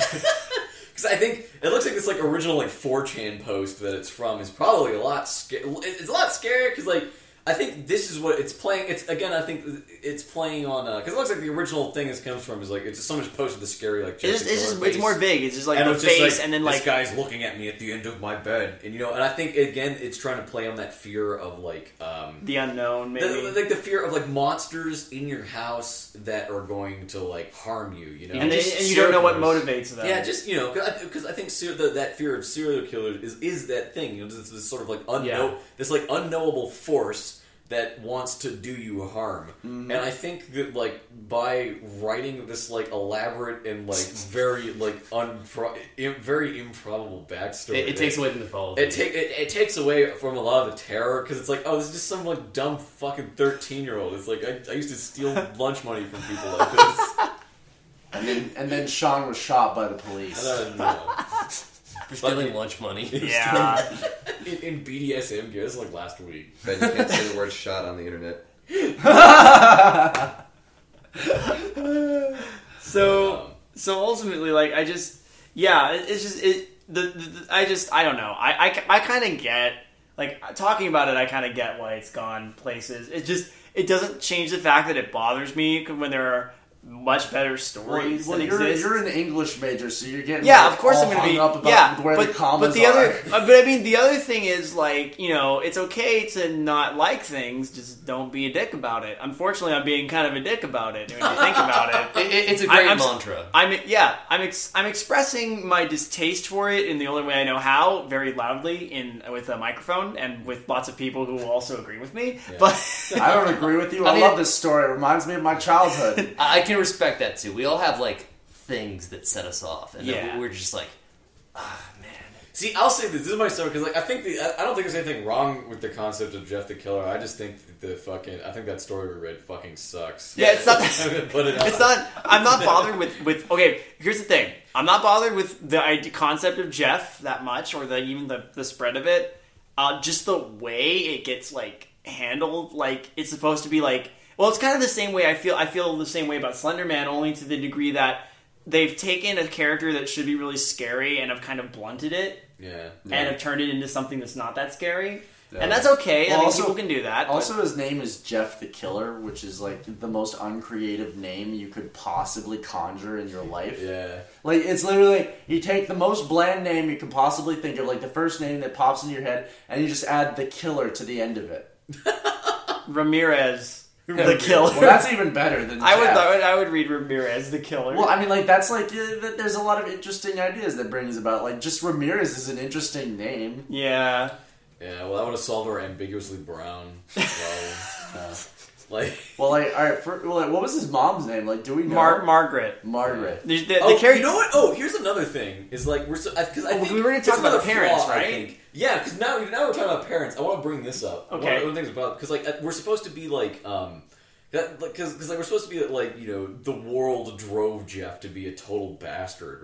H: because I think it looks like this like original like 4chan post that it's from is probably a lot sca- it's a lot scarier because like I think this is what it's playing. It's again I think it's playing on because it looks like the original thing this comes from is like it's just someone just posted the scary like Jeff
F: It's, just,
H: the
F: it's,
H: Killer
F: just, it's
H: face.
F: more vague. It's just like the
H: it's just,
F: face and then
H: this
F: like
H: guy's looking at me at the end of my bed and you know and I think again it's trying to play on that fear of like um
F: the unknown. Maybe
H: the, like the fear of like monsters in your house that are going to like harm you, you know.
F: and, they,
H: Just
F: and you don't know what
H: serial killers.
F: motivates them.
H: Yeah, just you know, because I think ser- the, that fear of serial killers is is that thing. You know, this, this sort of like unknow
D: Yeah.
H: this like unknowable force that wants to do you harm.
D: Mm-hmm.
H: And I think that like by writing this like elaborate and
D: *laughs*
H: like very like unpro- Im- very improbable backstory,
D: It, it
H: that-
D: takes away the mythology.
H: it, take, it, it takes away from a lot of the terror because it's like, oh, this is just some like dumb fucking thirteen year old. It's like I, I used to steal lunch money from people like this.
B: And then and then Sean was shot by the police.
H: And I
D: for stealing lunch *laughs* money.
F: *laughs* yeah.
H: don't know. In, in BDSM gear, this is like last week.
E: But you can't *laughs* say the word shot on the internet.
F: so
H: Um,
F: so ultimately, like I just yeah, it, it's just it. The, the, the- I just I don't know. I I, kind of get like talking about it. I kind of get why it's gone places. It just it doesn't change the fact that it bothers me when there are much better stories
B: well,
F: that
B: you're,
F: exist.
B: you're an English major, so you're getting
F: yeah,
B: like,
F: of course
B: all
F: I'm going to
B: hung
F: be
B: up about
F: yeah,
B: where
F: but,
B: the commas
F: but the
B: are. *laughs*
F: other, uh, but I mean, the other thing is like you know, it's okay to not like things, just don't be a dick about it. Unfortunately, I'm being kind of a dick about it when you think about it.
D: It- it- it's a
F: I-
D: great
F: I'm s-
D: mantra.
F: I'm yeah, I'm ex- I'm expressing my distaste for it in the only way I know how, very loudly in with a microphone and with lots of people who will also agree with me. But
B: I don't agree with you. I,
D: mean-
B: love this story. It reminds me of my *laughs* childhood.
D: I, I can respect that too. We all have like things that set us off, and
F: Yeah.
D: then we're just like,
H: See, I'll say this. This is my story because, like, I think the I I don't think there's anything wrong with the concept of Jeff the Killer. I just think that the fucking I think that story we read fucking sucks.
F: yeah,
H: *laughs*
F: it's not.
H: I'm gonna put it. Out.
F: It's not. I'm not bothered with with. Okay, here's the thing. I'm not bothered with the ide- concept of Jeff that much, or the even the the spread of it. Uh, just the way it gets like handled, like it's supposed to be like. Well, it's kind of the same way I feel. I feel the same way about Slender Man, only to the degree that they've taken a character that should be really scary and have kind of blunted it
H: Yeah.
F: and have turned it into something that's not that scary. And that's okay. I
B: Well,
F: mean,
B: also-
F: people can do that. but-
B: also, his name is Jeff the Killer, which is like the most uncreative name you could possibly conjure in your life.
H: Yeah.
B: Like it's literally like, you take the most bland name you can possibly think of, like the first name that pops into your head, and you just add the killer to the end of it.
F: Ramirez, the *laughs* killer.
B: Well, that's even better than
F: I would,
B: Jeff.
F: I would I would read Ramirez the killer.
B: Well, I mean, like that's like uh, th- there's a lot of interesting ideas that brings about. Like just Ramirez is an interesting name.
F: yeah.
H: Yeah. Well, I want to solve our
F: *laughs*
H: ambiguously brown problem. Uh, like,
B: Well, like all right, for, well, like, what was his mom's name? Like, do we know
F: Mar- Margaret.
B: Margaret?
F: The, the,
H: oh,
F: the character.
H: you know what? Oh, here's another thing. Is like we're so because I
F: Oh,
H: think
F: we were gonna
H: it's
F: talk about
H: another
F: the parents,
H: flaw, I
F: right?
H: think. Yeah, because now now we're talking about parents. I want to bring this up.
F: Okay.
H: One of the things about because like uh, we're supposed to be like um. That, because like we're supposed to be like you know the world drove Jeff to be a total bastard,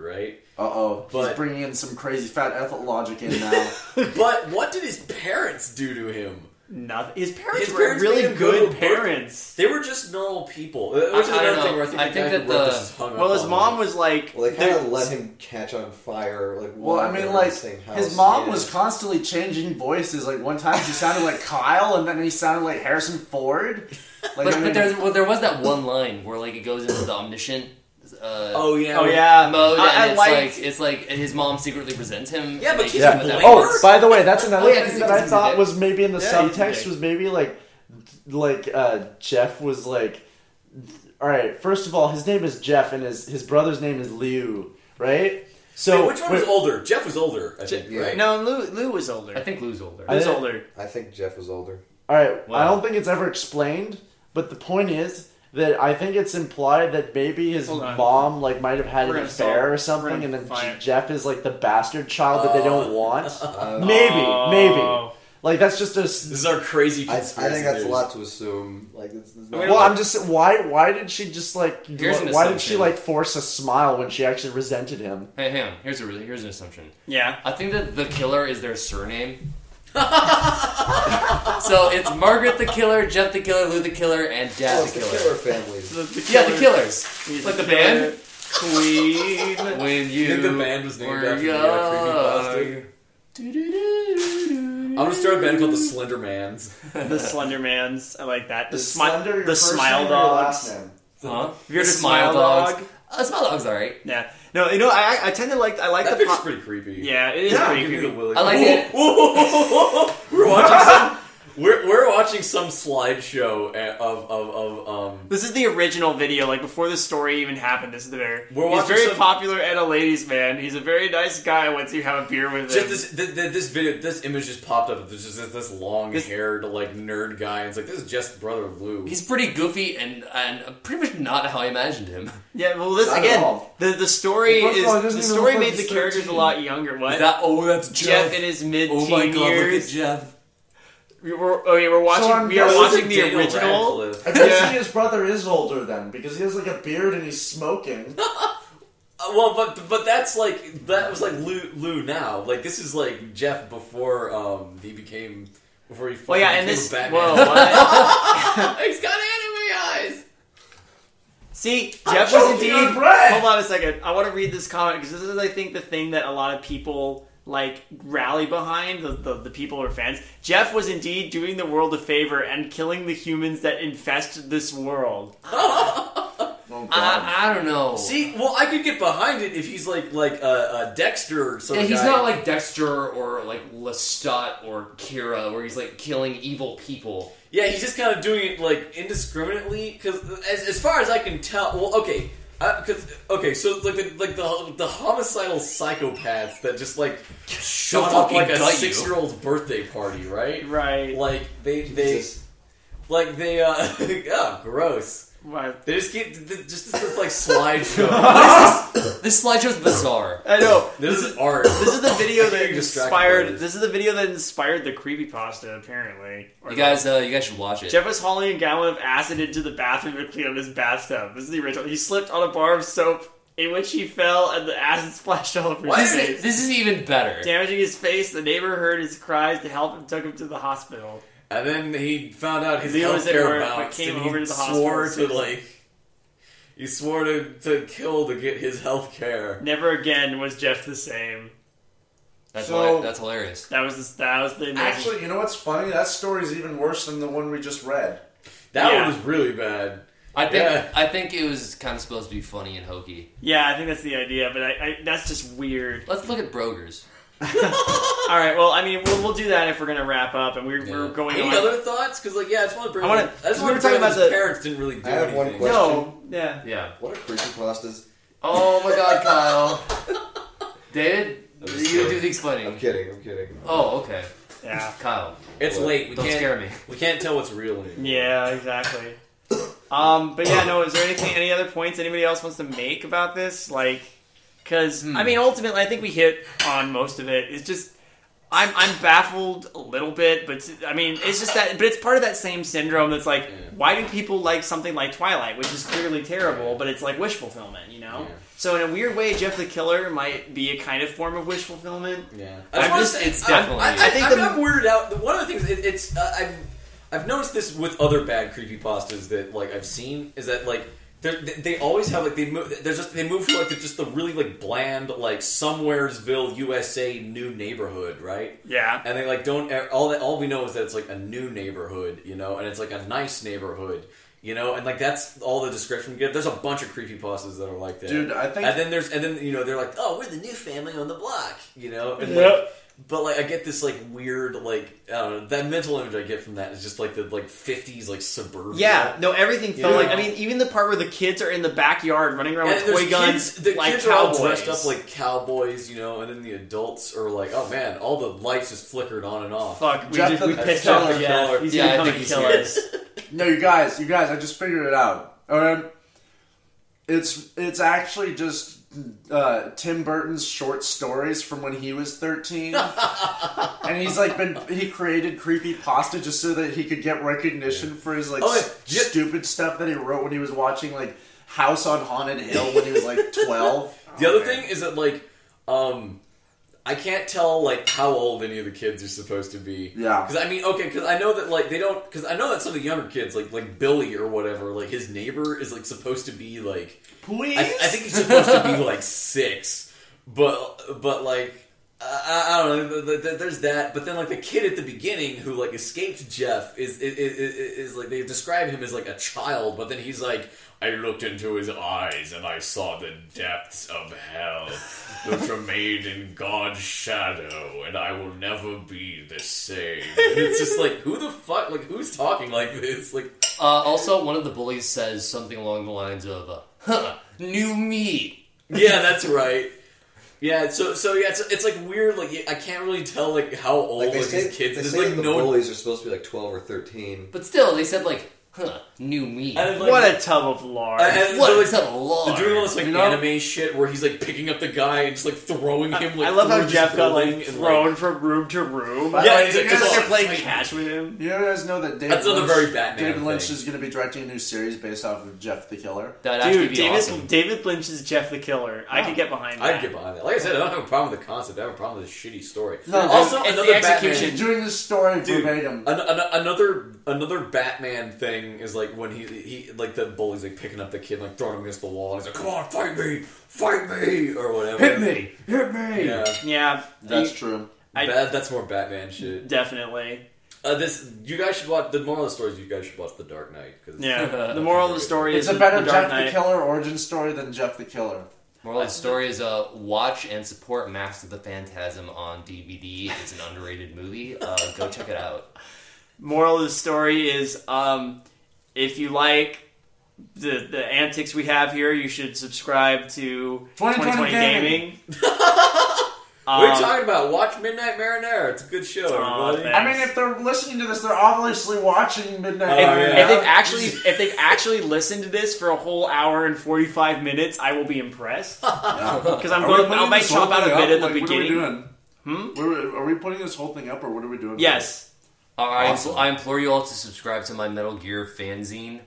F: *laughs*
H: right?
B: Uh oh, he's
H: But-
B: bringing in some crazy fat ethyl logic in
F: *laughs*
B: now.
H: But what did his parents do to him?
F: Nothing. His parents
H: His
F: were
H: parents
F: really
H: made him go
F: good
H: to birth-
F: parents.
H: They were just normal people. Uh, Which is
D: I don't
H: another
D: know.
H: thing where I think
D: I
H: the
D: think
H: guy
D: that
H: who wrote
D: the-
H: this is hung up
F: Well, his
H: on
F: mom
H: it.
F: was like.
E: Well, they kind
F: the-
E: of let him catch on fire. Like,
B: Well, I
E: while they were
B: mean,
E: in
B: like
E: the same house.
B: his mom
E: Yeah.
B: was constantly changing voices. Like one time she sounded like Kyle, and then he sounded like Harrison
D: *laughs*
B: Ford. Like,
D: but,
B: I
D: but
B: mean,
D: there, well, there was that one line where like it goes into the omniscient. Uh,
H: Oh yeah.
F: Oh yeah. uh,
D: Mode,
F: I,
D: and
F: I
D: it's
F: liked-
D: like it's like his mom secretly resents him.
H: Yeah, but
D: and they
H: he's
D: give
H: Yeah.
D: him that
H: Oh,
D: voice.
E: by the way, that's another
D: Oh, yeah,
E: thing
D: because he's
E: that I
D: a
E: thought
D: dick.
E: was maybe in the
D: Yeah, he's a
E: subtext
D: dick.
E: was maybe like, like uh, Jeff was like, all right. First of all, his name is Jeff, and his his brother's name is Liu, right? So
H: Wait, which one was
E: wait,
H: older? Jeff was older, I think.
E: yeah.
H: Right?
F: No, Lou, Lou was
D: I
F: older.
D: think Lou's older.
E: I
F: Lou was
E: didn't-
F: older.
E: I think Jeff was older. All right. I
D: Wow.
E: don't think it's ever explained, but the point is that I think it's implied that maybe his
F: Hold on.
E: mom like might have had
F: We're
E: an
F: gonna solve-
E: affair
F: we're
E: or something,
F: gonna
E: and then
F: find it.
E: Jeff is like the bastard child that they don't want.
B: Uh,
E: maybe,
F: Oh.
E: maybe. Like that's just a. s-
H: This is our crazy
I: I- I
H: conspiracy. theories.
I: to assume.
E: Like it's, it's
F: I mean,
E: well,
F: like-
E: I'm just why why did she just like
D: Here's
E: why,
D: an
E: why did she
D: assumption.
E: like force a smile when she actually resented him?
D: Hey, hang on. Here's a re- here's an assumption.
F: Yeah.
D: I think that the killer is their surname. *laughs* so it's Margaret the killer, Jeff the killer, Lou the killer, and
H: Oh,
D: Dad the killer.
E: families.
F: The, the
D: Yeah, the killers.
F: He's
D: Like
F: the
D: the band.
F: Queen.
D: When
H: You
D: you
H: think the band was named
D: were
H: after the uh,
D: young.
H: creepypasta? I'm gonna start a band called the
F: *laughs*
H: Slender Mans.
F: the Slendermans. I like that. The,
E: The
F: smile.
E: slender, your
F: the
E: first
F: smile
E: name or your
F: dogs.
E: last name?
D: Huh?
F: If you're
D: The
F: the smile dog.
D: Uh, smile dog's alright.
F: Yeah. No, you know, I, I tend to like. I like
H: That
F: the
H: picture's
F: pop.
H: pretty
F: *laughs*
H: creepy.
F: Yeah, it is
H: Yeah,
F: pretty
H: give me
F: creepy.
H: the Willy-
D: I like
H: Whoa,
D: it.
H: whoa, whoa, whoa, whoa, whoa. We're watching some. We're, we're watching some slideshow a- of of, of um.
F: This is the original video, like before the story even happened. This is the bear.
H: We're
F: He's
H: watching
F: very
H: some-
F: popular at a ladies' man. He's a very nice guy once you have a beer with him.
H: Just this, th th this video, this image just popped up. There's just this, this long-haired, like nerd guy. And it's like this is just brother Lou.
D: He's pretty goofy and and pretty much not how I imagined him.
F: yeah, well, this
E: Not at
F: again.
E: all.
F: The the story
E: Well, first
F: is
E: of all, it
F: the
E: doesn't even
F: story
E: look like
F: made the
E: he's
F: characters a
E: 13.
F: lot younger. What?
D: Is that oh that's
F: Jeff
D: Jeff.
F: in his mid
D: oh my
F: teen
D: god, look at
F: years.
D: Jeff.
F: We were, okay, we're watching.
E: I'm
F: we are
E: guessing
F: watching the
H: Daniel
F: original.
H: Radcliffe.
E: I guess
F: Yeah.
E: his brother is older then because he has like a beard and he's smoking.
F: *laughs*
H: Uh, Well, but but that's like that was like Lou Lou now. Like this is like Jeff before um he became before he.
F: Well, Oh,
H: Fucking
F: yeah, and
H: became
F: this.
H: a
F: Whoa,
H: *laughs*
F: *laughs*
H: Batman.
F: what?
H: he's got anime eyes.
F: See, Jeff was
E: choking on
F: indeed.
E: bread.
F: Hold on a second. I want to read this comment because this is, I think, the thing that a lot of people like rally behind. The, the the people or fans. Jeff was indeed doing the world a favor and killing the humans that infest this world.
B: Oh god.
D: I, I don't know.
H: See, well, I could get behind it if he's like like uh, uh, Dexter or
D: Yeah,
H: something.
D: he's not like Dexter or like Lestat or Kira, where he's like killing evil people.
H: Yeah, he's just kind of doing it like indiscriminately because, as, as far as I can tell, well, okay, because okay, so it's like the like the the homicidal psychopaths that just like shove up
D: fucking
H: like a
D: gut you.
H: six year old's birthday party, right?
F: Right.
H: Like they they
E: Jesus.
H: like they uh *laughs* oh gross.
F: Wow.
H: They just get th- th- just this
F: *laughs*
H: like slideshow. this, is,
D: This slideshow's bizarre.
F: I know.
H: this is art.
F: This is the video
H: *laughs* I can't
F: that
H: even distract by
F: inspired.
H: this.
F: This is the video that inspired the creepypasta, apparently. Or
D: You
F: the-
D: guys, uh, you guys should watch it.
F: Jeff was hauling a gallon of acid into the bathroom to clean up his bathtub. This is the original. He slipped on a bar of soap, in which he fell, and the acid splashed all over his
D: This
F: face.
D: is, this is even better.
F: Damaging his face, the neighbor heard his cries to help and took him to the hospital.
H: And then he found out his
F: Leo was at
H: healthcare
F: work, but
H: bounced,
F: came
H: and he
F: over to the hospital
H: swore
F: as
H: to
F: soon as-
H: like he swore to, to kill to get his health care.
F: Never again was Jeff the same.
D: That's,
B: So-
D: hila- that's hilarious.
F: That was the, that was the
B: Actually, you know what's funny? That story's even worse than the one we just read.
H: That
F: Yeah.
H: one was really bad.
D: I think
H: Yeah.
D: I think it was kind of supposed to be funny and hokey.
F: yeah, I think that's the idea, but I, I, that's just weird.
D: Let's look at Brogers.
F: All right, well, I mean, we'll, we'll do that if we're gonna wrap up, and we're, we're going.
H: Any
F: on.
H: other thoughts? Because like yeah, I just want to bring.
F: I wanna-
H: up- I just
F: we
H: want
F: were
H: to
F: talking
H: talking
F: about
H: about his
F: the-
H: parents didn't really do
E: I have one
H: anything.
E: question.
F: no, yeah.
D: Yeah.
E: What are creepypastas?
D: Oh my God, Kyle.
E: *laughs*
D: David, you do the explaining.
E: I'm kidding. I'm kidding.
D: Oh, okay.
F: Yeah.
D: Kyle,
H: It's late. We
D: don't
H: can't.
D: scare me.
H: We can't tell what's real anymore.
F: Yeah, exactly. Um, but yeah, no. Is there anything, any other points anybody else wants to make about this? Like, because
H: Hmm.
F: I mean, ultimately, I think we hit on most of it. It's just I'm I'm baffled a little bit, but I mean, it's just that. But it's part of that same syndrome that's like, why do people like something like Twilight, which is clearly terrible, but it's like wish fulfillment, you know? So in a weird way, Jeff the Killer might be a kind of form of wish fulfillment.
H: Yeah.
D: I'm
H: wanna
D: just-
H: say-
D: it's
H: I'm-
D: definitely-
H: I, I,
F: I think
H: I'm
F: the-
H: not weirded out. The- One of the things it, it's uh, I've I've noticed this with other bad creepypastas that like I've seen is that like they're- they they always have like they move they're just they move to like the, just the really like bland like somewheresville USA new neighborhood right
F: Yeah.
H: and they like don't e, all that all we know is that it's like a new neighborhood you know and it's like a nice neighborhood. You know, and like that's all the description we get. There's a bunch of creepypastas that are like that.
B: Dude, I think-
H: And then there's and then you know, they're like, Oh, we're the new family on the block you know? And like,
F: Yep.
H: but like I get this like weird like I don't know, that mental image I get from that is just like the like fifties like suburbia.
F: Yeah, no, everything felt
H: Yeah.
F: like. I mean, even the part where the kids are in the backyard running around
H: And
F: with
H: there's
F: toy guns,
H: kids, the
F: like
H: kids
F: cowboys.
H: are all dressed up like cowboys, you know, and then the adults are like, oh man, all the lights just flickered on and off.
F: fuck. We,
B: Jeff
F: just,
B: the
F: we pissed
B: Killer.
F: off the Jeff. He's
D: Yeah,
F: gonna
D: I
F: come
D: think
F: and
D: he's
F: kill
D: here.
F: us.
B: No, you guys, you guys, I just figured it out. All right, it's it's actually just uh, Tim Burton's short stories from when he was
H: *laughs*
B: thirteen, and he's like been he created creepy pasta just so that he could get recognition for his like
H: Oh, yeah.
B: s- stupid stuff that he wrote when he was watching like House on Haunted Hill when he was
H: *laughs*
B: like twelve.
H: The other thing is that like, um, I can't tell like how old any of the kids are supposed to be.
B: Yeah.
H: Because I mean, okay, because I know that like they don't. Because I know that some of the younger kids, like like Billy or whatever, like his neighbor is like supposed to be like.
B: Please,
H: I, I think he's supposed to be like six, but but like I, I don't know. th- th- There's that, but then like the kid at the beginning who like escaped Jeff is is, is, is like they describe him as like a child, but then he's like. I looked into his eyes and I saw the depths of hell, which remained in God's shadow, and I will never be the same. And it's just like, who the fuck? Like, who's talking like this? Like,
D: Uh, also, one of the bullies says something along the lines of, uh, "Huh, new me."
H: yeah, that's right. Yeah, so so yeah, it's, it's like weird. Like I can't really tell like how old
E: Like
H: like,
E: they say,
H: these kids.
E: they
H: There's
E: say
H: like
E: that the
H: no.
E: bullies are supposed to be like twelve or thirteen.
D: But still, they said like, "Huh, new me."
H: and then,
F: *laughs*
H: like,
F: What a tub of lard.
H: and- and
D: What
H: they're,
D: is
H: like,
D: a lord?
H: they're doing all this like
B: You know?
H: anime shit where he's like picking up the guy and just like throwing him. Like
F: I love
H: through
F: how
H: his
F: Jeff got
H: building
F: like
H: and,
F: thrown from room to room.
B: But,
H: Yeah,
B: like,
H: he's
B: you
H: like,
B: guys
H: "Come
B: are
H: on."
B: playing-
F: playing catch with him.
B: You guys know that David
H: That's another
B: Lynch,
H: very Batman
B: David Lynch
H: thing.
B: is going to be directing a new series based off of Jeff the Killer.
D: That'd actually
F: Dude,
D: be
F: David
D: awesome.
F: David Lynch is Jeff the Killer. Oh. I could get behind that.
H: I'd get behind that. Like I said, I don't have a problem with the concept. I have a problem with the shitty story.
B: No,
H: also,
D: it's the
H: another
D: execution.
H: Batman.
B: Doing this story
H: Dude,
B: verbatim.
H: an- an- another another Batman thing is like when he he like the bully's like picking up the kid, and, like throwing him against the wall, and he's like, "Come on, fight me, fight me," or whatever.
B: Hit me! Hit me!
H: Yeah,
F: yeah,
B: That's
F: you-
B: true.
F: I-
H: That- that's more Batman shit.
F: definitely.
H: Uh, this you guys should watch the moral of the story is you guys should watch The Dark Knight. Cause
F: Yeah. the moral of the story
B: It's
F: is
B: a better
F: the Dark
B: Jeff
F: Knight.
B: the Killer origin story than Jeff the Killer.
D: Moral of the story is uh, watch and support Master of the Phantasm on DVD. It's an underrated movie. Uh, go check it out.
F: moral of the story is um, if you like the the antics we have here, you should subscribe to
B: 2020
F: Gaming. *laughs*
B: Gaming.
F: Um,
H: We're talking about watch Midnight Marinara. It's a good show,
F: Aw,
H: everybody.
F: thanks.
B: I mean, if they're listening to this, they're obviously watching Midnight.
H: Oh,
F: if,
H: yeah.
B: Marinara.
F: if they've actually if they've actually listened to this for a whole hour and forty five minutes, I will be *laughs* impressed because I'm
B: Are we
F: going.
B: putting
F: I might
B: this whole
F: chop out a
B: thing
F: bit
B: up?
F: at the
B: Like,
F: beginning.
B: What are we doing? Hmm? are we putting this whole thing up, or what are we doing?
F: Yes,
D: All right,
B: Awesome.
D: Uh, I implore you all to subscribe to my Metal Gear fanzine,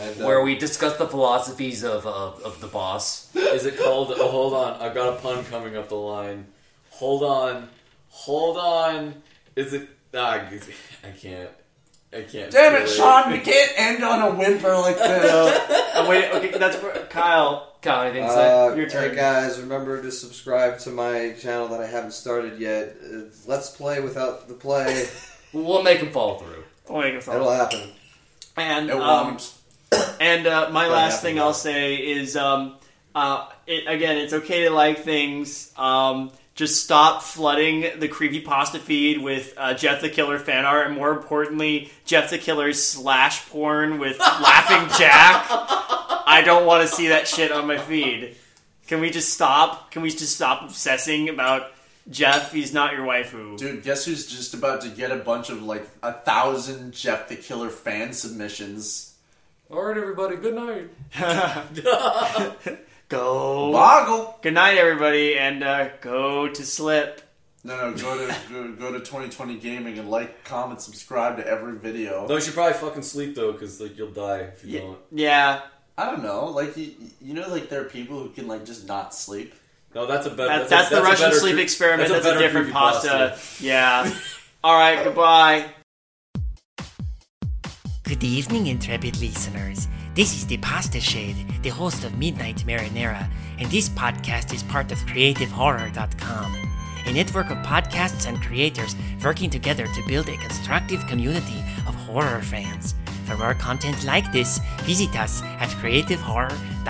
H: And, uh,
D: where we discuss the philosophies of, of, of the boss.
H: Is it called? Oh, hold on, I've got a pun coming up the line. Hold on, hold on. Is it? Ah, I can't. I can't.
B: Damn it,
H: do
B: Sean! We can't end on a whimper like this.
F: Oh, wait. Okay, that's where- Kyle.
D: Kyle, anything to say?
E: Uh,
F: Your turn.
E: Hey guys, remember to subscribe to my channel that I haven't started yet. Uh, let's play without the play.
D: We'll make him follow through.
F: Oh, wait, it's all-
E: It'll happen.
F: And
B: it
F: um,
B: won't.
F: And uh, my last
E: happen,
F: thing
E: yeah.
F: I'll say is, um, uh, it, again, it's okay to like things. Um, just stop flooding the creepy pasta feed with uh, Jeff the Killer fan art, and more importantly, Jeff the Killer's slash porn with Laughing Jack. I don't want to see that shit on my feed. Can we just stop? Can we just stop obsessing about Jeff? He's not your waifu.
B: Dude, guess who's just about to get a bunch of like a thousand Jeff the Killer fan submissions?
H: All right, everybody. Good night.
F: Go.
B: Boggle.
F: Good night, everybody, and uh, go to sleep.
B: No, no, go to go, go to 2020 gaming and like, comment, subscribe to every video.
H: No, you should probably fucking sleep though, because like you'll die if you
F: Ye-
H: don't.
F: Yeah.
B: I don't know, like you, you know, like there are people who can like just not sleep.
H: No, that's a better.
F: That's,
H: a-
F: that's, the
H: a
F: Russian
H: better
F: sleep
H: cre-
F: experiment. That's, a,
H: better
F: different pasta.
H: creepypasta.
F: Yeah. All right. Goodbye.
O: Good evening, intrepid listeners. This is the Pasta Shade, the host of Midnight Marinera, and this podcast is part of CreativeHorror.com, a network of podcasts and creators working together to build a constructive community of horror fans. For more content like this, *laughs* visit us at CreativeHorror.com.